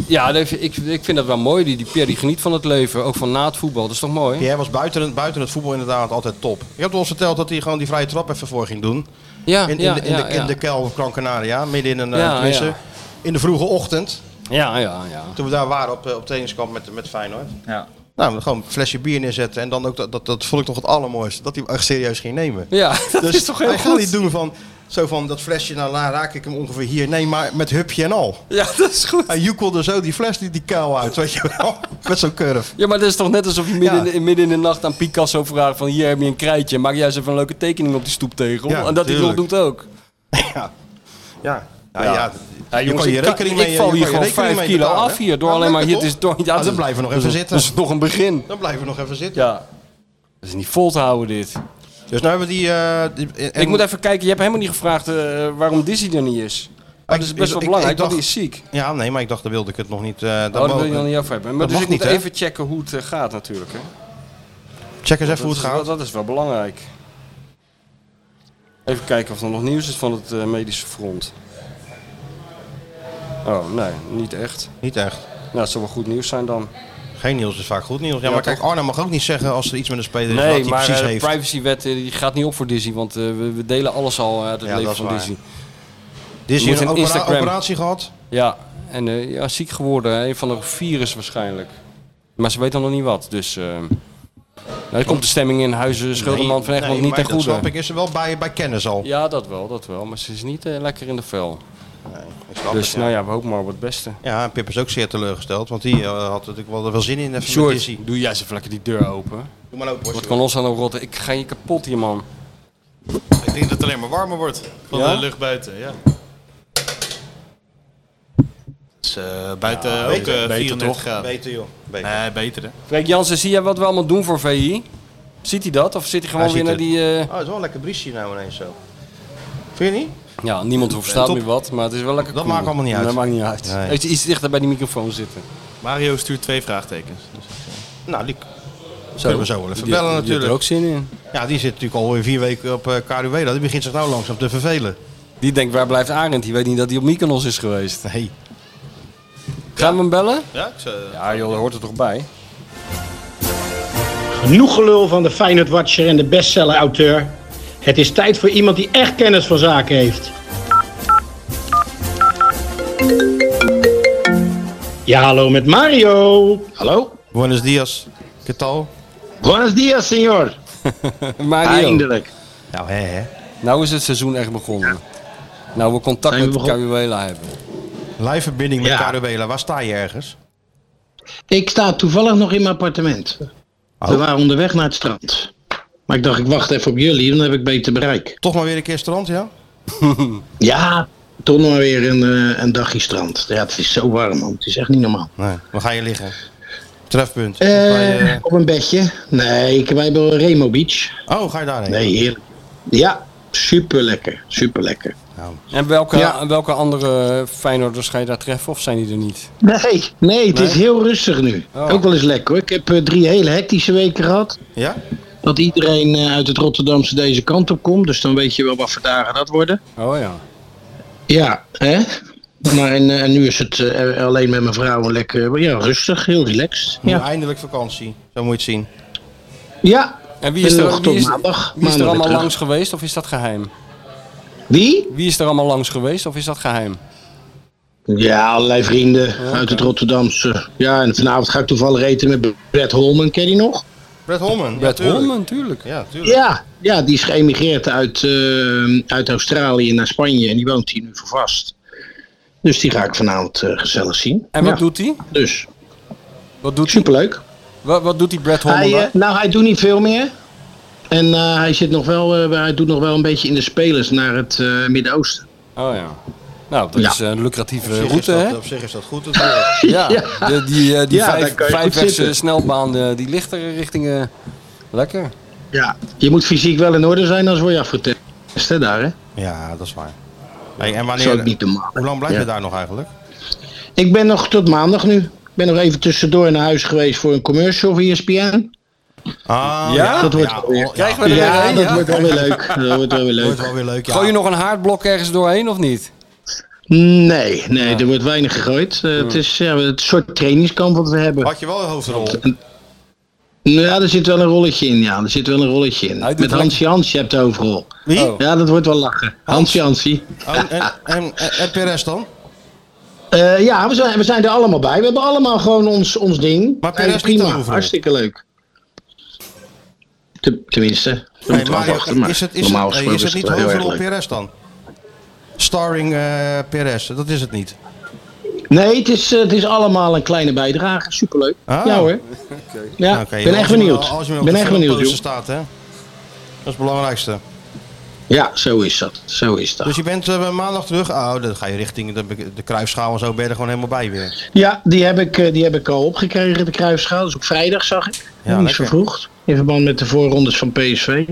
Speaker 7: ja, dat- ik, ik vind dat wel mooi. Die, die Pierre die geniet van het leven, ook van na het voetbal. Dat is toch mooi?
Speaker 6: Pierre was buiten, het- buiten het voetbal inderdaad altijd top. Je hebt ons verteld dat hij gewoon die vrije trap even voor ging doen.
Speaker 7: Ja,
Speaker 6: In, in,
Speaker 7: ja,
Speaker 6: de, in,
Speaker 7: ja,
Speaker 6: de,
Speaker 7: ja.
Speaker 6: in de kel van Gran Canaria, midden in een... eh,
Speaker 7: Ja,
Speaker 6: tenminste,
Speaker 7: ja.
Speaker 6: In de vroege ochtend,
Speaker 7: ja, ja, ja.
Speaker 6: toen we daar waren op, eh, op trainingskamp met, met Feyenoord.
Speaker 8: Ja.
Speaker 6: Nou, gewoon een flesje bier neerzetten. En dan ook, dat, dat, dat vond ik toch het allermooiste, dat hij hem echt serieus ging nemen. Dus
Speaker 7: Ja, dat is toch heel
Speaker 6: hij gaat niet
Speaker 7: goed?
Speaker 6: doen van, zo van dat flesje, nou la- raak ik hem ongeveer hier. Nee, maar met hupje en al.
Speaker 7: Ja, dat is goed.
Speaker 6: Hij joekelde zo die fles die, die kuil uit, weet je wel. Met zo'n curve.
Speaker 7: Ja, maar dat is toch net alsof je midden,
Speaker 6: Ja.
Speaker 7: in, de, midden in de nacht aan Picasso vraagt van... hier heb je een krijtje, maak juist even een leuke tekening op die stoeptegel.
Speaker 6: Ja,
Speaker 7: en dat hij dat
Speaker 6: tuurlijk.
Speaker 7: doet ook.
Speaker 6: Ja. Ja. Nou ja, dat-
Speaker 7: Ja, jongens,
Speaker 6: je
Speaker 7: ik kan-
Speaker 6: rekening
Speaker 7: Ik
Speaker 6: mee-
Speaker 7: val
Speaker 6: je
Speaker 7: hier
Speaker 6: kan je
Speaker 7: gewoon 5
Speaker 6: rekening mee
Speaker 7: kilo
Speaker 6: betalen,
Speaker 7: af
Speaker 6: hè?
Speaker 7: hier. Door
Speaker 6: Ja,
Speaker 7: alleen maar...
Speaker 6: lekker
Speaker 7: Hier, het is
Speaker 6: toch?
Speaker 7: door, ja,
Speaker 6: Ah,
Speaker 7: het
Speaker 6: dan
Speaker 7: is-
Speaker 6: blijven we nog
Speaker 7: dat is-
Speaker 6: even zitten.
Speaker 7: Dat is nog een begin.
Speaker 6: Dan blijven we nog even zitten.
Speaker 7: Ja. Dat is niet vol te houden dit.
Speaker 6: Dus nu hebben we die... eh, die- en-
Speaker 7: ik moet even kijken, je hebt helemaal niet gevraagd eh, waarom Dizzy er niet is. Maar dat is
Speaker 6: Ik-
Speaker 7: best wel
Speaker 6: ik-
Speaker 7: belangrijk,
Speaker 6: ik dacht-
Speaker 7: want die is ziek.
Speaker 6: Ja, nee, maar ik dacht, dan wilde ik het nog niet... eh
Speaker 7: Oh,
Speaker 6: dan
Speaker 7: dat wil je
Speaker 6: mogen-
Speaker 7: dan niet over hebben. Maar
Speaker 6: Dat
Speaker 7: dus
Speaker 6: mag
Speaker 7: ik moet
Speaker 6: niet, hè?
Speaker 7: even checken hoe het eh, gaat natuurlijk. Hè.
Speaker 6: Check eens even hoe
Speaker 7: Dat
Speaker 6: het
Speaker 7: is-
Speaker 6: gaat.
Speaker 7: Dat, dat is wel belangrijk. Even kijken of er nog nieuws is van het eh, medische front. Oh, nee, niet echt.
Speaker 6: Niet echt.
Speaker 7: Nou, het zal wel goed nieuws zijn dan.
Speaker 6: Geen nieuws is vaak goed nieuws. Ja,
Speaker 7: Ja,
Speaker 6: maar
Speaker 7: toch?
Speaker 6: kijk, Arne mag ook niet zeggen als er iets met een speler is
Speaker 7: Nee,
Speaker 6: wat hij
Speaker 7: maar
Speaker 6: precies
Speaker 7: eh, de
Speaker 6: heeft.
Speaker 7: privacywet eh, die gaat niet op voor Dizzy, want eh, we, we delen alles al uit het
Speaker 6: Ja,
Speaker 7: leven
Speaker 6: dat is
Speaker 7: van
Speaker 6: waar.
Speaker 7: Dizzy.
Speaker 6: Dit is hier
Speaker 7: moet
Speaker 6: een
Speaker 7: een
Speaker 6: opera-
Speaker 7: Instagram.
Speaker 6: operatie gehad.
Speaker 7: Ja, en eh, ja, ziek geworden hè, van een virus waarschijnlijk. Maar ze weet dan nog niet wat, dus... eh, nou, er komt de stemming in huizen Schilderman van Egmond
Speaker 6: nee,
Speaker 7: niet
Speaker 6: maar
Speaker 7: ten
Speaker 6: Dat
Speaker 7: goede.
Speaker 6: snap ik, is er wel bij, bij kennis al.
Speaker 7: Ja, dat wel, dat wel. Maar ze is niet eh, lekker in de vel.
Speaker 6: Ik snap
Speaker 7: Dus
Speaker 6: het, ja.
Speaker 7: nou ja, we hopen maar op het beste.
Speaker 6: Ja, en Pip is ook zeer teleurgesteld, want die eh, had natuurlijk wel, wel zin in. Even met Dizzy.
Speaker 7: doe jij eens even lekker die deur open.
Speaker 6: Doe maar open, hoor.
Speaker 7: Wat kan ons aan de rotten? Ik ga je kapot hier, man.
Speaker 1: Ik denk dat het alleen maar warmer wordt van
Speaker 7: Ja?
Speaker 1: de lucht buiten. Ja. Dus, eh, buiten ook
Speaker 6: beter-
Speaker 1: eh, 34 graden.
Speaker 6: Beter joh. Beter.
Speaker 1: Nee, beter hè.
Speaker 7: Freek Jansen, zie jij wat we allemaal doen voor VI? Ziet hij dat? Of zit hij gewoon
Speaker 6: Hij
Speaker 7: weer naar
Speaker 6: ziet
Speaker 7: die... eh,
Speaker 6: Oh, het is wel een lekker briesje nou ineens zo. Vind je niet?
Speaker 7: Ja, niemand verstaat
Speaker 1: Top.
Speaker 7: meer wat, maar het is wel lekker
Speaker 6: Dat
Speaker 7: cool.
Speaker 6: maakt allemaal niet uit.
Speaker 7: Dat maakt niet uit.
Speaker 6: Nee.
Speaker 7: Heeft hij iets dichter bij die microfoon zitten?
Speaker 1: Dus eh, Mario stuurt twee vraagtekens.
Speaker 6: Nou, die, Kunnen we zo wel even
Speaker 7: Die-
Speaker 6: bellen
Speaker 7: Die heeft
Speaker 6: natuurlijk.
Speaker 7: er ook zin in.
Speaker 6: Ja, die zit natuurlijk alweer vier weken op eh Caruela. Die begint zich nou langzaam te vervelen.
Speaker 7: Die denkt, waar blijft Arend? Die weet niet dat hij op Mykonos is geweest.
Speaker 6: Nee.
Speaker 7: Gaan we hem bellen?
Speaker 1: Ja, ik zou-
Speaker 7: Ja joh, daar hoort er toch bij.
Speaker 10: Genoeg gelul van de Feyenoord Watcher en de bestseller-auteur. Het is tijd voor iemand die echt kennis van zaken heeft. Ja, hallo met Mario. Hallo.
Speaker 6: Buenos dias. Ketal.
Speaker 10: Buenos dias, senor.
Speaker 7: Mario,
Speaker 10: Eindelijk.
Speaker 6: Nou, hè, hè.
Speaker 7: nou is het seizoen echt begonnen. Nou we contact
Speaker 10: Zijn we
Speaker 7: met
Speaker 10: begonnen?
Speaker 7: Caruela hebben.
Speaker 6: Live verbinding met
Speaker 10: Ja.
Speaker 6: Caruela. Waar sta je ergens?
Speaker 10: Ik sta toevallig nog in mijn appartement. We waren onderweg naar het strand. Maar ik dacht, ik wacht even op jullie, dan heb ik beter bereik.
Speaker 6: Toch maar weer een keer strand, ja?
Speaker 10: Ja, toch nog weer een, eh, een dagje strand. Ja, het is zo warm, man. Het is echt niet normaal.
Speaker 6: Nee. Waar ga je liggen? Trefpunt. Of
Speaker 10: Eh,
Speaker 6: ga je-
Speaker 10: Op een bedje? Nee, ik, wij hebben Remo Beach.
Speaker 6: Oh, ga je daarheen?
Speaker 10: Nee, heerlijk. Ja, super lekker. Super lekker.
Speaker 7: En welke,
Speaker 10: Ja.
Speaker 7: welke andere Feyenoorders ga je daar treffen of zijn die er niet?
Speaker 10: Nee, nee het is
Speaker 7: Nee?
Speaker 10: heel rustig nu.
Speaker 7: Oh.
Speaker 10: Ook wel eens lekker hoor. Ik heb eh, drie hele hectische weken gehad.
Speaker 6: Ja?
Speaker 10: Dat iedereen eh, uit het Rotterdamse deze kant op komt. Dus dan weet je wel wat voor dagen dat worden.
Speaker 7: Oh ja.
Speaker 10: Ja, hè? Maar en, eh, en nu is het eh, alleen met mijn vrouw een lekker eh, ja, rustig, heel relaxed.
Speaker 6: Nu
Speaker 10: Ja,
Speaker 6: Eindelijk vakantie. Zo moet je het zien.
Speaker 10: ja.
Speaker 7: En wie is
Speaker 10: nog
Speaker 7: er,
Speaker 10: tot
Speaker 7: wie is,
Speaker 10: maandag.
Speaker 7: wie is er
Speaker 10: Maandag
Speaker 7: allemaal
Speaker 10: weer terug.
Speaker 7: langs geweest of is dat geheim?
Speaker 10: Wie?
Speaker 7: Wie is er allemaal langs geweest of is dat geheim?
Speaker 10: Ja, allerlei vrienden uit het Rotterdamse. Ja, en vanavond ga ik toevallig eten met Brett Holman, ken je die nog?
Speaker 6: Brett Holman. ja,
Speaker 7: Bert
Speaker 6: tuurlijk.
Speaker 7: Holman, natuurlijk.
Speaker 6: Ja, tuurlijk.
Speaker 10: Ja, ja die is geëmigreerd uit, eh, uit Australië naar Spanje en die woont hier nu voor vast. Dus die ga ik vanavond eh, gezellig zien.
Speaker 7: En wat
Speaker 10: Ja,
Speaker 7: doet hij?
Speaker 10: Dus,
Speaker 7: Wat doet hij?
Speaker 10: superleuk.
Speaker 7: Wat, wat doet die Brett Holman?
Speaker 10: Hij, eh,
Speaker 7: dan?
Speaker 10: nou, hij doet niet veel meer. En eh, hij, zit nog wel, eh, hij doet nog wel een beetje in de spelers naar het eh, Midden-Oosten.
Speaker 7: Oh ja. Nou, dat
Speaker 10: Ja.
Speaker 7: is een lucratieve
Speaker 6: Op zich is
Speaker 7: route,
Speaker 6: dat-
Speaker 7: hè?
Speaker 6: Op zich is dat goed natuurlijk.
Speaker 7: Ja, de- die, eh, die
Speaker 10: Ja, daar
Speaker 7: vijf,
Speaker 10: kan je goed
Speaker 7: vijfwegse
Speaker 10: zitten.
Speaker 7: snelbaan, eh, die ligt er richting... eh, lekker.
Speaker 10: Ja, je moet fysiek wel in orde zijn, anders word je afgetest. Hè, daar, hè?
Speaker 6: ja, dat is waar. Hey, en
Speaker 10: Dat is ook
Speaker 6: wanneer...
Speaker 10: niet normaal.
Speaker 6: Hoe lang blijf je
Speaker 10: Ja.
Speaker 6: daar nog eigenlijk?
Speaker 10: Ik ben nog tot maandag nu. Ik ben nog even tussendoor naar huis geweest voor een commercial voor E ESPN.
Speaker 6: Ah,
Speaker 7: Ja?
Speaker 10: Dat wordt
Speaker 6: Ja,
Speaker 10: wel weer-
Speaker 7: Krijgen we er weer
Speaker 10: Oh, Ja,
Speaker 7: een,
Speaker 10: dat
Speaker 7: ja?
Speaker 10: wordt wel weer leuk. Dat wordt wel weer
Speaker 6: Wordt
Speaker 10: leuk.
Speaker 6: wel weer leuk, ja.
Speaker 7: Gooi je nog een haardblok ergens doorheen of niet?
Speaker 10: Nee, nee, er wordt weinig gegooid. Eh, Het is ja, het soort trainingskamp wat we hebben.
Speaker 6: Had je wel een hoofdrol?
Speaker 10: Nou, ja, er zit wel een rolletje in, ja. Er zit wel een rolletje in.
Speaker 7: Hij doet
Speaker 10: Met Hansje Hansje hebt overal.
Speaker 6: Wie?
Speaker 7: Oh.
Speaker 10: Ja, dat wordt wel lachen. Hansje Hansje.
Speaker 6: Oh, en, en, en, en Perez dan?
Speaker 10: Eh, ja, we zijn, we zijn er allemaal bij. We hebben allemaal gewoon ons, ons ding.
Speaker 6: Maar
Speaker 10: En
Speaker 6: Perez niet
Speaker 10: prima,
Speaker 6: overal.
Speaker 10: hartstikke leuk. Te- tenminste, we
Speaker 6: Nee,
Speaker 10: moeten afwachten,
Speaker 6: Mario,
Speaker 10: maar
Speaker 6: is het, is
Speaker 10: normaal
Speaker 6: het, eh,
Speaker 10: gesproken
Speaker 6: is het niet
Speaker 10: wel heel erg
Speaker 6: overal
Speaker 10: leuk.
Speaker 6: Perez dan? Starring eh Perez, dat is het niet.
Speaker 10: Nee, het is, eh, het is allemaal een kleine bijdrage. Superleuk.
Speaker 6: Ah. Nou,
Speaker 10: Ja hoor. Ja,
Speaker 6: Oké, als
Speaker 10: ben echt
Speaker 6: je maar-
Speaker 10: benieuwd.
Speaker 6: als je maar op
Speaker 10: ben
Speaker 6: de
Speaker 10: echt benieuwd,
Speaker 6: voorpose
Speaker 10: joh.
Speaker 6: staat, hè? Dat is het belangrijkste.
Speaker 10: Ja, zo is dat. Zo is dat.
Speaker 6: Dus je bent eh, maandag terug. Oh, dan ga je richting de, de kruisschaal en zo. Ben je er gewoon helemaal bij weer.
Speaker 10: Ja, die heb ik, eh, die heb ik al opgekregen, de kruisschaal. Dus op vrijdag zag ik.
Speaker 6: Ja,
Speaker 10: Niet
Speaker 6: lekker.
Speaker 10: vervroegd. In verband met de voorrondes van PSV.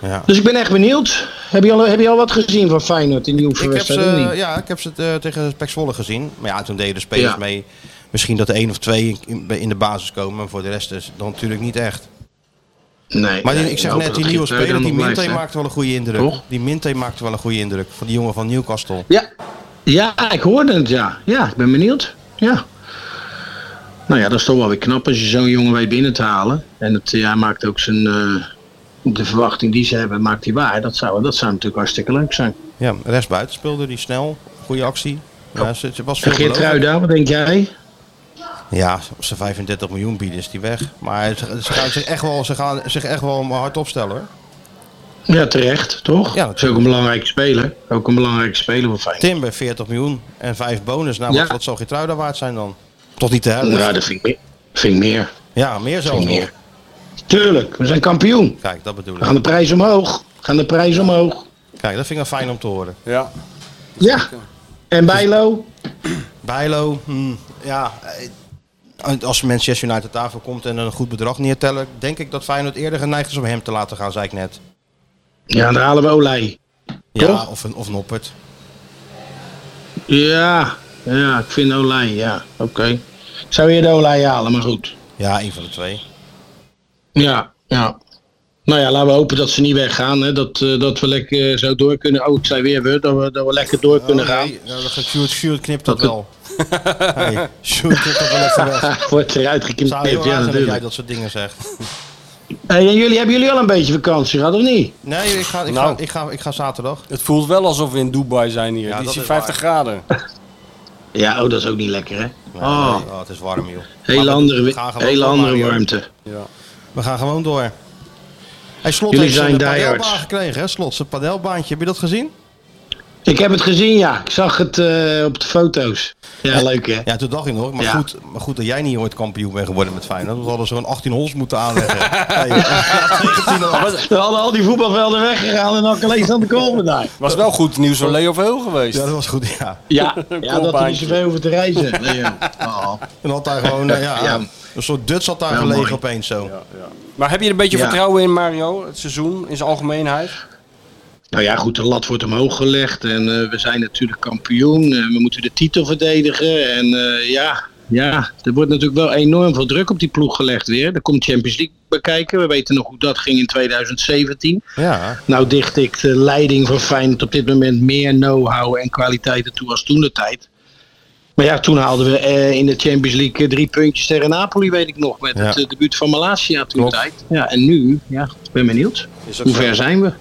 Speaker 6: Ja.
Speaker 10: Dus ik ben echt benieuwd. Heb je al, heb je al wat gezien van Feyenoord in die
Speaker 6: Ik heb
Speaker 10: oefenwedstrijd? of
Speaker 6: ze,
Speaker 10: niet?
Speaker 6: ja, ik heb ze eh, tegen Pek Zwolle gezien. Maar ja, toen deden de spelers
Speaker 10: Ja.
Speaker 6: mee. Misschien dat er één of twee in, in de basis komen. Maar voor de rest is dat natuurlijk niet echt.
Speaker 10: Nee.
Speaker 6: Maar die-
Speaker 10: nee,
Speaker 6: ik zeg
Speaker 10: hoop
Speaker 6: net,
Speaker 10: dat
Speaker 6: die nieuwe
Speaker 10: Geert Ruida
Speaker 6: speler, die
Speaker 10: nog blijft,
Speaker 6: Minte
Speaker 10: hè.
Speaker 6: maakte wel een goede indruk.
Speaker 10: Toch?
Speaker 6: Die Minte maakte wel een goede indruk. Van die jongen van Newcastle.
Speaker 10: Ja. ja, ik hoorde het, ja. Ja, ik ben benieuwd. Ja. Nou ja, dat is toch wel weer knap als je zo'n jongen weet binnen te halen. En het, ja, hij maakt ook zijn, eh, de verwachting die ze hebben, maakt hij waar. Dat zou, dat zou natuurlijk hartstikke leuk zijn.
Speaker 6: Ja, rest buiten speelde die snel. Goede actie. Ja, ze, ze was
Speaker 10: En
Speaker 6: veel
Speaker 10: Geert Ruida, wat denk jij?
Speaker 6: Ja, als ze 35 miljoen bieden is die weg. Maar ze, ze gaan zich echt wel, ze gaan zich echt wel hard opstellen hoor.
Speaker 10: Ja, terecht, toch?
Speaker 6: Ja,
Speaker 10: Ja, dat is ook een belangrijke speler. Ook een belangrijke speler voor Feyenoord.
Speaker 6: Timber 40 miljoen en 5 bonus. Nou,
Speaker 10: Ja.
Speaker 6: wat, wat zal Geertruida waard zijn dan? Toch niet de helft?
Speaker 10: Ja, dat vind ik meer. Vind ik meer.
Speaker 6: Ja, meer
Speaker 10: Vind
Speaker 6: zelfs
Speaker 10: ik
Speaker 6: nog.
Speaker 10: meer. Tuurlijk, we zijn kampioen.
Speaker 6: Kijk, dat bedoel
Speaker 10: We
Speaker 6: ik.
Speaker 10: gaan de prijs omhoog. We gaan de prijs omhoog.
Speaker 6: Kijk, dat vind ik wel fijn om te horen.
Speaker 7: Ja.
Speaker 10: Ja. En Bijlo?
Speaker 6: Bijlo, hmm, ja... eh, Als Manchester United daarvoor komt en een goed bedrag neertellen... denk ik dat Feyenoord eerder geneigd is om hem te laten gaan, zei ik net.
Speaker 10: Ja, dan halen we Olij.
Speaker 6: Ja,
Speaker 10: Toch?
Speaker 6: of, een, of Noppert.
Speaker 10: Ja, ja, ik vind Olij, ja, oké. Ik zou eerder Olij halen, maar goed.
Speaker 6: Ja, een van de twee.
Speaker 10: Ja, ja. Nou ja, laten we hopen dat ze niet weggaan. Hè. Dat, eh, dat we lekker eh, zo door kunnen. Oh, het zijn weer we. Dat we, dat we lekker door kunnen gaan.
Speaker 6: Nou, dat gaat Sjoerd, Sjoerd knipt dat
Speaker 10: Dat-
Speaker 6: wel. hey, Sjoerd knipt dat wel even weg.
Speaker 10: Wordt eruit
Speaker 6: Zou heel
Speaker 10: geknipt,
Speaker 6: raar
Speaker 10: ja
Speaker 6: zijn dat jij
Speaker 10: natuurlijk.
Speaker 6: dat soort dingen zegt.
Speaker 10: Hey, en jullie, hebben jullie al een beetje vakantie gehad of niet?
Speaker 6: Nee, ik ga, ik
Speaker 7: Nou.
Speaker 6: ga, ik ga, ik ga zaterdag.
Speaker 7: Het voelt wel alsof we in Dubai zijn hier.
Speaker 6: Ja,
Speaker 7: Het is
Speaker 6: dat
Speaker 7: hier
Speaker 6: is
Speaker 7: 50 graden.
Speaker 10: Ja, oh, dat is ook niet lekker hè.
Speaker 6: Oh.
Speaker 10: Oh,
Speaker 6: het is warm joh. Maar
Speaker 10: hele
Speaker 6: we
Speaker 10: andere,
Speaker 6: gaan
Speaker 10: wi-
Speaker 6: gewoon
Speaker 10: hele
Speaker 6: door,
Speaker 10: andere
Speaker 6: Mario.
Speaker 10: warmte.
Speaker 6: We gaan gewoon door. Hij slot
Speaker 10: Jullie
Speaker 6: heeft zijn
Speaker 10: zijn
Speaker 6: padelbaan
Speaker 10: diehards.
Speaker 6: gekregen, hè? Slot, zijn padelbaantje. Heb je dat gezien?
Speaker 10: Ik heb het gezien, ja. Ik zag het eh, op de foto's. Ja, leuk hè.
Speaker 6: Ja, toen dacht ik nog. Maar,
Speaker 10: Ja.
Speaker 6: goed, maar goed dat jij niet ooit kampioen bent geworden met Feyenoord. Want we hadden zo'n 18 hols moeten aanleggen. hey,
Speaker 10: We hadden al die voetbalvelden weggegaan en dan alleen aan de kolven daar.
Speaker 7: Was wel goed nieuws van Leo Veel geweest.
Speaker 6: ja, dat was goed, ja.
Speaker 10: Ja, ja dat er niet
Speaker 7: Kolbaantje.
Speaker 10: zoveel over te reizen. Leo. Oh.
Speaker 6: En had daar gewoon, eh, ja,
Speaker 10: Ja.
Speaker 6: een soort Duts had daar
Speaker 10: Ja,
Speaker 6: gelegen
Speaker 10: mooi.
Speaker 6: opeens zo.
Speaker 7: Maar heb je er een beetje
Speaker 10: Ja.
Speaker 7: vertrouwen in, Mario? Het seizoen in zijn algemeenheid?
Speaker 10: Nou ja, goed, de lat wordt omhoog gelegd en eh, we zijn natuurlijk kampioen. eh, we moeten de titel verdedigen en eh, ja, ja, er wordt natuurlijk wel enorm veel druk op die ploeg gelegd weer. Er komt Champions League bekijken. We weten nog hoe dat ging in 2017.
Speaker 6: Ja.
Speaker 10: Nou dicht ik de leiding van Feyenoord op dit moment meer know-how en kwaliteiten toe als toen de tijd. Maar ja, toen haalden we eh, in de Champions League eh, drie puntjes tegen Napoli, weet ik nog. Met
Speaker 6: Ja.
Speaker 10: het eh, debuut van Malasia toen de
Speaker 6: Klopt.
Speaker 10: tijd. Ja, en nu, ja, ik ben benieuwd. Hoe ver zijn we?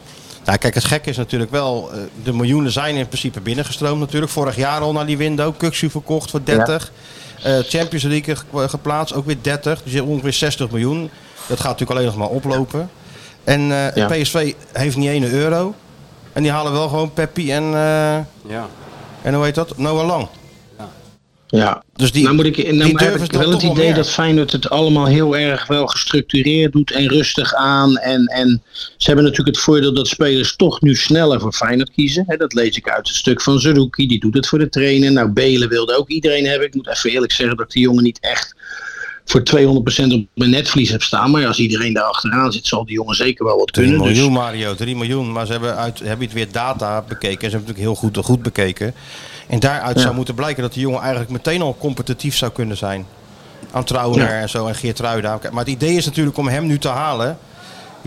Speaker 6: Nou, kijk, het gekke is natuurlijk wel, eh, de miljoenen zijn in principe binnengestroomd natuurlijk. Vorig jaar al naar die window, Kuxu verkocht voor 30. Eh, Champions League ge- geplaatst, ook weer 30. Dus je hebt ongeveer 60 miljoen. Dat gaat natuurlijk alleen nog maar oplopen. En eh,
Speaker 10: Ja.
Speaker 6: PSV heeft niet één euro. En die halen wel gewoon Peppi en, eh,
Speaker 7: Ja.
Speaker 6: en hoe heet dat? Noah Lang.
Speaker 10: Ja,
Speaker 6: Dus die,
Speaker 10: nou moet ik, nou
Speaker 6: die
Speaker 10: heb
Speaker 6: durven
Speaker 10: ik
Speaker 6: ze dan
Speaker 10: wel het
Speaker 6: toch
Speaker 10: idee
Speaker 6: meer.
Speaker 10: dat Feyenoord het allemaal heel erg wel gestructureerd doet en rustig aan. En, en ze hebben natuurlijk het voordeel dat spelers toch nu sneller voor Feyenoord kiezen. Hè, dat lees ik uit het stuk van Zerouki, die doet het voor de trainer. Nou, Belen wilde ook iedereen hebben. Ik moet even eerlijk zeggen dat ik die jongen niet echt voor 200% op mijn netvlies heb staan. Maar als iedereen daar achteraan zit, zal die jongen zeker wel wat
Speaker 6: 3
Speaker 10: kunnen. Dus-
Speaker 6: miljoen, Mario, 3 miljoen. Maar ze hebben, uit, hebben het weer data bekeken. En ze hebben natuurlijk heel goed, goed bekeken. En daaruit zou moeten blijken dat die jongen eigenlijk meteen al competitief zou kunnen zijn. Aan Trouwner en zo en Geertruida. Maar het idee is natuurlijk om hem nu te halen. een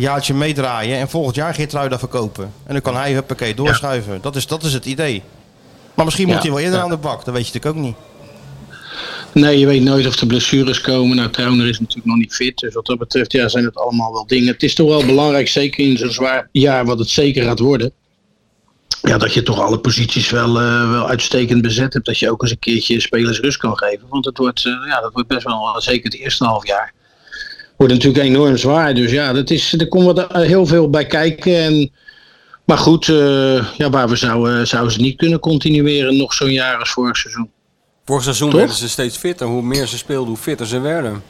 Speaker 6: Jaartje meedraaien en volgend jaar Geertruida verkopen. En dan kan hij huppakee doorschuiven. Dat, is, dat is het idee. Maar misschien moet
Speaker 10: Ja.
Speaker 6: hij wel eerder
Speaker 10: Ja.
Speaker 6: aan de bak. Dat weet je natuurlijk ook niet.
Speaker 10: Nee, je weet nooit of er blessures komen. Nou, Trauner is natuurlijk nog niet fit. Dus wat dat betreft ja, zijn het allemaal wel dingen. Het is toch wel belangrijk, zeker in zo'n zwaar jaar, wat het zeker gaat worden. Ja, dat je toch alle posities wel, eh, wel uitstekend bezet hebt. Dat je ook eens een keertje spelers rust kan geven. Want het wordt, eh, ja, dat wordt best wel, eh, zeker het eerste half jaar, wordt natuurlijk enorm zwaar. Dus ja, dat is, er komt wat, eh, heel veel bij kijken. En, maar goed, eh, ja, waar we zouden, zouden ze niet kunnen continueren nog zo'n jaar als vorig seizoen.
Speaker 7: Vorig seizoen
Speaker 10: Toch?
Speaker 7: werden ze steeds fitter. Hoe meer ze speelden, hoe fitter ze werden.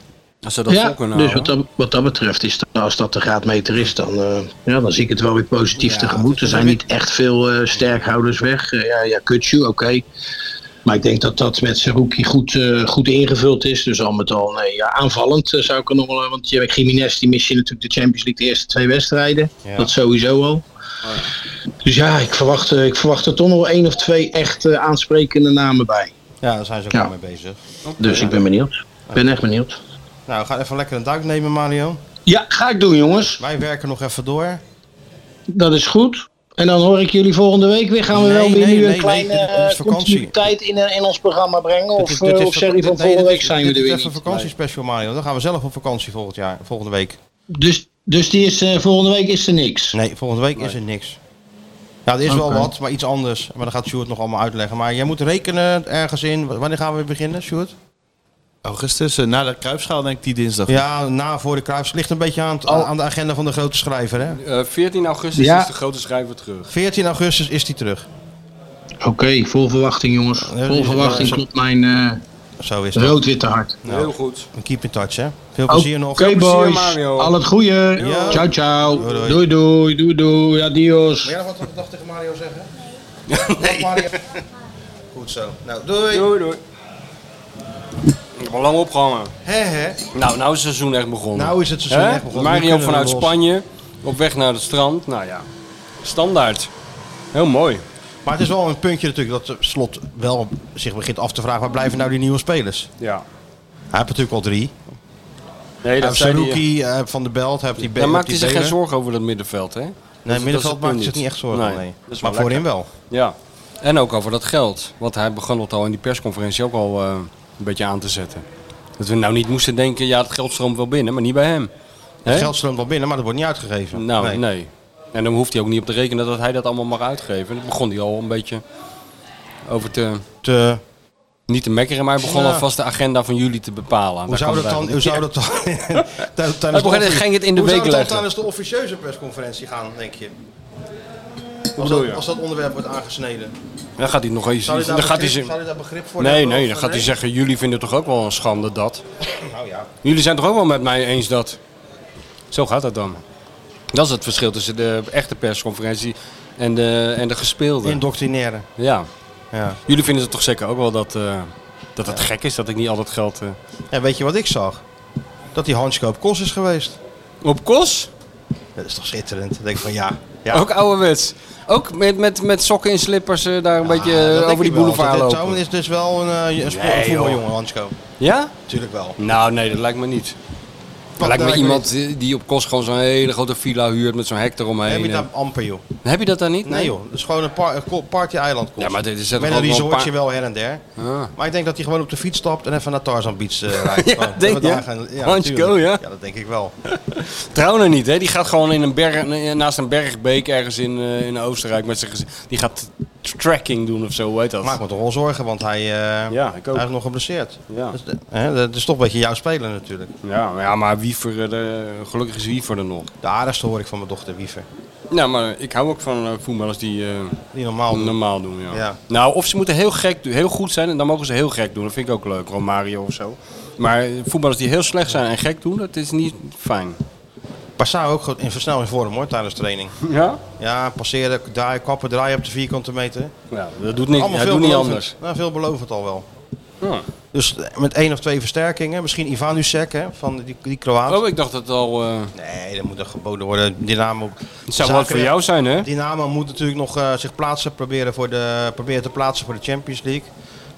Speaker 7: Als ze dat nou, vol kunnen
Speaker 10: dus
Speaker 7: houden.
Speaker 10: wat dat, wat dat betreft is dat, als dat de graadmeter is, dan, eh, ja, dan zie ik het wel weer positief tegemoet. Er zijn niet echt veel eh, sterkhouders weg. Eh, ja, ja, Kutsu, oké. Maar ik denk dat dat met Seruki goed, eh, goed ingevuld is. Dus al met al, nee, ja, aanvallend eh, zou ik er nog wel... Want je hebt Jiménez, die mis je natuurlijk de Champions League de eerste twee wedstrijden. Dat sowieso al. Dus ja, ik verwacht, eh, ik verwacht er toch nog wel één of twee echt eh, aansprekende namen bij.
Speaker 6: Ja, daar zijn ze ook
Speaker 10: Ja.
Speaker 6: wel mee bezig.
Speaker 10: Dus ik ben benieuwd. Ik ben echt benieuwd.
Speaker 6: Nou, ga even lekker een duik nemen, Mario.
Speaker 10: Ja, ga ik doen jongens.
Speaker 6: Wij werken nog even door.
Speaker 10: Dat is goed. En dan hoor ik jullie volgende week weer. Gaan we
Speaker 6: Nee,
Speaker 10: wel weer
Speaker 6: nee,
Speaker 10: nu een
Speaker 6: nee,
Speaker 10: kleine
Speaker 6: nee, dit is
Speaker 10: eh,
Speaker 6: vakantie.
Speaker 10: continuïteit in, eh, in ons programma brengen? Of,
Speaker 6: Dit is- dit
Speaker 10: eh,
Speaker 6: is
Speaker 10: of
Speaker 6: vak-
Speaker 10: Sherry van
Speaker 6: nee,
Speaker 10: volgende
Speaker 6: dit
Speaker 10: week
Speaker 6: is-
Speaker 10: zijn we er
Speaker 6: Dit
Speaker 10: weer
Speaker 6: is even
Speaker 10: niet.
Speaker 6: vakantiespecial, Mario. Dan gaan we zelf op vakantie volgend jaar, volgende week.
Speaker 10: Dus, dus die is, eh, volgende week is er niks.
Speaker 6: Nee, volgende week is er niks. Ja, er is wel
Speaker 10: Oké.
Speaker 6: wat, maar iets anders. Maar dan gaat Sjoerd nog allemaal uitleggen. Maar jij moet rekenen ergens in. W- Wanneer gaan we weer beginnen, Sjoerd?
Speaker 1: Augustus, eh, na de kruipschaal denk ik die dinsdag.
Speaker 6: Ja, na voor de kruis. Ligt een beetje aan, het- aan de agenda van de grote schrijver, hè?
Speaker 7: Eh, 14 augustus
Speaker 10: Ja.
Speaker 7: is de grote schrijver terug.
Speaker 6: 14 augustus is die terug.
Speaker 10: Oké, vol verwachting jongens.
Speaker 6: die
Speaker 10: Vol
Speaker 6: is-
Speaker 10: verwachting
Speaker 6: zo-
Speaker 10: klopt mijn eh,
Speaker 6: Zo is dat.
Speaker 10: rood-witte hart.
Speaker 7: Heel goed.
Speaker 6: We keep in touch, hè? Veel plezier
Speaker 10: Oké
Speaker 6: nog.
Speaker 7: plezier,
Speaker 10: boys,
Speaker 7: Mario.
Speaker 10: al het goede.
Speaker 6: Ja.
Speaker 10: Ciao ciao.
Speaker 6: Doei,
Speaker 10: Doei doei, doei doei, adios.
Speaker 6: jij nog wat dag tegen Mario zeggen? nee. Goed zo. Nou, doei.
Speaker 7: Doei, doei. Ik heb al lang opgehangen.
Speaker 6: Hè, hè.
Speaker 7: Nou, nou is het seizoen echt begonnen.
Speaker 6: Nou is het seizoen
Speaker 7: Hè?
Speaker 6: echt begonnen. Nu
Speaker 7: Mario
Speaker 6: kunnen we
Speaker 7: vanuit
Speaker 6: los.
Speaker 7: Spanje, op weg naar het strand. Nou ja, standaard. Heel mooi.
Speaker 6: Maar het is wel een puntje natuurlijk dat Slot wel zich begint af te vragen... waar blijven nou die nieuwe spelers?
Speaker 7: Ja.
Speaker 6: Hij heeft natuurlijk al drie.
Speaker 7: Nee,
Speaker 6: Heb
Speaker 7: dat zei hij.
Speaker 6: Saruki, eh, Van der Belt, heb die
Speaker 7: Dan maakt hij zich geen
Speaker 6: zorgen.
Speaker 7: zorgen over dat middenveld, hè?
Speaker 6: Nee, middenveld maakt
Speaker 7: maakt
Speaker 6: hij zich niet echt zorgen. Nee.
Speaker 7: dus. Dat is
Speaker 6: Maar
Speaker 7: wel
Speaker 6: voorin wel.
Speaker 7: Ja. En ook over dat geld. Want hij begon het al in die persconferentie ook al eh, een beetje aan te zetten. Dat we nou niet moesten denken, ja, het geld stroomt wel binnen, maar niet bij hem.
Speaker 6: Het
Speaker 7: Hè?
Speaker 6: geld stroomt wel binnen, maar dat wordt niet uitgegeven.
Speaker 7: Nou, nee. En dan hoeft hij ook niet op te rekenen dat hij dat allemaal mag uitgeven. Daar begon hij al een beetje over te...
Speaker 6: Te-
Speaker 7: Niet te mekkeren, maar hij begon
Speaker 6: Ja.
Speaker 7: alvast de agenda van jullie te bepalen.
Speaker 6: hoe
Speaker 7: Daar
Speaker 6: zou
Speaker 7: kwam
Speaker 6: dat
Speaker 7: het
Speaker 6: dan? Hoe
Speaker 7: eigenlijk
Speaker 6: zou dat dan? tijdens de
Speaker 7: Hij begon-
Speaker 6: offici-
Speaker 7: ging het in de
Speaker 6: hoe
Speaker 7: week
Speaker 6: zou dat dan
Speaker 7: leggen.
Speaker 6: tijdens de officieuze persconferentie gaan, denk je? Als
Speaker 7: bedoel
Speaker 6: dat,
Speaker 7: je?
Speaker 6: als dat onderwerp wordt aangesneden.
Speaker 7: op. Dan gaat hij nog eens...
Speaker 6: Zou hij
Speaker 7: Dan
Speaker 6: daar,
Speaker 7: gaat hij
Speaker 6: begrip,
Speaker 7: ze...
Speaker 6: zou hij daar begrip voor
Speaker 7: Nee,
Speaker 6: hebben
Speaker 7: nee,
Speaker 6: of-
Speaker 7: dan gaat hij zeggen, jullie vinden toch ook wel een schande dat.
Speaker 6: Nou ja.
Speaker 7: Jullie zijn toch ook wel met mij eens dat. Zo gaat dat dan. Dat is het verschil tussen de echte persconferentie en de, en de gespeelde.
Speaker 6: Indoctrineren.
Speaker 7: Ja.
Speaker 6: Ja.
Speaker 7: Jullie vinden het toch zeker ook wel dat, eh, dat het gek is dat ik niet altijd geld... eh,
Speaker 6: En weet je wat ik zag? Dat die Hansko op Kos is geweest.
Speaker 7: Op kos?
Speaker 6: Dat is toch schitterend? Dan denk ik van ja. ja.
Speaker 7: Ook ouderwets. Ook met, met, met sokken en slippers eh, daar een beetje
Speaker 6: Ja, dat
Speaker 7: eh,
Speaker 6: denk
Speaker 7: over die
Speaker 6: ik wel.
Speaker 7: boulevard
Speaker 6: Dit-
Speaker 7: lopen.
Speaker 6: dit zoon is dus wel een, eh, een, spo- een
Speaker 7: Nee,
Speaker 6: voetbaljongen, Hansko.
Speaker 7: Ja?
Speaker 6: Tuurlijk wel.
Speaker 7: Nou, nee, dat lijkt me niet. Dat lijkt me
Speaker 6: lijkt me
Speaker 7: iemand die- die op kos gewoon zo'n hele grote villa huurt met zo'n hek eromheen.
Speaker 6: Heb je
Speaker 7: en-
Speaker 6: dat amper, joh.
Speaker 7: Heb je dat daar niet?
Speaker 6: Nee, joh. Het is gewoon een, par- een ko- party-eiland.
Speaker 7: Ja, maar dit is
Speaker 6: Met
Speaker 7: toch
Speaker 6: een
Speaker 7: ook wel een
Speaker 6: resortje
Speaker 7: paar-
Speaker 6: wel her en der.
Speaker 7: Ah.
Speaker 6: Maar ik denk dat hij gewoon op de fiets stapt en even naar Tarzan Beach eh, rijdt.
Speaker 7: Ja,
Speaker 6: Gewoon
Speaker 7: denk
Speaker 6: even daar
Speaker 7: je?
Speaker 6: gaan-
Speaker 7: Hansko,
Speaker 6: natuurlijk.
Speaker 7: ja?
Speaker 6: Ja, dat denk ik wel.
Speaker 7: Trouwen niet, hè? Die gaat gewoon in een berg, eh, naast een bergbeek ergens in, eh, in Oostenrijk met zijn gezin. Die gaat tracking doen of zo, hoe heet dat?
Speaker 6: Maak me toch wel zorgen, want hij, eh,
Speaker 7: Ja, ik ook.
Speaker 6: hij is nog geblesseerd.
Speaker 7: Ja.
Speaker 6: Dus, de- hè, dat is toch een beetje jouw speler natuurlijk.
Speaker 7: Ja, maar, ja, maar Wiever, eh, de- gelukkig is Wiever er nog.
Speaker 6: De aardigste hoor ik van mijn dochter Wiever.
Speaker 7: Nou, maar ik hou ook van eh, voetballers die eh,
Speaker 6: Die normaal doen.
Speaker 7: normaal doen, ja.
Speaker 6: Ja.
Speaker 7: Nou, of ze moeten heel gek doen, heel goed zijn en dan mogen ze heel gek doen. Dat vind ik ook leuk, Romario of zo. Maar eh, voetballers die heel slecht zijn en gek doen, dat is niet fijn.
Speaker 6: Passau ook goed in versnel in vorm hoor, tijdens training.
Speaker 7: Ja?
Speaker 6: Ja, passeren, draaien, kappen, draaien op de vierkante meter.
Speaker 7: Ja, dat doet niet,
Speaker 6: Allemaal
Speaker 7: dat doet niet
Speaker 6: veelbelovend.
Speaker 7: anders.
Speaker 6: Nou, veelbelovend al wel.
Speaker 7: Ja.
Speaker 6: Dus met één of twee versterkingen. Misschien Ivan Usek hè, van die, die Kroaat.
Speaker 7: Oh, ik dacht dat het al... eh,
Speaker 6: Nee, dat moet er geboden worden. Dynamo.
Speaker 7: het zou wat voor jou zijn, hè?
Speaker 6: Dynamo moet natuurlijk nog eh, zich plaatsen, proberen, voor de, proberen te plaatsen voor de Champions League.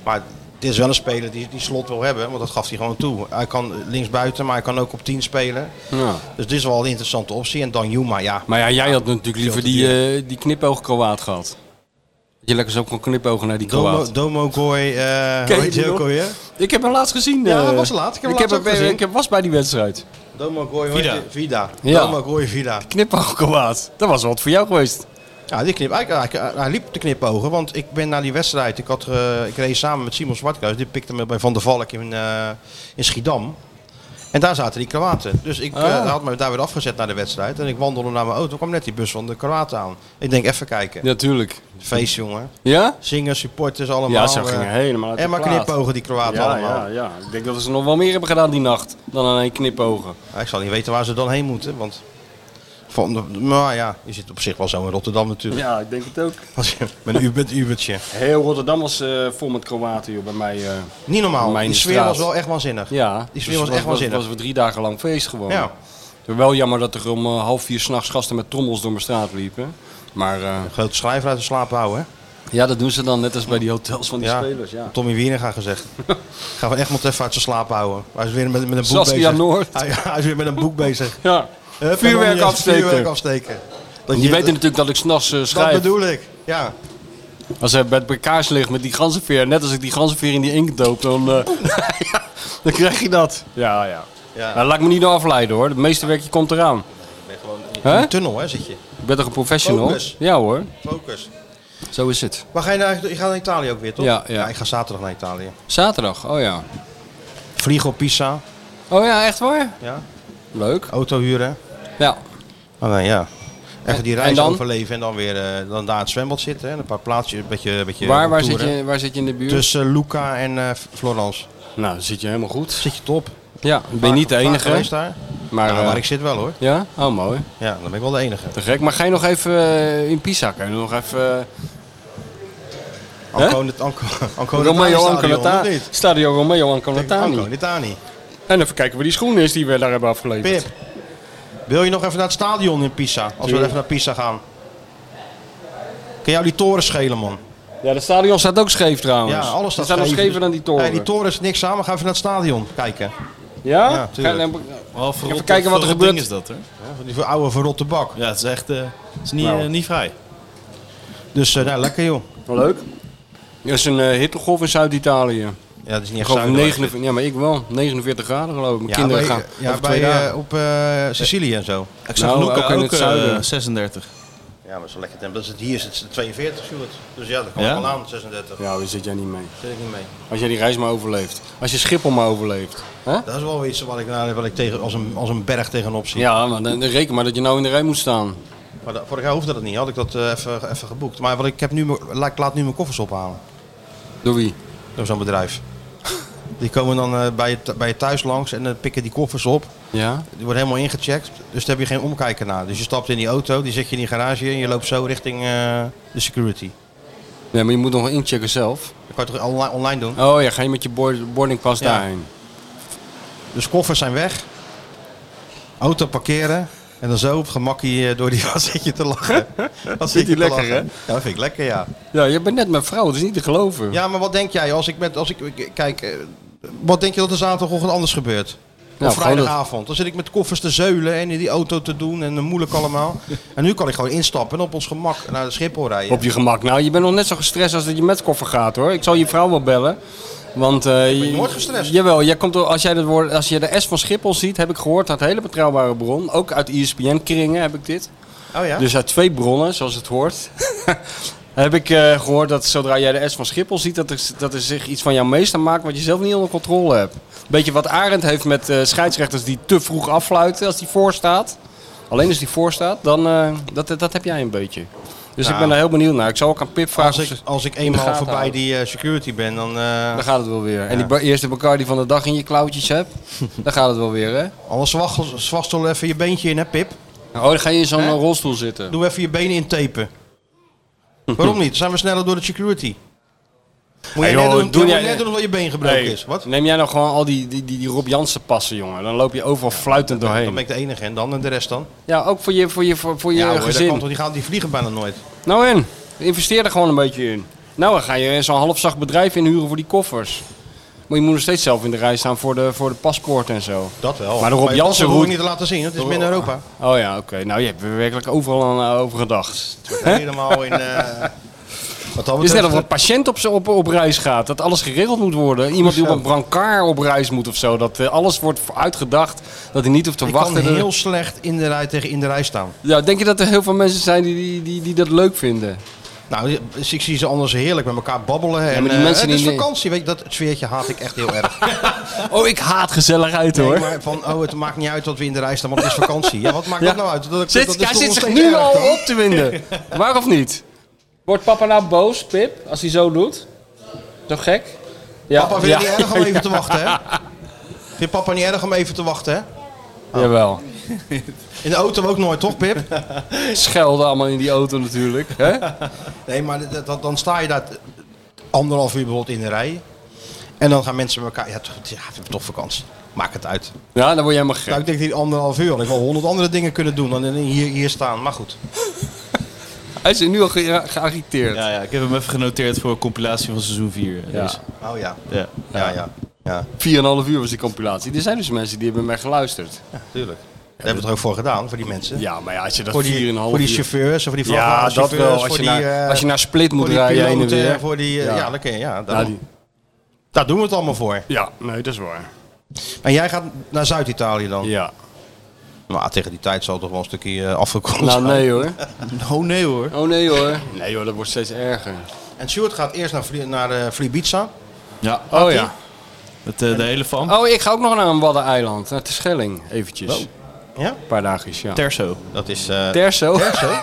Speaker 6: Maar dit is wel een speler die, die slot wil hebben, want dat gaf hij gewoon toe. Hij kan linksbuiten, maar hij kan ook op 10 spelen.
Speaker 7: Ja.
Speaker 6: Dus dit is wel een interessante optie. En dan Juma, ja.
Speaker 7: Maar ja, jij had natuurlijk liever
Speaker 6: te
Speaker 7: die, eh die knipoog Kroaat gehad. Dat je lekker zo kon knipogen naar die
Speaker 6: Domo,
Speaker 7: Kroaat.
Speaker 6: Domo Goy, eh
Speaker 7: Ken
Speaker 6: hoe
Speaker 7: je
Speaker 6: heet
Speaker 7: die
Speaker 6: die ook
Speaker 7: nog?
Speaker 6: alweer?
Speaker 7: Ik heb hem laatst gezien.
Speaker 6: Ja,
Speaker 7: eh,
Speaker 6: dat was laatst. Ik heb hem laatst ook
Speaker 7: hem-
Speaker 6: gezien.
Speaker 7: Ik heb- was bij die wedstrijd.
Speaker 6: Domo Goy,
Speaker 1: Vida.
Speaker 6: Vida. Vida.
Speaker 7: Ja.
Speaker 6: Domo Goy, Vida.
Speaker 7: Knipoog Kroaat. Dat was wat voor jou geweest.
Speaker 6: Ja, die knip, hij, hij- hij liep te knipogen, want ik ben naar die wedstrijd. Ik, had, eh, ik reed samen met Simon Zwartkruis, die pikte me bij Van der Valk in, eh, in Schiedam. En daar zaten die Kroaten. Dus ik eh,
Speaker 7: Oh.
Speaker 6: had me daar weer afgezet naar de wedstrijd. En ik wandelde naar mijn auto, kwam net die bus van de Kroaten aan. Ik denk, even kijken.
Speaker 7: Natuurlijk.
Speaker 6: Feest, jongen.
Speaker 7: Ja?
Speaker 6: Zingers, supporters, allemaal.
Speaker 7: Ja, ze gingen
Speaker 6: eh,
Speaker 7: helemaal uit de
Speaker 6: En maar
Speaker 7: plaat.
Speaker 6: knipogen, die Kroaten
Speaker 7: Ja,
Speaker 6: allemaal.
Speaker 7: ja, ja. Ik denk dat ze nog wel meer hebben gedaan die nacht dan alleen knipogen.
Speaker 6: Ja, Ik zal niet weten waar ze dan heen moeten, want... Van de, maar ja, je zit op zich wel zo in Rotterdam natuurlijk.
Speaker 7: Ja, ik denk het ook.
Speaker 6: Als je met een u- met een Ubertje.
Speaker 7: Heel Rotterdam was eh, vol met Kroaten joh, bij mij. eh.
Speaker 6: Niet normaal.
Speaker 7: Mijn
Speaker 6: die sfeer
Speaker 7: straat.
Speaker 6: was wel echt waanzinnig.
Speaker 7: ja. dus
Speaker 6: Die sfeer was echt
Speaker 7: was,
Speaker 6: waanzinnig.
Speaker 7: was weer drie dagen lang feest gewoon.
Speaker 6: Ja.
Speaker 7: Het is wel jammer dat er om eh, half vier s'nachts gasten met trommels door mijn straat liepen. Maar eh,
Speaker 6: Grote schrijver uit de slaap houden.
Speaker 7: ja, dat doen ze dan net als bij die hotels van
Speaker 6: hè?
Speaker 7: die spelers. Ja.
Speaker 6: Tommy Wieringa gezegd. Gaan we echt moet even uit zijn slaap houden. Hij is weer met, met een boek
Speaker 7: Saskia
Speaker 6: bezig.
Speaker 7: Noord.
Speaker 6: Hij, hij is weer met een boek bezig.
Speaker 7: ja.
Speaker 6: Hup,
Speaker 7: Vuurwerk
Speaker 6: en dan niet eens
Speaker 7: afsteken.
Speaker 6: Vuurwerk afsteken. Dat
Speaker 7: Die
Speaker 6: je-
Speaker 7: weten
Speaker 6: dat,
Speaker 7: natuurlijk dat ik s'nachts eh
Speaker 6: dat
Speaker 7: schrijf.
Speaker 6: bedoel ik. Ja.
Speaker 7: Als hij bij het bekaars ligt met die ganzenveer. Net als ik die ganzenveer in die inkt doop, dan, eh, ja, dan krijg je dat. Ja, ja.
Speaker 6: ja.
Speaker 7: Nou, laat me niet door afleiden hoor. Het meeste werkje komt eraan.
Speaker 6: In
Speaker 7: Hè?
Speaker 6: een tunnel hè, zit je.
Speaker 7: Ik ben toch een professional?
Speaker 6: Focus.
Speaker 7: Ja hoor,
Speaker 6: Focus.
Speaker 7: zo is het.
Speaker 6: Maar ga je, naar, je gaat naar Italië ook weer, toch?
Speaker 7: Ja, ja.
Speaker 6: ik ga zaterdag naar Italië.
Speaker 7: Zaterdag, oh ja.
Speaker 6: Vliegen op Pisa.
Speaker 7: Oh ja, echt waar?
Speaker 6: Ja.
Speaker 7: Leuk.
Speaker 6: Auto huren.
Speaker 7: Ja,
Speaker 6: Oh, nee, ja. Echt die reis
Speaker 7: en dan?
Speaker 6: overleven en dan weer eh, dan daar aan het zwembad zitten. hè, En een paar plaatsjes, een beetje, een Dus- beetje
Speaker 7: waar, waar, zit
Speaker 6: rondtoeren.
Speaker 7: je, waar zit je in de buurt?
Speaker 6: Tussen Luca en eh, Florence.
Speaker 7: Nou, dan zit je helemaal goed.
Speaker 6: Zit je top.
Speaker 7: Ja, ben je niet de
Speaker 6: Vaak- vaak
Speaker 7: enige.
Speaker 6: geweest daar?
Speaker 7: Maar,
Speaker 6: Ja,
Speaker 7: eh,
Speaker 6: waar ik zit wel hoor.
Speaker 7: Ja? Oh, mooi.
Speaker 6: Ja, dan ben ik wel de enige.
Speaker 7: Te gek. Maar ga je nog even eh, in Pisa? Kan je nog even... eh,
Speaker 6: Ancona Ancona- Ancona-
Speaker 7: Romeo
Speaker 6: Stadion, of
Speaker 7: Anconatani.
Speaker 6: niet?
Speaker 7: Stadio Romeo Anconatani.
Speaker 6: Ancona- Tani.
Speaker 7: En even kijken waar die schoen is die we daar hebben afgeleverd.
Speaker 6: Pip, wil je nog even naar het stadion in Pisa? Als we even naar Pisa gaan. Kan jou die toren schelen, man?
Speaker 7: Ja, de stadion staat ook scheef trouwens.
Speaker 6: Ja, alles staat
Speaker 7: Die staat nog
Speaker 6: scheef.
Speaker 7: schever dan die
Speaker 6: Nee,
Speaker 7: toren.
Speaker 6: die toren is niks aan, maar ga even naar het stadion kijken.
Speaker 7: Ja?
Speaker 6: Ja, tuurlijk.
Speaker 7: Ga- dan-
Speaker 1: Wel Oh, verrot,
Speaker 7: Even kijken wat er
Speaker 1: verrot ding
Speaker 7: gebeurt.
Speaker 1: is dat, hè?
Speaker 6: Ja, van die oude verrotte bak.
Speaker 1: Ja, het is echt eh, het is niet,
Speaker 7: Nou.
Speaker 1: eh, niet vrij.
Speaker 6: Dus eh, nou, lekker joh.
Speaker 7: Wel leuk. Er is een uh, hittegolf in Zuid-Italië.
Speaker 6: Ja, dat is niet
Speaker 7: Ik
Speaker 6: echt
Speaker 7: geloof
Speaker 6: zuinig.
Speaker 7: 49, ja, maar ik wel. 49 graden geloof ik. Mijn
Speaker 6: Ja,
Speaker 7: kinderen
Speaker 6: bij-
Speaker 7: gaan
Speaker 6: ja,
Speaker 7: over
Speaker 6: bij,
Speaker 7: twee dagen.
Speaker 6: eh, op eh, Sicilië en zo.
Speaker 1: Ik zag
Speaker 7: Nou,
Speaker 1: Luca
Speaker 7: ook in
Speaker 1: ook,
Speaker 7: het
Speaker 1: eh,
Speaker 7: zuiden.
Speaker 1: 36.
Speaker 6: Ja, maar zo lekker tempo. Dat is het, hier is het 42, Sjoerd. Dus ja, dat kan
Speaker 1: Ja?
Speaker 6: wel aan, 36.
Speaker 7: Ja, daar zit jij niet mee.
Speaker 6: Zit ik niet mee.
Speaker 7: Als jij die reis maar overleeft. Als je Schiphol maar overleeft. Hè?
Speaker 6: Dat is wel iets wat ik, nou, wat ik tegen, als, een, als een berg tegenop zie.
Speaker 7: Ja, maar dan, dan reken maar dat je nou in de rij moet staan.
Speaker 6: Maar dat- vorig jaar hoefde dat niet, had ik dat eh, even, even geboekt. Maar wat ik, heb nu, mijn- laat, ik laat nu mijn koffers ophalen
Speaker 7: Door wie?
Speaker 6: door zo'n bedrijf. Die komen dan eh, bij, je, th- bij je thuis langs en dan pikken die koffers op.
Speaker 7: Ja?
Speaker 6: Die worden helemaal ingecheckt, dus daar heb je geen omkijken naar. Dus je stapt in die auto, die zet je in die garage en je loopt zo richting eh, de security.
Speaker 7: Nee, maar je moet nog wel inchecken zelf.
Speaker 6: Dat kan je toch online, online doen?
Speaker 7: Oh ja, ga je met je board, boardingpas
Speaker 6: Ja.
Speaker 7: daarheen.
Speaker 6: Dus koffers zijn weg. Auto parkeren. En dan zo op gemakkie eh, door die wat zit je te lachen. Wat zit
Speaker 7: hij
Speaker 6: te
Speaker 7: lekker,
Speaker 6: lachen.
Speaker 7: hè?
Speaker 6: Ja, dat vind ik lekker, ja.
Speaker 7: Ja, je bent net mijn vrouw, dat is niet te geloven.
Speaker 6: Ja, maar wat denk jij als ik met... Als ik, ik- kijk, eh, wat denk je dat er zaterdagochtend anders gebeurt?
Speaker 7: Nou,
Speaker 6: Op
Speaker 7: gewoon dat-
Speaker 6: vrijdagavond. Dan zit ik met koffers te zeulen en in die auto te doen en eh, moeilijk allemaal. en nu kan ik gewoon instappen en op ons gemak naar de Schiphol rijden.
Speaker 7: Op je gemak. Nou, je bent nog net zo gestrest als dat je met koffer gaat hoor. Ik zal je vrouw wel bellen. Want, eh, je-
Speaker 6: nooit gestrest.
Speaker 7: Jawel, jij komt, door- als, jij dat woord, als je de S van Schiphol ziet, heb ik gehoord uit hele betrouwbare bron. Ook uit E ESPN-kringen heb ik dit.
Speaker 6: Oh ja?
Speaker 7: Dus uit twee bronnen, zoals het hoort. heb ik eh, gehoord dat zodra jij de S van Schiphol ziet, dat er, dat er zich iets van jou meester maakt wat je zelf niet onder controle hebt. Beetje wat Arend heeft met eh, scheidsrechters die te vroeg affluiten als die voor staat. Alleen als die voor staat, dan eh, dat, dat heb jij een beetje. Dus ik
Speaker 6: Nou.
Speaker 7: ben er heel benieuwd naar. Ik zal ook aan Pip vragen.
Speaker 6: als,
Speaker 7: of
Speaker 6: ik,
Speaker 7: ze-
Speaker 6: als ik
Speaker 7: in de
Speaker 6: eenmaal
Speaker 7: gaten
Speaker 6: voorbij
Speaker 7: houden.
Speaker 6: die eh, security ben, dan... eh,
Speaker 7: Dan gaat het wel weer. En die ba- eerste Bacardi van de dag in je klauwtjes hebt, dan gaat het wel weer, hè?
Speaker 6: alles zwaggel- zwagstel even je beentje in, hè Pip?
Speaker 7: Oh, dan ga je in zo'n eh, rolstoel zitten.
Speaker 6: Doe even je benen intapen. Waarom niet? Dan zijn we sneller door de security. Moet
Speaker 7: Hey,
Speaker 6: jij
Speaker 7: joh,
Speaker 6: net doen,
Speaker 7: doe
Speaker 6: doe
Speaker 7: jij-
Speaker 6: net doen of je been gebroken
Speaker 7: Hey,
Speaker 6: is? Wat?
Speaker 7: Neem jij nou gewoon al die, die, die, die Rob Jansen passen, jongen. Dan loop je overal fluitend
Speaker 6: Dan
Speaker 7: doorheen.
Speaker 6: ben ik de enige en dan en de rest dan?
Speaker 7: Ja, ook voor je, voor je, voor, voor je
Speaker 6: hoor, dat
Speaker 7: gezin.
Speaker 6: kan toch, die, gaan, die vliegen bijna nooit.
Speaker 7: Nou en, investeer er gewoon een beetje in. Nou, dan ga je zo'n halfzacht bedrijf inhuren voor die koffers. Maar je moet nog steeds zelf in de rij staan voor de, voor de paspoort en zo.
Speaker 6: Dat wel.
Speaker 7: Maar de Rob
Speaker 6: je
Speaker 7: Jansen
Speaker 6: hoef ik
Speaker 7: route-
Speaker 6: niet te laten zien, het is binnen Europa.
Speaker 7: Oh ja, oké. Nou, je hebt er werkelijk overal aan eh, over gedacht.
Speaker 6: Helemaal in... eh, wat dat
Speaker 7: Het is net
Speaker 6: betreft, eh,
Speaker 7: alsof een patiënt op, z'n- op, op reis gaat. Dat alles geregeld moet worden. Iemand die op een brancard op reis moet of zo. Dat eh, alles wordt uitgedacht. Dat hij niet hoeft te
Speaker 6: ik kan
Speaker 7: wachten. Dat-
Speaker 6: heel slecht in de rij tegen in de rij staan.
Speaker 7: Ja, denk je dat er heel veel mensen zijn die, die, die, die dat leuk vinden?
Speaker 6: Nou, dus ik zie ze anders heerlijk met elkaar babbelen. en,
Speaker 7: maar die
Speaker 6: eh,
Speaker 7: mensen
Speaker 6: het is
Speaker 7: die-
Speaker 6: vakantie, weet je, dat sfeertje haat ik echt heel erg.
Speaker 7: Oh, ik haat gezelligheid
Speaker 6: Nee,
Speaker 7: hoor.
Speaker 6: maar van, oh, het maakt niet uit dat we in de rij staan, want het is vakantie. Ja, wat maakt
Speaker 7: Ja.
Speaker 6: dat nou uit? Dat, dat- dat
Speaker 7: Zit,
Speaker 6: is
Speaker 7: hij
Speaker 6: toch
Speaker 7: zit
Speaker 6: nog
Speaker 7: zich
Speaker 6: steeds
Speaker 7: nu
Speaker 6: erg,
Speaker 7: al
Speaker 6: toch?
Speaker 7: op te winden. Waar of niet? Wordt papa nou boos, Pip, als hij zo doet? Zo gek? Ja,
Speaker 6: Papa, vind je het niet erg om even te wachten, hè? Vind je papa niet erg om even te wachten, hè?
Speaker 7: Jawel.
Speaker 6: In de auto ook nooit, toch, Pip?
Speaker 7: Schelden allemaal in die auto natuurlijk. Hè?
Speaker 6: Nee, maar dat, dat- dan sta je daar anderhalf uur bijvoorbeeld in de rij. En dan gaan mensen met elkaar... Ja, toch, ja, we hebben toch vakantie. Maak het uit.
Speaker 7: Ja, dan word je helemaal gek.
Speaker 6: Nou, ik denk die anderhalf uur had ik wel honderd andere dingen kunnen doen dan hier, hier staan. Maar goed.
Speaker 7: Hij is nu al ge- geagiteerd.
Speaker 1: Ja, ja, ik heb hem even genoteerd voor een compilatie van seizoen 4.
Speaker 7: Ja.
Speaker 6: Oh ja.
Speaker 1: ja.
Speaker 6: Ja, ja. Ja,
Speaker 7: 4,5 uur was die compilatie. Er zijn dus mensen die hebben mij geluisterd.
Speaker 6: tuurlijk. Daar hebben we het ook voor gedaan, voor die mensen.
Speaker 7: Ja, maar ja, als je dat
Speaker 6: Voor
Speaker 7: 4,5
Speaker 6: die,
Speaker 7: uur...
Speaker 6: voor die chauffeurs, voor die
Speaker 7: Ja, dat
Speaker 6: vrachtwagenchauffeurs,
Speaker 7: wel. Als
Speaker 6: voor
Speaker 7: je,
Speaker 6: die,
Speaker 7: naar,
Speaker 6: eh,
Speaker 7: als je naar Split moet
Speaker 6: voor die
Speaker 7: rijden heen en
Speaker 6: piloten,
Speaker 7: weer.
Speaker 6: Voor die, eh,
Speaker 7: Ja.
Speaker 6: ja, dat ken je, ja,
Speaker 7: Ja,
Speaker 6: daarom.
Speaker 7: die-
Speaker 6: Daar doen we het allemaal voor.
Speaker 7: ja, nee, dat is waar.
Speaker 6: En jij gaat naar Zuid-Italië dan?
Speaker 7: Ja.
Speaker 6: Nou, tegen die tijd zal het toch wel een stukje eh, afgekoeld
Speaker 7: Nou,
Speaker 6: zijn.
Speaker 7: nee hoor.
Speaker 6: nou,
Speaker 1: Oh nee hoor.
Speaker 7: Oh nee hoor. Nee hoor, dat wordt steeds erger.
Speaker 6: En Stuart gaat eerst naar, Vlie- naar eh, Vliebica.
Speaker 1: Ja,
Speaker 7: Oh ja.
Speaker 1: met eh, de hele fan.
Speaker 7: Oh, ik ga ook nog naar een Waddeneiland. Naar Terschelling, eventjes.
Speaker 6: Ja?
Speaker 7: Oh. Een paar dagjes, ja.
Speaker 1: Terzo.
Speaker 6: Dat is... eh
Speaker 7: Terzo.
Speaker 6: Terzo?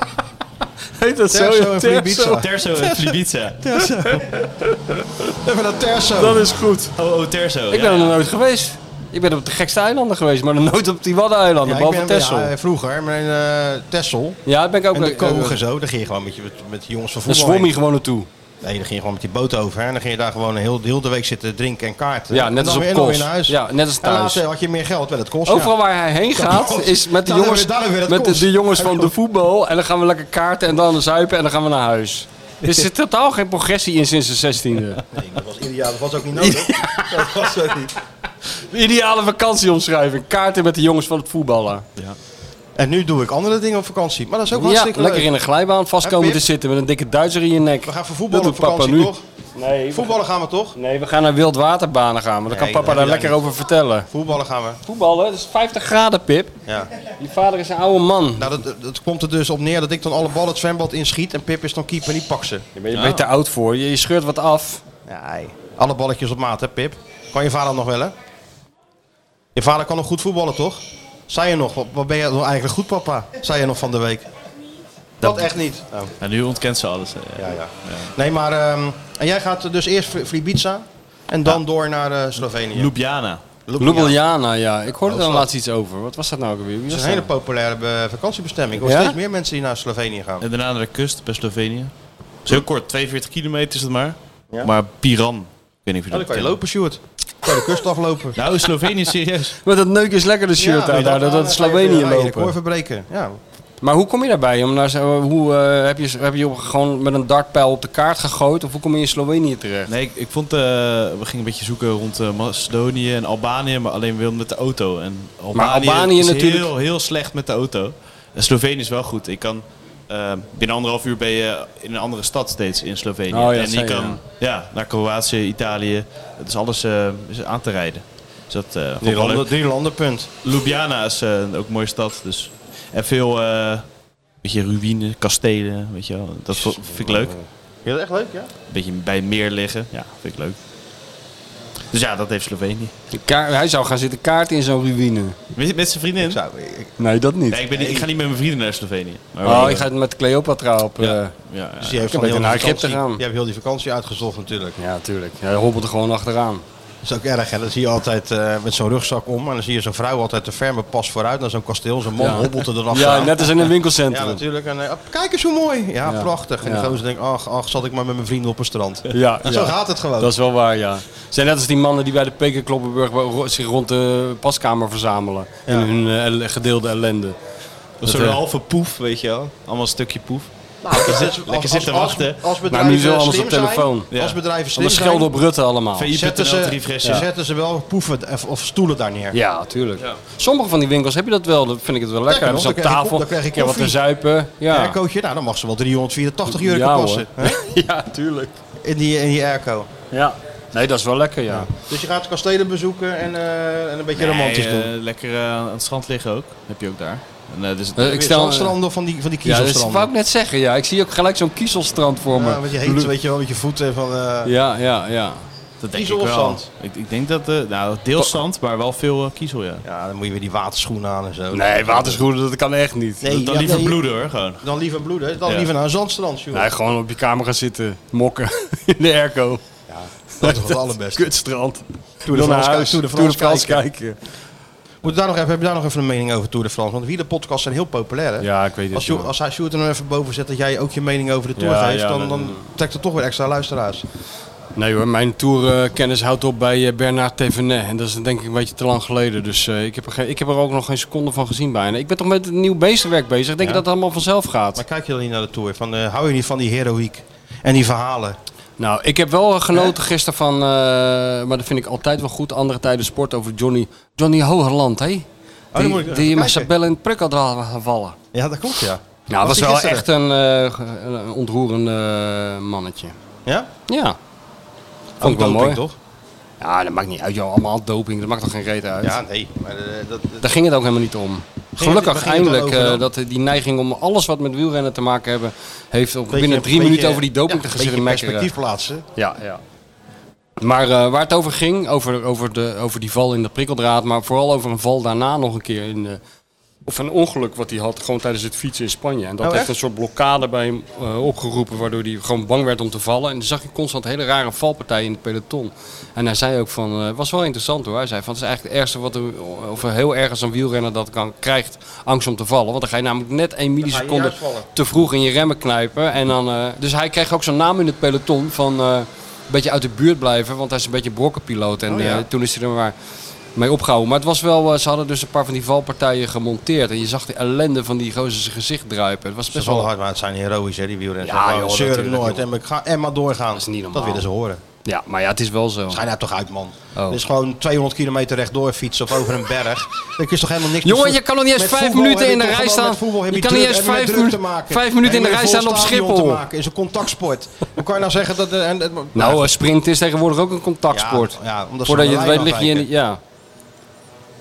Speaker 7: Heet dat
Speaker 6: Terzo
Speaker 7: ja?
Speaker 6: en Vlibica.
Speaker 1: Terzo en Flibiza.
Speaker 6: Even naar Terzo.
Speaker 7: Dat is goed.
Speaker 1: Oh, oh, Terzo.
Speaker 7: Ik
Speaker 1: ja.
Speaker 7: ben er nog nooit geweest. Ik ben op de gekste eilanden geweest, maar nog nooit op die Waddeneilanden,
Speaker 6: Ja, ik
Speaker 7: behalve
Speaker 6: ben-
Speaker 7: Texel.
Speaker 6: ja, vroeger, maar in eh, Texel.
Speaker 7: Ja, daar ben ik ook
Speaker 6: En de
Speaker 7: nog-
Speaker 6: Koog en zo, daar ging je gewoon met, je, met, met de jongens van
Speaker 7: Dan
Speaker 6: voetbal
Speaker 7: zwom je
Speaker 6: heen.
Speaker 7: gewoon naartoe.
Speaker 6: Nee, daar ging je gewoon met die boot over. Hè? En dan ging je daar gewoon heel, heel de week zitten drinken en kaarten.
Speaker 7: Ja,
Speaker 6: En
Speaker 7: net
Speaker 6: dan
Speaker 7: als op
Speaker 6: weer, en dan
Speaker 7: Kos.
Speaker 6: weer naar huis.
Speaker 7: Ja, net als
Speaker 6: En
Speaker 7: thuis.
Speaker 6: later had je meer geld, wel het kost.
Speaker 7: Overal
Speaker 6: ja.
Speaker 7: waar hij heen gaat, is met de
Speaker 6: Daar
Speaker 7: jongens,
Speaker 6: hebben we- daar hebben we dat
Speaker 7: met de,
Speaker 6: kost.
Speaker 7: de jongens van de voetbal. En dan gaan we lekker kaarten en dan zuipen en dan gaan we naar huis. Er zit totaal geen progressie in sinds de 16e.
Speaker 6: Nee, dat was ieder jaar, dat was ook niet nodig. Dat was ook niet.
Speaker 7: De ideale vakantieomschrijving. Kaarten met de jongens van het voetballen.
Speaker 6: En nu doe ik andere dingen op vakantie. Maar dat is ook
Speaker 7: Ja,
Speaker 6: hartstikke
Speaker 7: lekker
Speaker 6: leuk.
Speaker 7: in een glijbaan vastkomen
Speaker 6: Hè,
Speaker 7: te
Speaker 6: Pip?
Speaker 7: zitten met een dikke Duitser in je nek.
Speaker 6: We gaan voor voetballen
Speaker 7: Dat
Speaker 6: op
Speaker 7: doet papa
Speaker 6: vakantie,
Speaker 7: nu.
Speaker 6: toch?
Speaker 7: Nee, we,
Speaker 6: Voetballen gaan we toch?
Speaker 7: nee, we gaan naar wildwaterbanen gaan. Maar daar
Speaker 6: Nee,
Speaker 7: kan papa
Speaker 6: dat
Speaker 7: daar
Speaker 6: heb
Speaker 7: lekker
Speaker 6: jij niet.
Speaker 7: over vertellen.
Speaker 6: Voetballen gaan we.
Speaker 7: Voetballen, dat is 50 graden, Pip.
Speaker 6: Ja.
Speaker 7: Die vader is een oude man.
Speaker 6: Nou, dat, dat- dat komt er dus op neer dat ik dan alle ballen het zwembad inschiet en Pip is dan keeper en die pakt ze.
Speaker 7: Daar ben je beter oud voor. Je, je scheurt wat af.
Speaker 6: Nee. Alle balletjes op maat, hè, Pip? Kan je vader nog wel, hè? Je vader kan nog goed voetballen, toch? Zei je nog, wat, wat ben je nog eigenlijk goed, papa? Zei je nog van de week? Dat, echt niet. Oh,
Speaker 1: En nu ontkent ze alles. hè.
Speaker 6: ja, ja. Nee, maar... ehm, en jij gaat dus eerst voor voor Ibiza en dan door naar eh, Slovenië.
Speaker 1: Ljubljana.
Speaker 6: Ljubljana.
Speaker 7: Ljubljana, ja. Ik hoorde
Speaker 6: Oh,
Speaker 7: daar
Speaker 6: zo.
Speaker 7: laatst iets over. Wat was dat nou ook weer? Wie
Speaker 6: Dat
Speaker 7: was
Speaker 6: is een hele
Speaker 7: dat?
Speaker 6: populaire eh, vakantiebestemming. Er
Speaker 7: Ja?
Speaker 6: zijn steeds meer mensen die naar Slovenië gaan.
Speaker 1: En daarna naar de kust bij Slovenië. Dat is heel kort, 42 kilometer is het maar. Maar Piran. Ik weet niet of Oh, je
Speaker 6: Dan
Speaker 1: dat
Speaker 6: kan je
Speaker 1: kent.
Speaker 6: lopen, Sjoerd. Kan je de kust aflopen.
Speaker 1: Nou, Slovenië is serieus.
Speaker 7: Met dat neuk is lekker de shirt
Speaker 6: Ja,
Speaker 7: aan daar. Dat,
Speaker 6: dan
Speaker 7: dat
Speaker 6: ga
Speaker 7: is
Speaker 6: je
Speaker 7: Slovenië
Speaker 6: de- ga je de koor
Speaker 7: lopen.
Speaker 6: verbreken. Ja,
Speaker 7: Maar hoe kom je daarbij? Om naar, zo- hoe, eh, heb, je, heb je op- gewoon met een dartpijl op de kaart gegooid? Of hoe kom je in Slovenië terecht?
Speaker 1: Nee, ik, ik vond, eh, we gingen een beetje zoeken rond eh, Macedonië en Albanië, maar alleen wel met de auto. En Albanië,
Speaker 7: Albanië
Speaker 1: is
Speaker 7: natuurlijk-
Speaker 1: heel, heel slecht met de auto. En Slovenië is wel goed. Ik kan, eh, binnen anderhalf uur ben je in een andere stad steeds in Slovenië.
Speaker 7: Oh ja, dat
Speaker 1: en je
Speaker 7: zei je,
Speaker 1: kan
Speaker 7: ja.
Speaker 1: ja. naar Kroatië, Italië, het is alles eh, is aan te rijden. Dus dat eh, vond ik
Speaker 6: drie
Speaker 1: wel leuk.
Speaker 6: landen, drie landen, punt.
Speaker 1: Ljubljana is eh, ook een mooie stad. Dus. En veel eh beetje ruïne, kastelen, weet je wel. Dat vo- vind ik leuk.
Speaker 6: Heel echt leuk, ja?
Speaker 1: Een beetje bij het meer liggen. Ja, vind ik leuk. Dus ja, dat heeft Slovenië.
Speaker 7: De kaart- hij zou gaan zitten kaarten in zo'n ruïne.
Speaker 1: Met, met zijn vriendin?
Speaker 6: Ik zou, ik- ik-
Speaker 7: Nee, dat niet.
Speaker 1: Nee, ik, ben, niet- ik ga niet met mijn vrienden naar Slovenië. Maar
Speaker 7: Oh,
Speaker 1: wel-
Speaker 7: ik ga het met Cleopatra op. eh,
Speaker 1: Ja,
Speaker 7: Ja,
Speaker 1: ja, ja.
Speaker 6: Dus je hebt
Speaker 7: Ik
Speaker 6: van heel
Speaker 7: heb
Speaker 6: die
Speaker 7: naar Egypte
Speaker 6: vakantie,
Speaker 7: gaan.
Speaker 6: je hebt heel die vakantie uitgezocht natuurlijk.
Speaker 7: tuurlijk. Hij hobbelde gewoon achteraan.
Speaker 6: Dat is ook erg hè. Dan zie je altijd eh, met zo'n rugzak om. En dan zie je zo'n vrouw altijd de ferme pas vooruit naar zo'n kasteel. Zo'n man
Speaker 7: Ja.
Speaker 6: hobbelt er dan
Speaker 7: Ja,
Speaker 6: ja,
Speaker 7: net als in een
Speaker 6: ja,
Speaker 7: winkelcentrum.
Speaker 6: natuurlijk. En, eh, kijk eens hoe mooi. Ja,
Speaker 7: Ja.
Speaker 6: prachtig. En
Speaker 7: Ja.
Speaker 6: de gozer denkt, ach, ach, zat ik maar met mijn vrienden op een strand.
Speaker 7: Ja,
Speaker 6: Zo
Speaker 7: ja.
Speaker 6: gaat het gewoon.
Speaker 7: Dat is wel waar, ja. Zijn net als die mannen die bij de Peker Kloppenburg ro- zich rond de paskamer verzamelen. In hun eh, el- gedeelde ellende.
Speaker 1: Of zo'n
Speaker 7: eh,
Speaker 1: halve poef, weet je wel. Allemaal een stukje poef.
Speaker 6: Als- als-
Speaker 1: lekker zitten
Speaker 6: als-
Speaker 1: wachten.
Speaker 6: Als, als
Speaker 7: Maar nu is wel
Speaker 6: bedrijven
Speaker 7: alles op
Speaker 6: slim
Speaker 7: telefoon.
Speaker 6: zijn, als
Speaker 1: Ja.
Speaker 6: bedrijven slim
Speaker 7: Alle
Speaker 6: zijn,
Speaker 7: schelden op Rutte allemaal.
Speaker 6: zetten
Speaker 1: VI.nl, drie
Speaker 6: ze,
Speaker 1: fresjes.
Speaker 6: zetten ze wel poeven of, of stoelen daar neer.
Speaker 7: Ja, tuurlijk. Sommige van die winkels heb je dat wel. Dan vind ik het wel lekker.
Speaker 6: Lekker,
Speaker 7: Hebben ze op
Speaker 6: want dan krijg je
Speaker 7: tafel.
Speaker 6: ko- dan krijg je
Speaker 7: ja, wat te
Speaker 6: koffie.
Speaker 7: zuipen. Ja,
Speaker 6: Aircootje, nou dan mag ze wel 384 euro
Speaker 7: Ja,
Speaker 6: kosten. hè,
Speaker 7: ja tuurlijk.
Speaker 6: In die, in die airco.
Speaker 7: Ja. Nee, dat is wel lekker, ja.
Speaker 6: Dus je gaat kastelen bezoeken en, eh, en een beetje romantisch
Speaker 1: Nee,
Speaker 6: doen.
Speaker 1: eh, lekker eh, aan het strand liggen ook. Heb je ook daar. En, eh, dus,
Speaker 7: Eh, ik stel,
Speaker 6: Zandstranden van die, van die
Speaker 7: ja, dat wou ik
Speaker 6: kiezelstranden.
Speaker 7: net zeggen. Ja, ik zie ook gelijk zo'n kiezelstrand voor me.
Speaker 6: Ja, want je heet, weet je wel, met je voeten van... eh,
Speaker 7: Ja, ja, ja.
Speaker 1: dat denk
Speaker 6: kiezel
Speaker 1: ik
Speaker 6: of
Speaker 1: wel.
Speaker 6: zand?
Speaker 1: Ik, ik denk dat, eh, nou, deels zand, maar wel veel eh, kiezel, ja.
Speaker 6: Ja, dan moet je weer die waterschoenen aan en zo.
Speaker 7: Nee, waterschoenen, dat kan echt niet.
Speaker 6: Nee,
Speaker 1: dan
Speaker 6: ja,
Speaker 1: liever
Speaker 6: nee,
Speaker 1: bloeden hoor, gewoon.
Speaker 6: Dan liever bloeden. Dan
Speaker 1: Ja.
Speaker 6: liever naar een zandstrand, joh.
Speaker 7: Nee, gewoon op je kamer gaan zitten, mokken in de airco.
Speaker 6: dat is toch het allerbeste.
Speaker 7: Kutstrand.
Speaker 6: Tour
Speaker 7: Dan
Speaker 6: de
Speaker 7: naar
Speaker 6: France,
Speaker 7: huis,
Speaker 6: Tour de
Speaker 7: Tour de
Speaker 6: France
Speaker 7: France
Speaker 6: kijken.
Speaker 7: kijken.
Speaker 6: Moet daar nog even, heb je daar nog even een mening over Tour de France? Want wielerpodcasts zijn heel populair, hè?
Speaker 7: Ja, ik weet
Speaker 6: Als,
Speaker 7: het
Speaker 6: Sjoerd-
Speaker 7: niet.
Speaker 6: als hij Sjoerd er nou even boven zet dat jij ook je mening over de Tour
Speaker 7: Ja,
Speaker 6: geeft,
Speaker 7: ja,
Speaker 6: dan,
Speaker 7: dat-
Speaker 6: dan trekt er toch weer extra luisteraars.
Speaker 7: Nee hoor, mijn tourkennis houdt op bij eh, Bernard Thévenet. En dat is denk ik een beetje te lang geleden. Dus eh, ik, heb er geen, ik heb er ook nog geen seconde van gezien bijna. Ik ben toch met het nieuw beestenwerk bezig. Denk je dat het allemaal vanzelf gaat?
Speaker 6: Maar kijk je dan niet naar de Tour? Van, eh, hou je niet van die heroïek en die verhalen?
Speaker 7: Nou, ik heb wel eh, genoten gisteren van, eh, maar dat vind ik altijd wel goed, andere tijden sport over Johnny, Johnny Hogerland, hè?
Speaker 6: dan
Speaker 7: Die,
Speaker 6: Oh, moet ik even
Speaker 7: die met
Speaker 6: kijken.
Speaker 7: zijn bellen in het prik had wa- gevallen.
Speaker 6: Ja, dat klopt, ja.
Speaker 7: Nou, dat
Speaker 6: die
Speaker 7: was wel
Speaker 6: gisteren?
Speaker 7: echt een, eh, ge- een ontroerend eh, mannetje.
Speaker 6: Ja?
Speaker 7: Ja. Vond ik wel
Speaker 6: Doping,
Speaker 7: mooi.
Speaker 6: toch?
Speaker 7: Ja, dat maakt niet uit, joh. Allemaal doping, dat maakt toch geen reet uit.
Speaker 6: Ja, nee. Maar, eh, dat,
Speaker 7: Daar ging het ook helemaal niet om.
Speaker 6: waar
Speaker 7: Gelukkig
Speaker 6: ging het dan
Speaker 7: eindelijk
Speaker 6: over
Speaker 7: eh,
Speaker 6: dan?
Speaker 7: dat die neiging om alles wat met wielrennen te maken hebben, heeft op binnen drie
Speaker 6: beetje-
Speaker 7: minuten over die doping
Speaker 6: ja,
Speaker 7: te gaan
Speaker 6: een beetje
Speaker 7: zitten
Speaker 6: in
Speaker 7: mekkeren.
Speaker 6: perspectief plaatsen.
Speaker 7: Ja, ja. Maar eh, waar het over ging, over, over, de, over die val in de prikkeldraad, maar vooral over een val daarna nog een keer. In, de- of een ongeluk wat hij had, gewoon tijdens het fietsen in Spanje. En dat
Speaker 6: Oh,
Speaker 7: heeft
Speaker 6: echt?
Speaker 7: een soort blokkade bij hem eh, opgeroepen, waardoor hij gewoon bang werd om te vallen. En dan zag je constant hele rare valpartijen in het peloton. En hij zei ook van, eh, het was wel interessant hoor. Hij zei van, het is eigenlijk het ergste wat er, of heel erg als een wielrenner dat kan, krijgt, angst om te vallen. Want dan ga je namelijk net één milliseconde
Speaker 6: juist vallen.
Speaker 7: te vroeg in je remmen knijpen. En dan, eh, dus hij kreeg ook zijn naam in het peloton van eh, een beetje uit de buurt blijven, want hij is een beetje brokkenpiloot. En
Speaker 6: Oh ja.
Speaker 7: eh, toen is hij er maar mee opgehouden. Maar het was wel, eh, ze hadden dus een paar van die valpartijen gemonteerd. En je zag de ellende van die gozer zijn gezicht druipen. Het was
Speaker 6: Dat
Speaker 7: best
Speaker 6: is wel
Speaker 7: wel...
Speaker 6: hard, maar het zijn heroïs, hè, die wielrenners.
Speaker 7: Ja,
Speaker 6: Ja,
Speaker 7: joh,
Speaker 6: zeuren
Speaker 7: natuurlijk,
Speaker 6: nooit
Speaker 7: joh.
Speaker 6: en, we gaan- en maar doorgaan.
Speaker 7: Dat is niet normaal.
Speaker 6: willen ze horen.
Speaker 7: Ja, maar ja, het is wel zo.
Speaker 6: Schijn nou toch uit, man.
Speaker 7: Oh.
Speaker 6: Dus gewoon 200 kilometer rechtdoor fietsen of over een berg. Dan kun je toch helemaal niks
Speaker 7: Jongen,
Speaker 6: met voet-
Speaker 7: je kan nog niet eens
Speaker 6: met
Speaker 7: vijf
Speaker 6: voetbal
Speaker 7: minuten
Speaker 6: heb
Speaker 7: in
Speaker 6: je
Speaker 7: de
Speaker 6: toch
Speaker 7: rij
Speaker 6: gewoon-
Speaker 7: staan.
Speaker 6: met voetbal heb
Speaker 7: Je kan niet
Speaker 6: druk-
Speaker 7: eens
Speaker 6: heb je met
Speaker 7: vijf
Speaker 6: druk te
Speaker 7: minu-
Speaker 6: maken.
Speaker 7: vijf minuten in de
Speaker 6: Heb je
Speaker 7: rij
Speaker 6: met
Speaker 7: staan op
Speaker 6: vol stadion
Speaker 7: Schiphol.
Speaker 6: te maken. is een contactsport. Hoe kan je nou zeggen dat... eh, En, en,
Speaker 7: Nou, eh, sprint is tegenwoordig ook een contactsport.
Speaker 6: Ja, ja,
Speaker 7: Voordat
Speaker 6: omdat ze van
Speaker 7: je
Speaker 6: de
Speaker 7: het
Speaker 6: lijn
Speaker 7: weet lig je in...
Speaker 6: afwijken.
Speaker 7: Ja.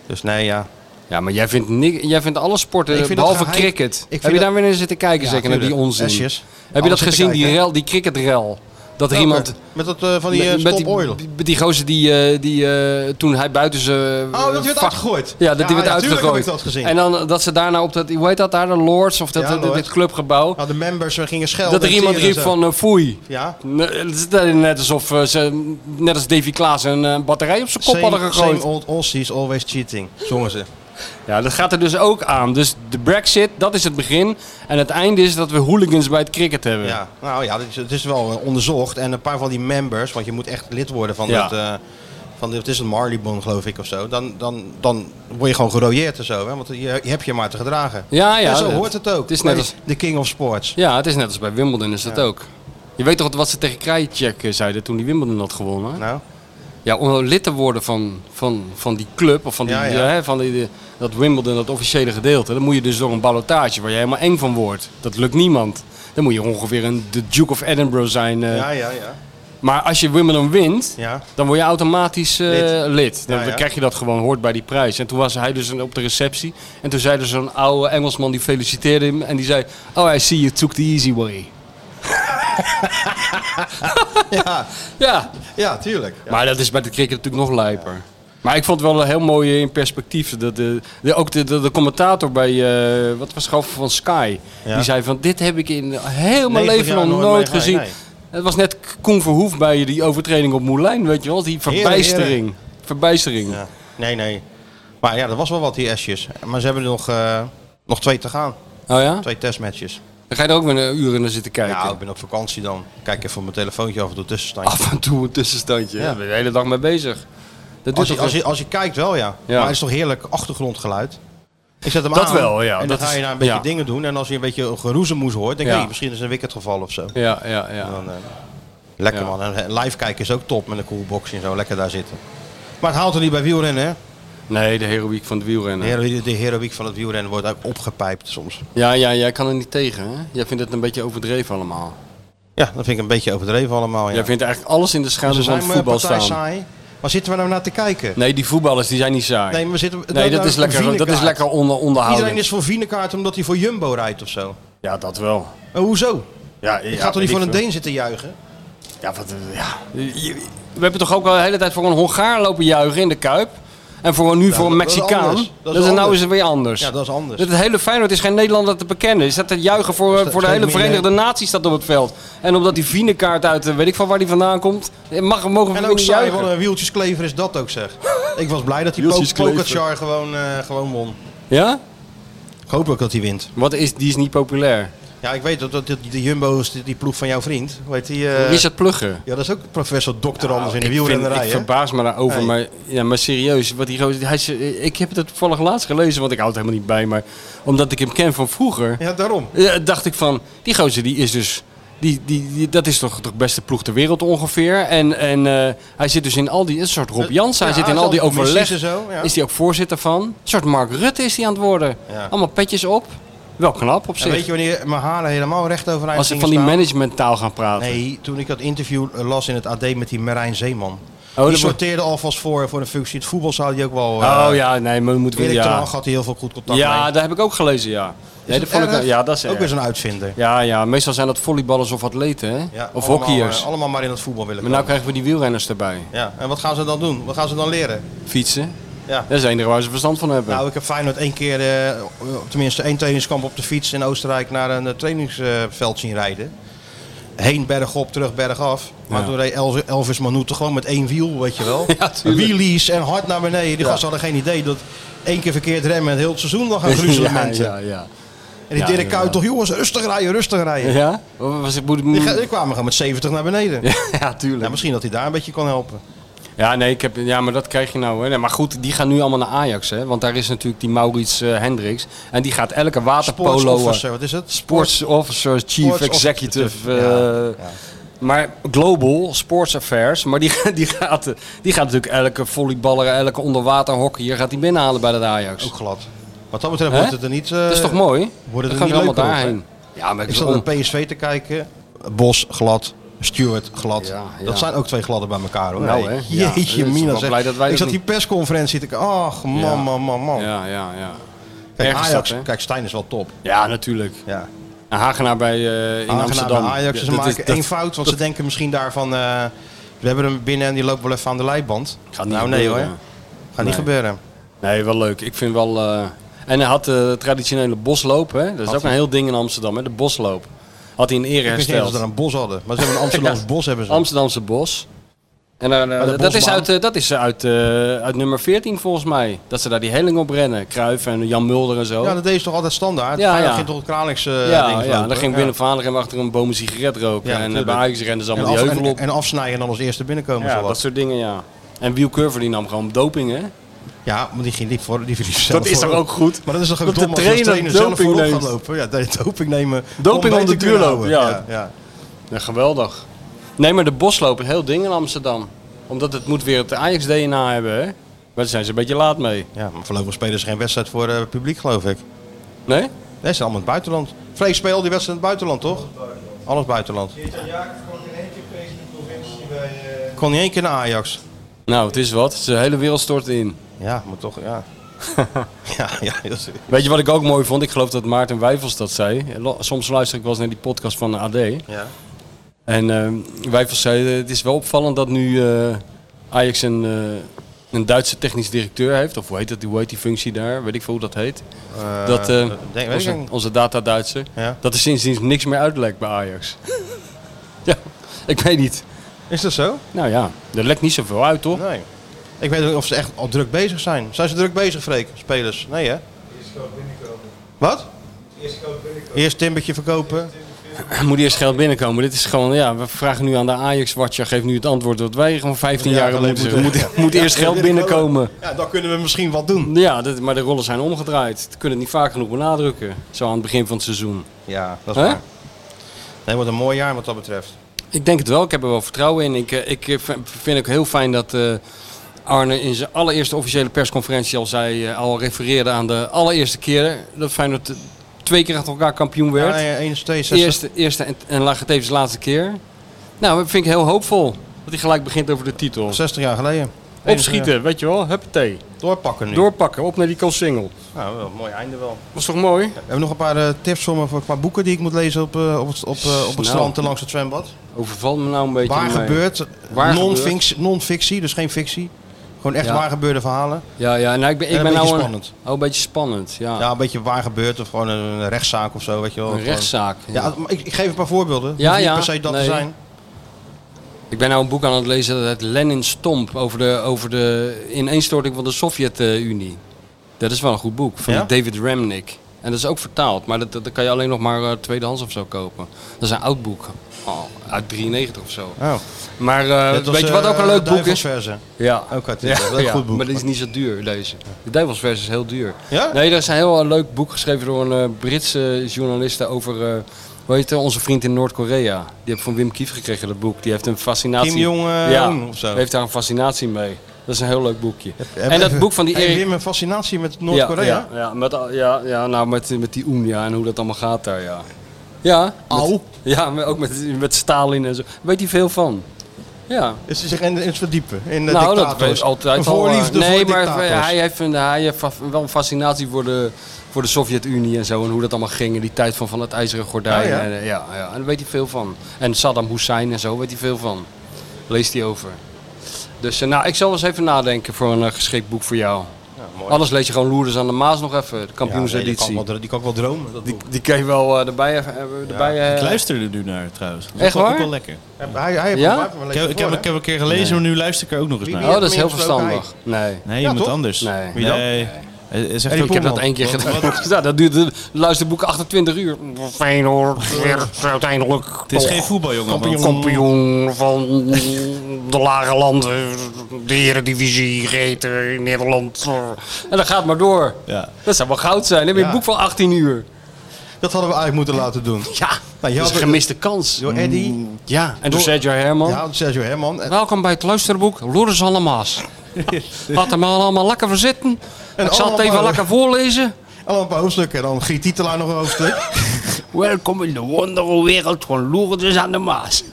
Speaker 6: Dus nee, ja.
Speaker 7: ja, maar jij vindt, ni- jij vindt alle
Speaker 6: Ik
Speaker 7: sporten,
Speaker 6: vind dat
Speaker 7: behalve
Speaker 6: geheim-
Speaker 7: cricket.
Speaker 6: ik vind
Speaker 7: Heb je
Speaker 6: dat-
Speaker 7: daar weer naar zitten kijken,
Speaker 6: Ja,
Speaker 7: zeker, naar die
Speaker 6: tuurlijk.
Speaker 7: onzin?
Speaker 6: Esjes.
Speaker 7: Heb je dat
Speaker 6: Alles zitten
Speaker 7: gezien, die,
Speaker 6: kijken.
Speaker 7: rel, die cricketrel? Dat er
Speaker 6: Welke?
Speaker 7: iemand...
Speaker 6: Met dat eh, van die eh,
Speaker 7: met- met
Speaker 6: Stop Oil.
Speaker 7: die, die gozer die, eh, die eh, toen hij buiten zijn...
Speaker 6: Oh, dat werd
Speaker 7: vak-
Speaker 6: uitgegooid.
Speaker 7: Ja, dat die werd
Speaker 6: ja, tuurlijk
Speaker 7: uitgegooid.
Speaker 6: heb ik dat gezien.
Speaker 7: En dan eh, dat ze daarna op dat, hoe heet dat daar, de Lords of dat,
Speaker 6: Ja,
Speaker 7: dat- dit
Speaker 6: Lords.
Speaker 7: clubgebouw.
Speaker 6: Nou, de members eh, gingen schelden.
Speaker 7: dat er
Speaker 6: en
Speaker 7: iemand
Speaker 6: tieren
Speaker 7: riep
Speaker 6: en zo.
Speaker 7: van eh, foei.
Speaker 6: Ja,
Speaker 7: Nee, Het is net alsof eh, ze, net als Davy Klaas, een eh, batterij op zijn kop hadden
Speaker 6: same, same
Speaker 7: gegooid.
Speaker 6: old Aussies always cheating, zongen ze.
Speaker 7: Ja, dat gaat er dus ook aan. Dus de Brexit, dat is het begin. En het einde is dat we hooligans bij het cricket hebben.
Speaker 6: Ja, nou ja, het is, het is wel eh, onderzocht. En een paar van die members, want je moet echt lid worden van
Speaker 7: Ja.
Speaker 6: dat... eh, van dit is een Marleybone, geloof ik, of zo. Dan, dan, dan word je gewoon gerooieerd en zo. Hè? Want je, je hebt je maar te gedragen.
Speaker 7: Ja, ja,
Speaker 6: en zo
Speaker 7: dat-
Speaker 6: hoort het ook.
Speaker 7: het is net
Speaker 6: Bij
Speaker 7: als-
Speaker 6: De King of Sports.
Speaker 7: Ja, het is net als bij Wimbledon is dat ook. Je weet toch wat ze tegen Krajicek eh, zeiden toen die Wimbledon had gewonnen? hè?
Speaker 6: Nou,
Speaker 7: Ja, om lid te worden van, van, van die club of van, die,
Speaker 6: Ja, ja.
Speaker 7: ja, hè, van die, die- dat Wimbledon, dat officiële gedeelte. Dan moet je dus door een ballotage waar je helemaal eng van wordt. Dat lukt niemand. Dan moet je ongeveer een, de Duke of Edinburgh zijn. eh.
Speaker 6: ja, ja, ja.
Speaker 7: Maar als je Wimbledon wint,
Speaker 6: ja.
Speaker 7: dan word je automatisch eh, lid.
Speaker 6: Lid.
Speaker 7: Dan,
Speaker 6: Ja, ja.
Speaker 7: dan krijg je dat gewoon, hoort bij die prijs. En toen was hij dus op de receptie. En toen zei er zo'n oude Engelsman, die feliciteerde hem. En die zei, oh I see you took the easy way.
Speaker 6: Ja,
Speaker 7: Ja,
Speaker 6: ja, tuurlijk. Ja.
Speaker 7: maar dat is bij de cricket natuurlijk nog lijper. Maar ik vond het wel een heel mooi in perspectief. Dat de, de- ook de, de, de commentator bij, eh, wat was het, geloof ik, van Sky.
Speaker 6: Ja.
Speaker 7: Die zei van, dit heb ik in heel mijn
Speaker 6: 90
Speaker 7: leven nog
Speaker 6: jaar
Speaker 7: nooit,
Speaker 6: mee-
Speaker 7: gezien.
Speaker 6: nee.
Speaker 7: Het was net Koen Verhoef bij die overtreding op Moulijn, weet je wel. Die
Speaker 6: Heerlijk,
Speaker 7: verbijstering. Verbijstering.
Speaker 6: Ja. Nee, nee. Maar ja, dat was wel wat, die S'jes. Maar ze hebben er nog, eh, nog twee te gaan.
Speaker 7: Oh ja?
Speaker 6: Twee testmatches.
Speaker 7: Dan ga je er ook weer een uur naar zitten kijken.
Speaker 6: Ja, ik eh, ben op vakantie dan. Kijk even op mijn telefoontje af en toe tussenstaan.
Speaker 7: Af en toe een tussenstandje. Ja, daar ben je de hele dag mee bezig. Dat, doet
Speaker 6: Als je, Dus als, je, als je kijkt wel, ja.
Speaker 7: Ja.
Speaker 6: Maar het is toch heerlijk achtergrondgeluid? Ik zet hem
Speaker 7: Dat
Speaker 6: aan.
Speaker 7: wel, ja.
Speaker 6: En
Speaker 7: Dat
Speaker 6: dan ga
Speaker 7: is-
Speaker 6: je daar een beetje
Speaker 7: ja.
Speaker 6: dingen doen. En als je een beetje geroezemoes hoort, denk je,
Speaker 7: Ja.
Speaker 6: hey, misschien is een wicket geval of zo.
Speaker 7: ja, ja, ja.
Speaker 6: Dan, eh, lekker
Speaker 7: Ja.
Speaker 6: man. En eh, live kijken is ook top met een coolbox en zo. Lekker daar zitten. Maar het haalt er niet bij wielrennen, hè?
Speaker 7: Nee, de heroïek van het
Speaker 6: De,
Speaker 7: wielrennen.
Speaker 6: hero- de heroïek van het wielrennen wordt ook opgepijpt soms.
Speaker 7: Ja, ja, jij kan er niet tegen. Hè? Jij vindt het een beetje overdreven allemaal.
Speaker 6: Ja, dat vind ik een beetje overdreven allemaal, ja.
Speaker 7: Jij vindt eigenlijk alles in de schaduw van het
Speaker 6: eh,
Speaker 7: voetbal
Speaker 6: partij
Speaker 7: staan.
Speaker 6: saai. Waar zitten we nou naar te kijken?
Speaker 7: Nee, die voetballers die zijn niet saai.
Speaker 6: Nee,
Speaker 7: Nee,
Speaker 6: maar we zitten,
Speaker 7: dat, is lekker, dat is lekker onder,
Speaker 6: Iedereen
Speaker 7: onderhouden.
Speaker 6: is voor Vienekaart omdat hij voor Jumbo rijdt of zo.
Speaker 7: Ja, dat wel.
Speaker 6: Maar hoezo?
Speaker 7: Ja,
Speaker 6: Je gaat toch niet voor een Deen zitten juichen?
Speaker 7: Ja, wat, eh, ja. Je- je- We hebben toch ook al de hele tijd voor een Hongaar lopen juichen in de Kuip. En voor, een- nu voor een
Speaker 6: dat is
Speaker 7: Mexicaan.
Speaker 6: anders. Dat is
Speaker 7: Dat is nou
Speaker 6: anders.
Speaker 7: is het weer anders.
Speaker 6: Ja, dat is anders.
Speaker 7: Dat het hele Feyenoord is geen Nederlander te bekennen. Is dat het juichen voor, eh, voor de
Speaker 6: geen
Speaker 7: hele
Speaker 6: meer-
Speaker 7: Verenigde Naties staat op het veld. En omdat die Vienekaart uit, eh, weet ik van waar die vandaan komt, eh, mag, mogen we
Speaker 6: En
Speaker 7: ook
Speaker 6: ook
Speaker 7: niet
Speaker 6: saai
Speaker 7: juichen.
Speaker 6: van een eh, wieltjesklever is dat ook zeg. Ik was blij dat die Po-
Speaker 7: Wieltjesklever.
Speaker 6: Pogacar gewoon, eh, gewoon won.
Speaker 7: Ja?
Speaker 6: Ik hoop ook dat hij wint.
Speaker 7: Wat is, die is niet populair.
Speaker 6: Ja, ik weet dat, dat die, die Jumbo is die, die ploeg van jouw vriend. Hoe heet die? eh,
Speaker 7: Richard Plugger.
Speaker 6: Ja, dat is ook professor dokter anders in de
Speaker 7: Nou, Ik vind-
Speaker 6: wielrennerij.
Speaker 7: Ik
Speaker 6: hè?
Speaker 7: verbaas me daarover,
Speaker 6: Nee.
Speaker 7: maar, ja, maar serieus. Wat die gozer, hij, is- ik heb het toevallig laatst gelezen, want ik houd het helemaal niet bij. Maar omdat ik hem ken van vroeger,
Speaker 6: Ja, daarom.
Speaker 7: eh, dacht ik van... Die gozer die is dus... Die, die, die- dat is toch de beste ploeg ter wereld ongeveer. En, en eh, hij zit dus in al die... Een soort Rob Jansen. Hij
Speaker 6: Ja,
Speaker 7: zit in
Speaker 6: hij
Speaker 7: al die
Speaker 6: zat op commissies
Speaker 7: overleg.
Speaker 6: en zo, ja.
Speaker 7: Is hij ook voorzitter van. Een soort Mark Rutte is hij aan het worden.
Speaker 6: Ja.
Speaker 7: Allemaal petjes op. Wel knap op
Speaker 6: En weet
Speaker 7: zich.
Speaker 6: je wanneer mijn haren helemaal recht overeind
Speaker 7: Als ze
Speaker 6: gingen
Speaker 7: van die
Speaker 6: staan?
Speaker 7: managementtaal gaan praten.
Speaker 6: Nee, toen ik dat interview eh, las in het AD met die Merijn Zeeman.
Speaker 7: Oh, dat
Speaker 6: die
Speaker 7: wordt-
Speaker 6: sorteerde alvast voor, voor een functie. In het voetbal zou hij ook wel... eh,
Speaker 7: Oh ja, nee, maar we moeten
Speaker 6: Erik ten
Speaker 7: ja.
Speaker 6: Hag had hij heel veel goed contact
Speaker 7: Ja,
Speaker 6: mee.
Speaker 7: dat heb ik ook gelezen, ja. Nee, dat
Speaker 6: het
Speaker 7: vond ik,
Speaker 6: erg?
Speaker 7: ja, dat is
Speaker 6: Ook
Speaker 7: erg.
Speaker 6: weer zo'n uitvinder.
Speaker 7: Ja, ja, meestal zijn dat volleyballers of atleten, hè?
Speaker 6: Ja,
Speaker 7: of
Speaker 6: allemaal,
Speaker 7: hockeyers.
Speaker 6: eh, allemaal maar in het voetbal willen
Speaker 7: maar nou
Speaker 6: komen.
Speaker 7: krijgen we die wielrenners erbij.
Speaker 6: Ja, en wat gaan ze dan doen? Wat gaan ze dan leren?
Speaker 7: Fietsen.
Speaker 6: Ja.
Speaker 7: Dat is het enige waar ze verstand van hebben.
Speaker 6: Nou, ik heb Feyenoord één keer, eh, tenminste één trainingskamp op de fiets in Oostenrijk naar een eh, trainingsveld zien rijden. Heen bergop, terug bergaf. Maar
Speaker 7: Ja.
Speaker 6: toen reed Elvis, Elvis Manute gewoon met één wiel, weet je wel.
Speaker 7: Ja, tuurlijk.
Speaker 6: Wheelies en hard naar beneden. Die gasten hadden geen idee dat één keer verkeerd remmen en heel het seizoen dan gaan gruzelen
Speaker 7: ja,
Speaker 6: mensen.
Speaker 7: ja, ja.
Speaker 6: En die
Speaker 7: Ja,
Speaker 6: Dirk Kuyt
Speaker 7: inderdaad.
Speaker 6: toch, jongens, rustig rijden, rustig rijden.
Speaker 7: Ja? Wat Was ik, moet,
Speaker 6: Die, ga- die kwamen gewoon met 70 naar beneden. Ja.
Speaker 7: ja, tuurlijk.
Speaker 6: misschien dat hij daar een beetje kan helpen.
Speaker 7: Ja, nee, ik heb, ja, maar dat krijg je nou. Hè. Nee, maar goed, die gaan nu allemaal naar Ajax, hè? Want daar is natuurlijk die Maurits eh, Hendricks. En die gaat elke waterpolo... eh,
Speaker 6: Sports officer, wat is het?
Speaker 7: Sports officer, chief
Speaker 6: Sports officer.
Speaker 7: executive. eh,
Speaker 6: Ja, ja.
Speaker 7: Maar Global Sports Affairs, maar die, die, gaat, die gaat natuurlijk elke volleyballer, elke onderwaterhockeyer gaat die binnenhalen bij de Ajax.
Speaker 6: Ook glad. Wat dat betreft wordt
Speaker 7: Hè?
Speaker 6: het er niet...
Speaker 7: dat is toch mooi?
Speaker 6: Wordt
Speaker 7: Dan
Speaker 6: het
Speaker 7: gaan
Speaker 6: er
Speaker 7: ze
Speaker 6: niet
Speaker 7: allemaal
Speaker 6: leuker op, hè?
Speaker 7: daarheen. Ja, maar
Speaker 6: Ik zat naar PSV te kijken. Bos glad. Stewart glad.
Speaker 7: Ja, ja.
Speaker 6: Dat zijn ook twee gladden bij elkaar hoor.
Speaker 7: Nou,
Speaker 6: Nee,
Speaker 7: hè? Ja, dus
Speaker 6: Jeetje,
Speaker 7: ik ben
Speaker 6: Mina.
Speaker 7: wel
Speaker 6: zeg.
Speaker 7: blij dat wij
Speaker 6: ik
Speaker 7: dat
Speaker 6: zat die
Speaker 7: niet-
Speaker 6: persconferentie te kijken. Ach, man,
Speaker 7: Ja.
Speaker 6: man, man, man.
Speaker 7: Ja, ja, ja.
Speaker 6: Kijk,
Speaker 7: Ergens
Speaker 6: Ajax.
Speaker 7: dat, hè?
Speaker 6: kijk, Stijn is wel top.
Speaker 7: Ja, natuurlijk.
Speaker 6: Ja.
Speaker 7: En Hagenaar bij, eh, in
Speaker 6: Aangenaam bij
Speaker 7: Amsterdam.
Speaker 6: Ajax. Ze
Speaker 7: Ja, dat is-
Speaker 6: maken
Speaker 7: dat-
Speaker 6: één fout, want ze denken misschien daarvan... eh, we hebben hem binnen en die loopt wel even aan de leiband.
Speaker 7: Gaat niet
Speaker 6: nou, nee hoor.
Speaker 7: gebeuren.
Speaker 6: Gaat niet gebeuren.
Speaker 7: Nee, wel leuk. Ik vind wel... eh, En hij had de traditionele bosloop, hè. Dat is ook een heel ding in Amsterdam, hè. De bosloop. Had hij in ere
Speaker 6: Ik wist niet eens dat
Speaker 7: hersteld.
Speaker 6: ze daar een bos hadden. Maar ze hebben een Amsterdams
Speaker 7: Ja.
Speaker 6: bos hebben ze.
Speaker 7: Amsterdamse bos. En dan, eh,
Speaker 6: de
Speaker 7: dat is,
Speaker 6: bosbaan.
Speaker 7: uit, eh, dat is uit, eh, uit nummer 14 volgens mij. Dat ze daar die helling op rennen. Kruif en Jan Mulder en zo.
Speaker 6: ja, dat deed ze toch altijd standaard?
Speaker 7: Ja,
Speaker 6: Ja,
Speaker 7: ja.
Speaker 6: ging toch het Kralings eh,
Speaker 7: ja,
Speaker 6: ding
Speaker 7: ja,
Speaker 6: lopen?
Speaker 7: dan ging
Speaker 6: Ja.
Speaker 7: Willem van en achter een boom een sigaret roken.
Speaker 6: Ja,
Speaker 7: en eh, bij
Speaker 6: tuurlijk.
Speaker 7: Ajax rennen ze
Speaker 6: En,
Speaker 7: allemaal
Speaker 6: af-
Speaker 7: die heuvel op.
Speaker 6: en, en afsnijden en dan als eerste binnenkomen.
Speaker 7: ja,
Speaker 6: zowat.
Speaker 7: dat soort dingen, ja. En Wiel Curver die nam gewoon doping, hè?
Speaker 6: Ja, maar die ging liep voor, die verliep zelf
Speaker 7: Dat is toch
Speaker 6: voorop.
Speaker 7: ook goed?
Speaker 6: Maar dat is toch ook
Speaker 7: Dat de
Speaker 6: dom als de
Speaker 7: trainer
Speaker 6: trainer zelf
Speaker 7: doping
Speaker 6: voorop
Speaker 7: neemt.
Speaker 6: gaat lopen. Ja, de doping nemen.
Speaker 7: Doping
Speaker 6: om mee
Speaker 7: om de
Speaker 6: te kunnen
Speaker 7: duurloop,
Speaker 6: houden.
Speaker 7: ja.
Speaker 6: ja, ja.
Speaker 7: Ja, geweldig. Nee, maar de bosloop is heel ding in Amsterdam. Omdat het moet weer het Ajax-DNA hebben, hè? Maar daar zijn ze een beetje laat mee.
Speaker 6: Ja, maar voorlopig spelen ze geen wedstrijd voor eh, publiek, geloof ik.
Speaker 7: Nee?
Speaker 6: Nee, ze zijn allemaal in het buitenland. Vrees speel die wedstrijd in het buitenland, toch? Alles buitenland. Kon niet één keer naar Ajax.
Speaker 7: Nou, het is wat. De hele wereld stort in.
Speaker 6: Ja, maar toch, ja. ja, ja, dat is-
Speaker 7: Weet je wat ik ook mooi vond? Ik geloof dat Maarten Wijfels dat zei. Lo- Soms luister ik wel eens naar die podcast van de AD.
Speaker 6: ja.
Speaker 7: En eh, Wijfels zei, eh, het is wel opvallend dat nu eh, Ajax een, eh, een Duitse technisch directeur heeft. Of hoe heet, dat, hoe heet die functie daar? Weet ik veel hoe dat heet.
Speaker 6: Eh,
Speaker 7: dat, eh,
Speaker 6: denk, weet ik
Speaker 7: onze,
Speaker 6: niet.
Speaker 7: onze data-Duitser.
Speaker 6: Ja.
Speaker 7: Dat er sindsdien niks meer uitlekt bij Ajax. ja, ik weet niet.
Speaker 6: Is dat zo?
Speaker 7: Nou ja, er lekt niet zoveel uit, toch?
Speaker 6: Nee. Ik weet niet of ze echt al druk bezig zijn. Zijn ze druk bezig, Freek? Spelers? Nee, hè? Eerst binnenkomen. Wat? Eerst timbertje verkopen.
Speaker 7: Moet eerst geld binnenkomen. Dit is gewoon, ja, we vragen nu aan de Ajax-watcher. Geeft nu het antwoord wat wij gewoon 15
Speaker 6: Ja,
Speaker 7: jaar
Speaker 6: alleen
Speaker 7: geleden moeten.
Speaker 6: moeten-
Speaker 7: Moet, moet eerst geld binnenkomen.
Speaker 6: Ja, dan kunnen we misschien wat doen.
Speaker 7: Ja, dat, maar de rollen zijn omgedraaid. We kunnen het niet vaak genoeg benadrukken. Zo aan het begin van het seizoen.
Speaker 6: Ja, dat is
Speaker 7: Hè?
Speaker 6: waar. Nee, wordt een mooi jaar wat dat betreft.
Speaker 7: Ik denk het wel. Ik heb er wel vertrouwen in. Ik, eh, ik eh, v- vind ook heel fijn dat eh, Arne in zijn allereerste officiële persconferentie al zei, eh, al refereerde aan de allereerste keer dat Feyenoord eh, twee keer achter elkaar kampioen werd.
Speaker 6: Ja, nee, 1 steeds.
Speaker 7: eerste, eerste en, en la- tevens laatste keer. Nou, dat vind ik heel hoopvol. Dat hij gelijk begint over de titel. eh,
Speaker 6: 60 jaar geleden.
Speaker 7: Opschieten, weet je wel. Huppatee.
Speaker 6: Doorpakken nu.
Speaker 7: Doorpakken, op naar die single.
Speaker 6: Nou, wel een mooi einde wel.
Speaker 7: Was toch mooi?
Speaker 6: We hebben nog een paar eh, tips voor me voor een paar boeken die ik moet lezen op, eh, op het, op, eh, op het
Speaker 7: Nou.
Speaker 6: strand en langs het zwembad.
Speaker 7: Overvalt me nou een beetje.
Speaker 6: Waar
Speaker 7: ermee.
Speaker 6: gebeurt,
Speaker 7: Waar
Speaker 6: non-fictie, non-fictie, dus geen fictie. Gewoon echt
Speaker 7: Ja.
Speaker 6: waar gebeurde verhalen.
Speaker 7: Ja, ja. Nou, ik ben, ik
Speaker 6: En
Speaker 7: ben
Speaker 6: een beetje
Speaker 7: nou
Speaker 6: spannend.
Speaker 7: Een, oh, een beetje spannend. Ja.
Speaker 6: Ja, een beetje waar gebeurt of gewoon een rechtszaak of zo, weet je wel.
Speaker 7: Ah. een
Speaker 6: Gewoon-
Speaker 7: rechtszaak.
Speaker 6: Ja, maar ik, ik geef een paar voorbeelden.
Speaker 7: Ja,
Speaker 6: Ja, niet
Speaker 7: ja.
Speaker 6: per se dat
Speaker 7: Nee. Oh.
Speaker 6: te zijn.
Speaker 7: Ik ben nou een boek aan het lezen dat heet Lenin Stomp over de, over de ineenstorting van de Sovjet-Unie. Dat is wel een goed boek van
Speaker 6: Ja?
Speaker 7: die David Remnick. En dat is ook vertaald, maar dat, dat, dat kan je alleen nog maar eh, tweedehands of zo kopen. Dat is een oud boek. Oh, uit 93 of zo.
Speaker 6: Oh.
Speaker 7: Maar eh,
Speaker 6: Net als,
Speaker 7: weet je wat
Speaker 6: eh,
Speaker 7: ook een leuk
Speaker 6: de
Speaker 7: boek is?
Speaker 6: Duivelsverzen.
Speaker 7: Ja.
Speaker 6: Ook uit die- dat is een goed boek.
Speaker 7: Maar die is niet zo duur, deze. De Duivelsvers is heel duur.
Speaker 6: Ja?
Speaker 7: Nee, er is een heel eh, leuk boek geschreven door een eh, Britse journaliste over... eh, hoe heet het, onze vriend in Noord-Korea. Die heeft van Wim Kief gekregen, dat boek. Die heeft een fascinatie...
Speaker 6: Kim Jong, eh,
Speaker 7: ja,
Speaker 6: Un of zo.
Speaker 7: heeft daar een fascinatie mee. Dat is een heel leuk boekje.
Speaker 6: Heb
Speaker 7: En dat
Speaker 6: even-
Speaker 7: boek van die
Speaker 6: Heb je
Speaker 7: Erik...
Speaker 6: weer een fascinatie met Noord-Korea?
Speaker 7: Ja, ja, ja, met, al- ja, ja, nou met, met die Oem, ja, en hoe dat allemaal gaat daar, ja. Ja. Au. Ja, maar ook met, met Stalin en zo. Weet hij veel van. Ja.
Speaker 6: Is hij zich in, in het verdiepen? In de
Speaker 7: Nou, dat
Speaker 6: dictators?
Speaker 7: is altijd
Speaker 6: Een
Speaker 7: al, eh,
Speaker 6: voorliefde
Speaker 7: nee,
Speaker 6: voor
Speaker 7: maar
Speaker 6: dictators.
Speaker 7: hij heeft, een, hij heeft fa- wel een fascinatie voor de, voor de Sovjet-Unie en zo. En hoe dat allemaal ging. En die tijd van, van het ijzeren gordijn.
Speaker 6: Ah, ja.
Speaker 7: En, eh, ja, ja, en daar weet hij veel van. En Saddam Hussein en zo weet hij veel van. Leest hij over. Dus eh, nou, ik zal wel eens even nadenken voor een eh, geschikt boek voor jou. Alles lees je gewoon Loerders aan de Maas nog even. De
Speaker 6: Ja, nee, die,
Speaker 7: kampioenseditie.
Speaker 6: kan wel, die kan wel dromen. Dat boek.
Speaker 7: die kan je wel eh, erbij... eh, erbij eh,
Speaker 1: Ik luister er nu naar trouwens. Dat is
Speaker 7: Echt
Speaker 1: wel-
Speaker 7: waar?
Speaker 1: Ook wel lekker.
Speaker 6: Hij, hij heeft
Speaker 7: Ja?
Speaker 6: een wapen, maar
Speaker 1: Ik
Speaker 6: lees
Speaker 1: heb,
Speaker 6: het
Speaker 1: ik, heb,
Speaker 6: voor,
Speaker 1: ik heb een keer gelezen, maar nu luister ik er ook nog eens
Speaker 6: Wie-
Speaker 1: naar.
Speaker 6: wie-
Speaker 7: oh, dat is heel
Speaker 6: meer gesproken
Speaker 7: verstandig. Nee.
Speaker 1: Nee,
Speaker 6: Ja,
Speaker 1: je moet
Speaker 6: toch?
Speaker 1: anders.
Speaker 7: Nee.
Speaker 1: Wie
Speaker 6: dan?
Speaker 1: Het is echt
Speaker 6: Eddie
Speaker 1: ook-
Speaker 7: Ik heb dat één keer gedaan. Ja, dat duurde luisterboek 28 uur.
Speaker 11: Feyenoord werd uiteindelijk
Speaker 1: Het is geen voetbal, jongen. want-
Speaker 11: kampioen van de lage landen. De Eredivisie gegeten in Nederland.
Speaker 7: En dat gaat maar door.
Speaker 1: Ja.
Speaker 7: Dat zou wel goud zijn. Dan heb je
Speaker 6: Ja.
Speaker 7: een boek van 18 uur.
Speaker 6: hè? Dat hadden we eigenlijk moeten laten doen. Nou,
Speaker 7: Ja. je
Speaker 6: had
Speaker 7: is Mm. een gemiste kans.
Speaker 6: Door Eddy.
Speaker 7: Ja, en door
Speaker 6: Door-
Speaker 7: Sergio Herman.
Speaker 6: Ja, Sergio Herman.
Speaker 7: Nou.
Speaker 6: En,
Speaker 11: Welkom bij het luisterboek Loeres Allemaas. Laat hem allemaal lekker voor zitten. Ik zal het even
Speaker 6: allemaal-
Speaker 11: lekker voorlezen.
Speaker 6: allemaal een paar hoofdstukken. En dan Giet Titelaar nog een hoofdstuk.
Speaker 11: Welkom in de wonderenwereld van Lourdes aan de Maas.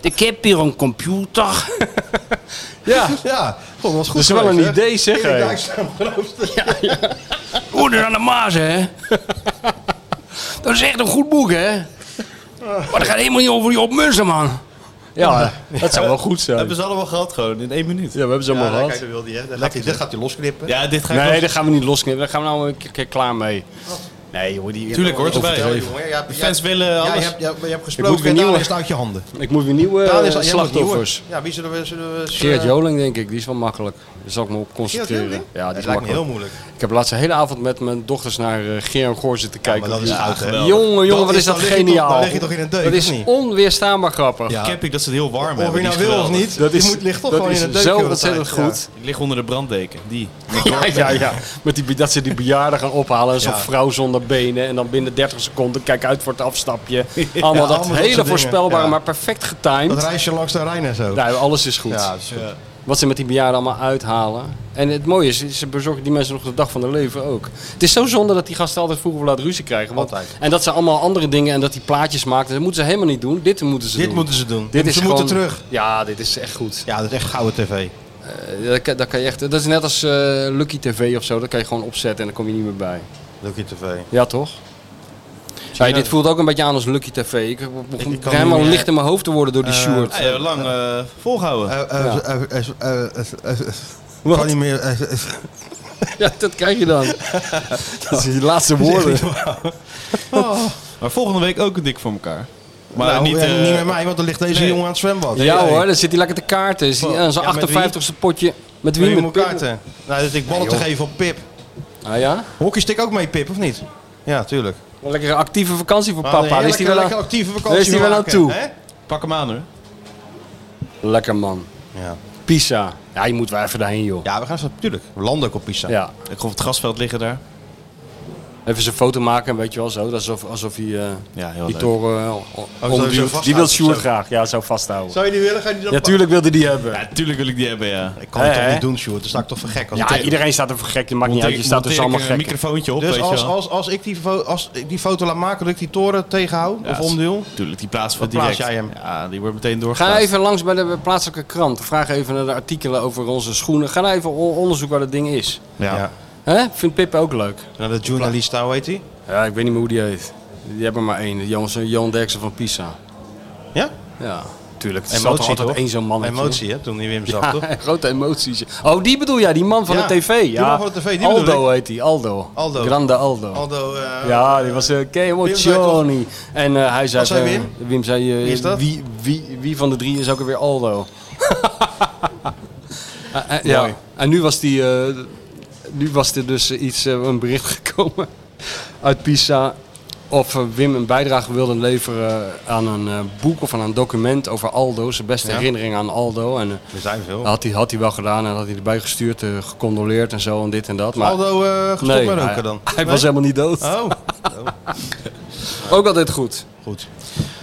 Speaker 11: Ik heb hier een computer.
Speaker 7: Ja,
Speaker 6: ja. God, dat was goed
Speaker 7: dat is wel
Speaker 6: geweest,
Speaker 7: een
Speaker 6: hè?
Speaker 7: idee zeg.
Speaker 6: Erik
Speaker 7: hè.
Speaker 6: Dijkstra, een hoofdstuk.
Speaker 11: Lourdes aan de Maas, hè? Dat is echt een goed boek, hè? Maar dat gaat helemaal niet over Job Munster, man.
Speaker 7: Ja, dat zou wel goed zijn.
Speaker 1: Hebben ze allemaal gehad gewoon in één minuut.
Speaker 7: Ja, we hebben ze allemaal
Speaker 6: Ja, kijk,
Speaker 7: gehad.
Speaker 6: dat wil hij, hè. Dat gaat hij- dat gaat hij losknippen.
Speaker 1: Ja, dit ga ik
Speaker 7: Nee,
Speaker 1: wel-
Speaker 7: dat gaan we niet losknippen. Daar gaan we nou een keer- keer klaar mee. Nee, joh, die...
Speaker 1: Tuurlijk hoor, het
Speaker 6: Vertel,
Speaker 1: erbij.
Speaker 6: jongen, ja,
Speaker 1: De
Speaker 6: ja,
Speaker 1: fans willen
Speaker 6: Ja,
Speaker 1: alles.
Speaker 6: je hebt, je hebt, je hebt
Speaker 7: moet
Speaker 6: gesproken
Speaker 7: weer
Speaker 6: en Daan
Speaker 7: nieuwe-
Speaker 6: is het uit je handen.
Speaker 7: Ik moet weer nieuwe
Speaker 6: Daan
Speaker 7: eh,
Speaker 6: is- jij moet
Speaker 7: slachtoffers.
Speaker 6: nieuwe. Ja, wie zullen we... Zullen we
Speaker 7: Geert
Speaker 6: eh,
Speaker 7: Joling, denk ik. Die is wel makkelijk. Daar zal ik me op
Speaker 6: Geert
Speaker 7: concentreren.
Speaker 6: Joling?
Speaker 7: Ja, die
Speaker 6: Dat
Speaker 7: is
Speaker 6: lijkt me heel
Speaker 7: makkelijk.
Speaker 6: moeilijk.
Speaker 7: Ik heb laatst de hele avond met mijn dochters naar eh Geer en Goor zitten kijken.
Speaker 6: maar dat is
Speaker 7: Ja,
Speaker 6: oud, hè?
Speaker 7: Jongen, jongen,
Speaker 6: Dat
Speaker 7: wat
Speaker 6: is-
Speaker 7: is dat
Speaker 6: dan lig je toch-
Speaker 7: geniaal.
Speaker 6: dan lig je toch in een deuk,
Speaker 7: Dat is
Speaker 6: of niet?
Speaker 7: onweerstaanbaar grappig.
Speaker 6: Ja.
Speaker 1: Cap ik dat ze het heel warm
Speaker 6: Of
Speaker 1: hebben.
Speaker 6: je nou
Speaker 1: die is
Speaker 6: wil of
Speaker 1: geweldig.
Speaker 6: niet,
Speaker 7: Dat
Speaker 6: je
Speaker 7: is,
Speaker 6: moet, ligt toch
Speaker 7: dat
Speaker 6: gewoon
Speaker 7: is
Speaker 6: in een deuk.
Speaker 7: zo
Speaker 6: heel de
Speaker 7: ontzettend
Speaker 6: tijd. Ja.
Speaker 7: goed.
Speaker 1: Ik lig onder de branddeken. Die.
Speaker 7: Ja, ja, ja. Met die, dat ze die bejaarden gaan ophalen. en Zo'n
Speaker 6: Ja.
Speaker 7: vrouw zonder benen. En dan binnen 30 seconden kijk uit voor het afstapje. Allemaal dat
Speaker 6: allemaal dat soort
Speaker 7: hele
Speaker 6: dingen.
Speaker 7: voorspelbare,
Speaker 6: Ja.
Speaker 7: maar perfect getimed.
Speaker 6: Dat reisje langs de Rijn en zo.
Speaker 7: Nou, alles is goed.
Speaker 6: Ja, dat is goed.
Speaker 7: Wat ze met die bejaarden allemaal uithalen. En het mooie is, ze bezorgen die mensen nog de dag van hun leven ook. Het is zo zonde dat die gasten altijd vroeg of laat ruzie krijgen. Want,
Speaker 6: Altijd.
Speaker 7: en dat ze allemaal andere dingen en dat die plaatjes maken. Dat moeten ze helemaal niet doen. Dit moeten ze
Speaker 6: Dit
Speaker 7: doen.
Speaker 6: moeten ze doen.
Speaker 7: Dit is
Speaker 6: ze
Speaker 7: gewoon-
Speaker 6: moeten terug.
Speaker 7: Ja, dit is echt goed.
Speaker 6: Ja, dat is echt gouden tv.
Speaker 7: Eh, dat, kan, dat, kan je echt, dat is net als eh, Lucky TV of zo. Dat kan je gewoon opzetten en dan kom je niet meer bij.
Speaker 6: Lucky tv.
Speaker 7: Ja, toch? Ja, dit voelt ook een beetje aan als Lucky TV. Ik begon
Speaker 6: ik kan
Speaker 7: helemaal
Speaker 6: niet meer-
Speaker 7: licht in mijn hoofd te worden door die shirt.
Speaker 1: Ja, ja, lang eh, volgehouden.
Speaker 7: Ja.
Speaker 6: Kan niet meer. eh, eh,
Speaker 7: Ja, dat krijg je dan. Dat zijn die laatste woorden.
Speaker 1: Maar volgende week ook een dik voor elkaar. Maar
Speaker 6: nou,
Speaker 1: niet,
Speaker 6: niet,
Speaker 1: eh,
Speaker 6: niet met mij, want dan ligt deze
Speaker 1: nee.
Speaker 6: jongen aan het zwembad.
Speaker 7: Ja hoor, dan zit hij lekker te kaarten. Is hij aan zijn
Speaker 6: Ja, met
Speaker 7: 58ste potje. Met
Speaker 6: Wie
Speaker 7: wie?
Speaker 6: moet
Speaker 7: Pip?
Speaker 6: kaarten? Nou, dus ik ballen te geven op Pip.
Speaker 7: Ah ja?
Speaker 6: Hockey stik ook mee, Pip, of niet? Ja, tuurlijk.
Speaker 7: Een lekkere actieve vakantie voor papa. Daar
Speaker 6: Heerlijke-
Speaker 7: is hij wel
Speaker 6: lekker
Speaker 7: aan...
Speaker 6: actieve vakantie.
Speaker 7: daar is hij wel aan
Speaker 6: maken,
Speaker 7: toe.
Speaker 6: hè?
Speaker 1: Pak hem aan hoor.
Speaker 7: Lekker man.
Speaker 6: Ja.
Speaker 7: Pisa. Ja, je moet wel even daarheen joh.
Speaker 6: Ja, we gaan zo, natuurlijk. We landen ook op Pisa.
Speaker 7: Ja.
Speaker 1: Ik hoef het grasveld liggen daar.
Speaker 7: Even zijn foto maken, weet je wel zo. Dat is alsof, alsof hij eh,
Speaker 1: Ja, heel
Speaker 7: die
Speaker 1: leuk.
Speaker 7: toren eh,
Speaker 6: Oh, zo
Speaker 7: omduwt. Die
Speaker 6: vasthouden,
Speaker 7: wil Sjoerd
Speaker 6: zo.
Speaker 7: graag. Ja, zo vasthouden.
Speaker 6: Zou je die willen? Ga je die dan
Speaker 7: Ja, tuurlijk wilde die hebben.
Speaker 1: Ja, tuurlijk wil ik die hebben, ja.
Speaker 6: pakken? Ik kan het
Speaker 7: Hè,
Speaker 6: toch
Speaker 7: hè?
Speaker 6: niet doen, Sjoerd? Dan sta ik toch voor gek. Als
Speaker 7: Ja,
Speaker 6: ik-
Speaker 7: iedereen staat er voor gek. Je maakt niet uit. Je staat
Speaker 1: Monteer
Speaker 7: tussen
Speaker 1: ik
Speaker 7: allemaal
Speaker 1: een
Speaker 7: gek.
Speaker 1: microfoontje op,
Speaker 6: Dus
Speaker 1: weet
Speaker 6: als,
Speaker 1: je wel.
Speaker 6: als, als, ik die fo- als ik die foto laat maken, dat ik die toren tegenhoud
Speaker 1: Ja,
Speaker 6: of
Speaker 1: dat is-
Speaker 6: omduw.
Speaker 1: Tuurlijk, die plaats van
Speaker 6: Dan
Speaker 1: direct.
Speaker 6: plaats jij hem.
Speaker 1: Ja, die wordt meteen
Speaker 7: Ga
Speaker 1: doorgeplaatst.
Speaker 7: even langs bij de plaatselijke krant. Vraag even naar de artikelen over onze schoenen. Ga nou even on- onderzoek waar dat ding is.
Speaker 6: Ja.
Speaker 7: Hè? Vindt Pip ook leuk?
Speaker 6: Nou, de journalist, hoe heet die?
Speaker 7: Ja, ik weet niet meer hoe die heet. Die hebben maar één. Johan, Johan Derksen van Pisa.
Speaker 6: Ja?
Speaker 7: Ja, tuurlijk. Er zat er
Speaker 6: Emotie,
Speaker 7: altijd
Speaker 6: toch?
Speaker 7: één zo'n mannetje.
Speaker 6: Emotie, hè? Toen die Wim zag, toch?
Speaker 7: Ja, grote emoties. Oh, die bedoel jij, die man van
Speaker 6: Ja,
Speaker 7: de tv.
Speaker 6: die
Speaker 7: Ja.
Speaker 6: man van de tv, die bedoel
Speaker 7: Aldo heet die, Aldo.
Speaker 6: Aldo.
Speaker 7: Grande Aldo.
Speaker 6: Aldo, eh,
Speaker 7: Ja, die was eh Kay
Speaker 6: zei toch-
Speaker 7: Johnny. En eh, hij zei...
Speaker 6: Wat zei
Speaker 7: eh,
Speaker 6: Wim?
Speaker 7: Wim zei... eh,
Speaker 6: Wie is dat?
Speaker 7: Wie, wie, wie van de drie is ook alweer Aldo? Eh, eh, ja.
Speaker 6: Mooi.
Speaker 7: En nu was, die, eh, nu was er dus iets, eh, een bericht gekomen uit Pisa... Of eh, Wim een bijdrage wilde leveren aan een eh, boek of aan een document over Aldo. Zijn beste
Speaker 6: Ja.
Speaker 7: herinnering aan Aldo. En eh,
Speaker 6: Er zijn veel.
Speaker 7: had hij, had hij wel gedaan en had hij erbij gestuurd, eh, gecondoleerd en zo en dit en dat. Maar
Speaker 6: Aldo eh gestopt
Speaker 7: nee,
Speaker 6: met roken
Speaker 7: hij,
Speaker 6: dan?
Speaker 7: Hij was helemaal niet dood.
Speaker 6: Oh,
Speaker 7: Ook altijd goed.
Speaker 6: goed.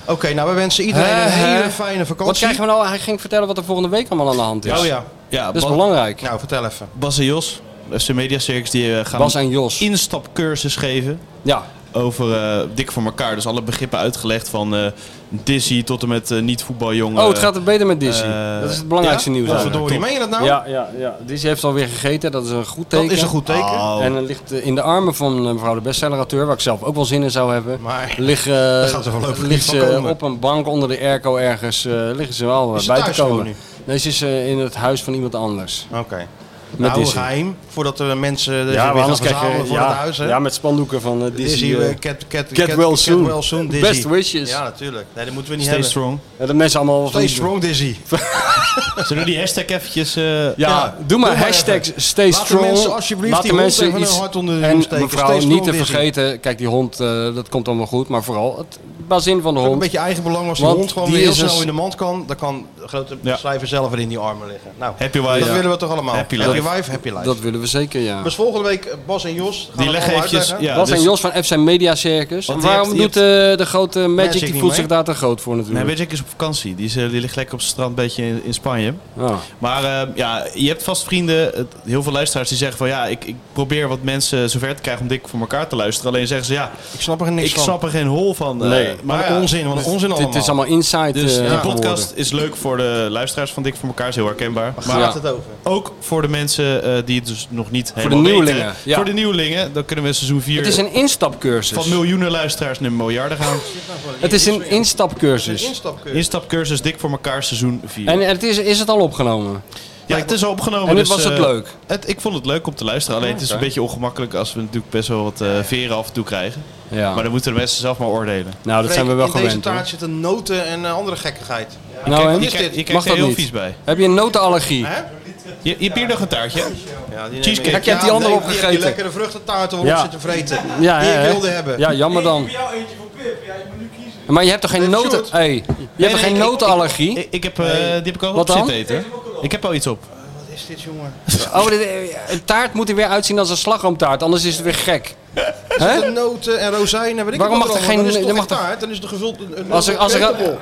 Speaker 6: Oké, nou we wensen iedereen
Speaker 7: Hè,
Speaker 6: een hele
Speaker 7: hè?
Speaker 6: fijne vakantie.
Speaker 7: Eh, Wat krijgen we nou? Hij ging vertellen wat er volgende week allemaal aan de hand is.
Speaker 6: Oh ja.
Speaker 1: Ja,
Speaker 7: Dat is
Speaker 1: Bas,
Speaker 7: belangrijk.
Speaker 6: Nou, vertel even.
Speaker 1: Bas en Jos, FC Media Circus, die eh, gaan
Speaker 7: Bas
Speaker 1: een
Speaker 7: en Jos.
Speaker 1: instapcursus geven.
Speaker 7: Ja.
Speaker 1: Over eh, dik voor elkaar. Dus alle begrippen uitgelegd van eh Dizzy tot en met eh, niet-voetbaljongen.
Speaker 7: Oh, het gaat er beter met Dizzy.
Speaker 1: eh,
Speaker 7: dat is het belangrijkste nieuws.
Speaker 6: Ja,
Speaker 7: eigenlijk.
Speaker 6: verdorie. Meen je dat nou?
Speaker 7: Ja, ja, ja. Dizzy heeft alweer gegeten. Dat is een goed
Speaker 6: Dat
Speaker 7: teken.
Speaker 6: is een goed teken.
Speaker 1: Oh.
Speaker 7: En er ligt eh, in de armen van eh, mevrouw de bestsellerauteur, waar ik zelf ook wel zin in zou hebben,
Speaker 6: Maar
Speaker 7: liggen, eh,
Speaker 6: gaat er voorlopig
Speaker 7: ligt
Speaker 6: niet van
Speaker 7: ze
Speaker 6: komen.
Speaker 7: op een bank onder de airco ergens, eh, liggen ze wel eh,
Speaker 6: ze
Speaker 7: bij
Speaker 6: thuis
Speaker 7: te komen.
Speaker 6: gewoon nu?
Speaker 7: Nee, ze is eh, in het huis van iemand anders.
Speaker 6: Oké.
Speaker 7: Met
Speaker 6: Nou,
Speaker 7: Dizzy.
Speaker 6: geheim. Voordat de mensen eh,
Speaker 7: Ja,
Speaker 6: zich weer
Speaker 7: maar
Speaker 6: gaan
Speaker 7: anders krijg
Speaker 6: verzamelen
Speaker 7: je...
Speaker 6: voor
Speaker 7: Ja,
Speaker 6: het huis. Hè?
Speaker 7: ja, met spandoeken van eh, Dizzy.
Speaker 6: Dizzy,
Speaker 7: eh,
Speaker 6: eh, cat, cat,
Speaker 7: get well soon.
Speaker 6: well soon, Dizzy.
Speaker 7: Best wishes.
Speaker 6: Ja, natuurlijk. Nee, dat moeten we niet
Speaker 1: Stay
Speaker 6: hebben.
Speaker 1: strong.
Speaker 7: ja, dat mensen allemaal... van
Speaker 6: Stay
Speaker 7: die-
Speaker 6: strong, Dizzy.
Speaker 1: Zullen we die hashtag eventjes... eh,
Speaker 7: Ja,
Speaker 6: Ja,
Speaker 7: doe maar
Speaker 6: doe maar
Speaker 7: hashtag
Speaker 6: even.
Speaker 7: stay
Speaker 6: Laat de
Speaker 7: strong.
Speaker 6: mensen alsjeblieft
Speaker 7: Laat
Speaker 6: die
Speaker 7: de
Speaker 6: hond
Speaker 7: mensen
Speaker 6: even een
Speaker 7: iets-
Speaker 6: hart onder de riem
Speaker 7: En
Speaker 6: steken.
Speaker 7: mevrouw,
Speaker 6: Stay strong,
Speaker 7: niet te
Speaker 6: Dizzy.
Speaker 7: vergeten. Kijk, die hond, eh, dat komt allemaal goed. Maar vooral het bazin van de
Speaker 6: Ook een
Speaker 7: hond.
Speaker 6: beetje eigenbelang als de
Speaker 7: Want
Speaker 6: hond gewoon
Speaker 7: die
Speaker 6: weer heel
Speaker 7: is dus- een-
Speaker 6: snel in de mand kan. Dan kan de grote
Speaker 1: Ja.
Speaker 6: schrijver zelf weer in die armen liggen. Nou,
Speaker 1: Happy
Speaker 6: dat
Speaker 1: wife.
Speaker 6: willen we toch allemaal?
Speaker 1: Happy
Speaker 6: Happy
Speaker 1: life.
Speaker 6: wife, happy life.
Speaker 7: Dat willen we zeker, ja.
Speaker 6: Dus volgende week Bas en Jos. gaan
Speaker 7: Die
Speaker 6: het
Speaker 7: leggen
Speaker 6: allemaal
Speaker 7: eventjes-
Speaker 6: uitleggen.
Speaker 7: Bas en Jos van FC Media Circus.
Speaker 6: dus- Want
Speaker 7: En
Speaker 6: die
Speaker 7: waarom
Speaker 6: heeft- die
Speaker 7: doet eh, de grote Magic, die voelt zich daar te groot voor natuurlijk.
Speaker 1: Nee, Magic is op vakantie. Die, is, eh, die ligt lekker op het strand, een beetje in, in Spanje.
Speaker 7: Ah.
Speaker 1: Maar eh, ja, je hebt vast vrienden, het- heel veel luisteraars die zeggen van... ja, ik, ik probeer wat mensen zover te krijgen om dik voor elkaar te luisteren. Alleen zeggen ze ja,
Speaker 6: ik snap er niks
Speaker 1: ik
Speaker 6: van.
Speaker 1: snap er geen hol van. eh,
Speaker 7: Nee. Wat een onzin, wat een
Speaker 1: dus-
Speaker 7: onzin Dit- dit allemaal. is allemaal inside,
Speaker 1: Dus
Speaker 7: eh,
Speaker 1: die
Speaker 7: geworden.
Speaker 1: podcast is leuk voor de luisteraars van Dik voor elkaar, is heel herkenbaar.
Speaker 6: Waar gaat het over?
Speaker 1: Ook voor de mensen eh, die het dus nog niet
Speaker 7: de
Speaker 1: helemaal
Speaker 7: nieuwelingen,
Speaker 1: weten.
Speaker 7: ja.
Speaker 1: Voor de nieuwelingen, dan kunnen we seizoen 4...
Speaker 7: Het is een instapcursus.
Speaker 1: Van miljoenen luisteraars naar miljarden gaan.
Speaker 7: Het is een instapcursus.
Speaker 6: instapcursus.
Speaker 1: Instapcursus Dik voor elkaar seizoen 4.
Speaker 7: En het is, is het al opgenomen?
Speaker 1: Ja, het is al opgenomen.
Speaker 7: En dit
Speaker 1: dus,
Speaker 7: was het
Speaker 1: eh,
Speaker 7: leuk?
Speaker 1: Het, ik vond het leuk om te luisteren. Alleen
Speaker 7: Ja,
Speaker 1: het is
Speaker 7: oké.
Speaker 1: een beetje ongemakkelijk als we natuurlijk best wel wat eh, veren af en toe krijgen.
Speaker 7: Ja.
Speaker 1: Maar dan moeten de mensen zelf maar oordelen.
Speaker 7: Nou, dat zijn we wel
Speaker 6: In deze
Speaker 7: gewend hoor.
Speaker 6: taart zitten noten en eh, andere gekkigheid.
Speaker 7: Nou,
Speaker 6: Wat
Speaker 7: hè?
Speaker 6: is dit?
Speaker 1: kijkt er heel vies bij.
Speaker 7: Heb je een notenallergie?
Speaker 6: Hè?
Speaker 1: Je, je hebt hier nog een taartje.
Speaker 6: Ja, die
Speaker 1: Cheesecake.
Speaker 7: Kijk, je hebt die andere opgegeten.
Speaker 6: Die lekkere vruchtentaarten waarop
Speaker 7: Ja.
Speaker 6: zitten vreten.
Speaker 7: Ja,
Speaker 6: die
Speaker 7: hè,
Speaker 6: ik
Speaker 7: hè?
Speaker 6: wilde hebben.
Speaker 7: Ja, jammer dan. Maar je hebt toch geen noten... Hey, je hebt toch
Speaker 1: nee,
Speaker 7: geen
Speaker 1: ik- ik-
Speaker 7: notenallergie?
Speaker 1: Ik, ik heb, eh, die heb ik al
Speaker 7: Wat
Speaker 1: op
Speaker 7: dan?
Speaker 1: zitten eten. Ik heb al iets op.
Speaker 6: Wat is dit, jongen?
Speaker 7: Oh, dit- eh, een taart moet er weer uitzien als een slagroomtaart, anders is het weer gek.
Speaker 6: Er
Speaker 7: Hè?
Speaker 6: zitten noten en rozijnen. Weet ik
Speaker 7: Waarom
Speaker 6: wat
Speaker 7: mag er
Speaker 6: allemaal.
Speaker 7: geen-
Speaker 6: Dan is
Speaker 7: dan
Speaker 6: het
Speaker 7: mag
Speaker 6: toch
Speaker 7: er-
Speaker 6: geen taart? Dan is het gevuld... een- een-
Speaker 7: Als er- als er-
Speaker 6: een kreupelbol.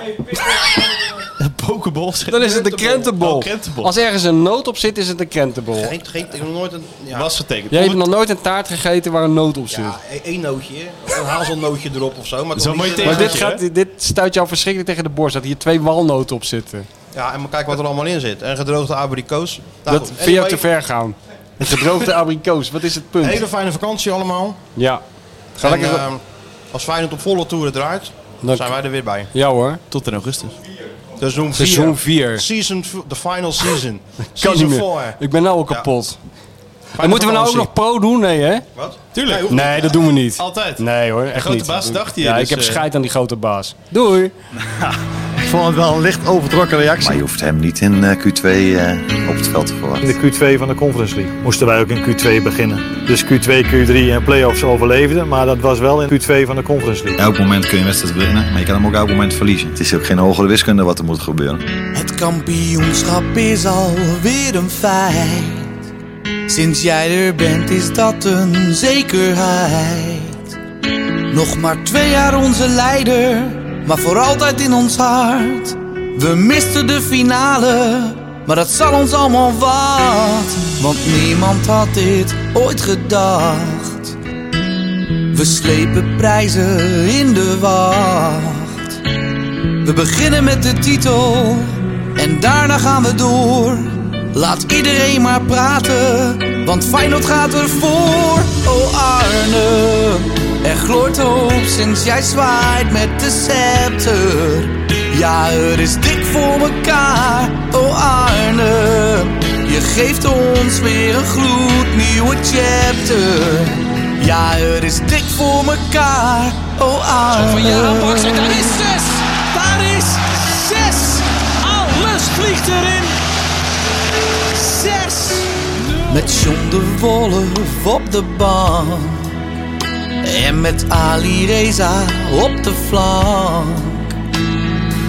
Speaker 1: Pokeball.
Speaker 7: Dan is het de krentenbol.
Speaker 1: Oh, krentenbol.
Speaker 7: Als ergens een noot op zit, is het een krentenbol.
Speaker 6: Geen- geen- Ik heb nog nooit een... Ja,
Speaker 1: Was getekend.
Speaker 7: Jij hebt nog nooit een taart gegeten waar een noot op zit.
Speaker 6: ja, e- één nootje. Of Een hazelnootje erop of zo. Maar toch niet-
Speaker 7: maar dit, gaat, dit- dit stuit jou verschrikkelijk tegen de borst, dat hier twee walnoten op zitten.
Speaker 6: Ja, en maar kijk wat er allemaal in zit. En gedroogde abrikoos. Nou,
Speaker 7: dat
Speaker 6: goed.
Speaker 7: vind je ook
Speaker 6: Anyway,
Speaker 7: te ver gaan. Een gedroogde abrikoos, wat is het punt?
Speaker 6: Hele fijne vakantie allemaal.
Speaker 7: Ja. Ga
Speaker 6: En,
Speaker 7: lekker...
Speaker 6: ehm, als Feyenoord op volle toeren draait,
Speaker 7: Dan-
Speaker 6: zijn wij er weer bij.
Speaker 7: ja hoor.
Speaker 1: Tot in augustus.
Speaker 6: Seizoen 4.
Speaker 7: Seizoen vier.
Speaker 6: Season, f- the final season.
Speaker 7: Kan
Speaker 6: season
Speaker 7: niet meer.
Speaker 6: 4.
Speaker 7: Ik ben nou al kapot. En moeten we nou ook nog pro doen? Nee, hè?
Speaker 6: Wat?
Speaker 1: Tuurlijk.
Speaker 7: Nee, dat doen we niet.
Speaker 1: Altijd.
Speaker 7: Nee hoor, echt
Speaker 1: grote
Speaker 7: niet.
Speaker 1: baas dacht hij,
Speaker 7: Ja,
Speaker 1: dus,
Speaker 7: ik heb
Speaker 1: eh,
Speaker 7: scheid aan die grote baas. Doei.
Speaker 2: Ik vond het wel een licht overtrokken reactie.
Speaker 3: Maar je hoeft hem niet in eh, Q2 eh, op het veld te verwachten.
Speaker 4: In de Q2 van de Conference League moesten wij ook in Q2 beginnen. Dus Q2, Q3 en play-offs overleefden, maar dat was wel in Q2 van de Conference League.
Speaker 3: Elk moment kun je een wedstrijd winnen, maar je kan hem ook elk moment verliezen. Het is ook geen hogere wiskunde wat er moet gebeuren.
Speaker 5: Het kampioenschap is alweer een feit. Sinds jij er bent is dat een zekerheid. Nog maar twee jaar onze leider, maar voor altijd in ons hart. We misten de finale, maar dat zal ons allemaal wat. Want niemand had dit ooit gedacht. We slepen prijzen in de wacht. We beginnen met de titel en daarna gaan we door. Laat iedereen maar praten, want Feyenoord gaat ervoor. Oh Arne, er gloort hoop sinds jij zwaait met de scepter. Ja, er is dik voor elkaar. Oh Arne, je geeft ons weer een gloednieuwe chapter. Ja, er is dik voor elkaar. Oh Arne.
Speaker 12: Van Jaren Bakker, daar is 6! Daar is 6! Alles vliegt erin! 6!
Speaker 5: Met John de Wolf op de bank. En met Ali Reza op de flank.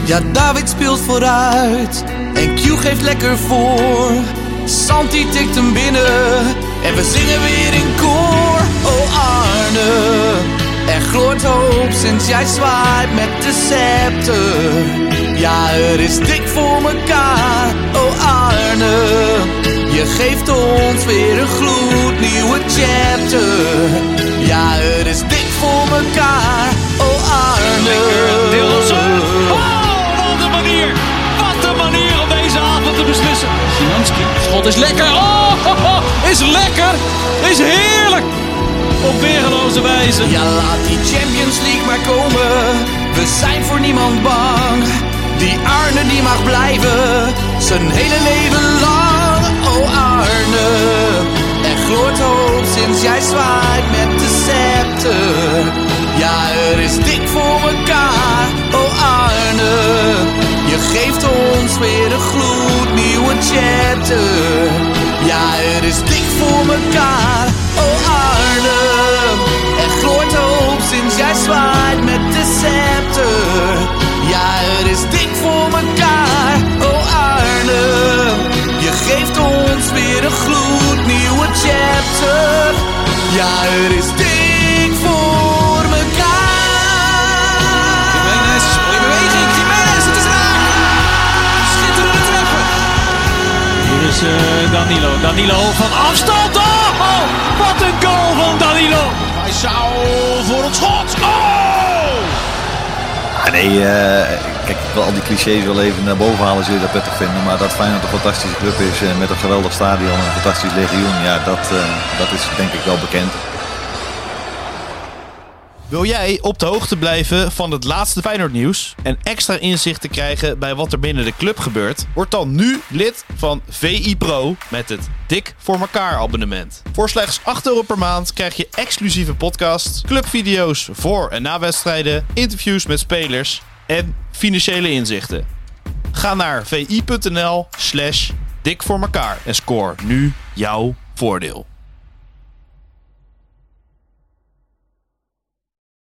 Speaker 5: Ja, David speelt vooruit. En Q geeft lekker voor. Santi tikt hem binnen. En we zingen weer in koor. Oh Arne, er gloort hoop sinds jij zwaait met de scepter. Ja, er is dik voor mekaar. Oh Arne, je geeft ons weer een gloednieuwe chapter. Ja, er is dik voor mekaar. Oh Arne.
Speaker 12: Dilsen! Oh, wat een manier! Wat een manier om deze avond te beslissen! Szymanski, schot is lekker! Oh, ho, ho, is lekker! Is heerlijk! Op weergeloze wijze.
Speaker 5: Ja, laat die Champions League maar komen. We zijn voor niemand bang. Die Arne die mag blijven, zijn hele leven lang. Oh Arne, er gloort hoop sinds jij zwaait met de scepter. Ja, er is dik voor elkaar. Oh Arne, je geeft ons weer een gloednieuwe chapter. Ja, er is dik voor elkaar. Oh Arne. Er gloort hoop sinds jij zwaait met de scepter. Ja, het is dik voor mekaar, oh Arne. Je geeft ons weer een gloed.
Speaker 12: eh, Danilo. Danilo van afstand. Oh, oh, wat een goal van Danilo. Hij zou voor het schot. Oh!
Speaker 3: Ja, nee, eh, kijk, ik wil al die clichés wel even naar boven halen, zul je dat prettig vinden. Maar dat Feyenoord een fantastische club is eh, met een geweldig stadion en een fantastisch legioen, ja, dat, eh, dat is denk ik wel bekend.
Speaker 13: Wil jij op de hoogte blijven van het laatste Feyenoord nieuws en extra inzicht te krijgen bij wat er binnen de club gebeurt? Word dan nu lid van VI Pro met het Dik voor elkaar abonnement. Voor slechts 8 euro per maand krijg je exclusieve podcasts, clubvideo's voor en na wedstrijden, interviews met spelers en financiële inzichten. Ga naar vi.nl slash dik voor elkaar en score nu jouw voordeel.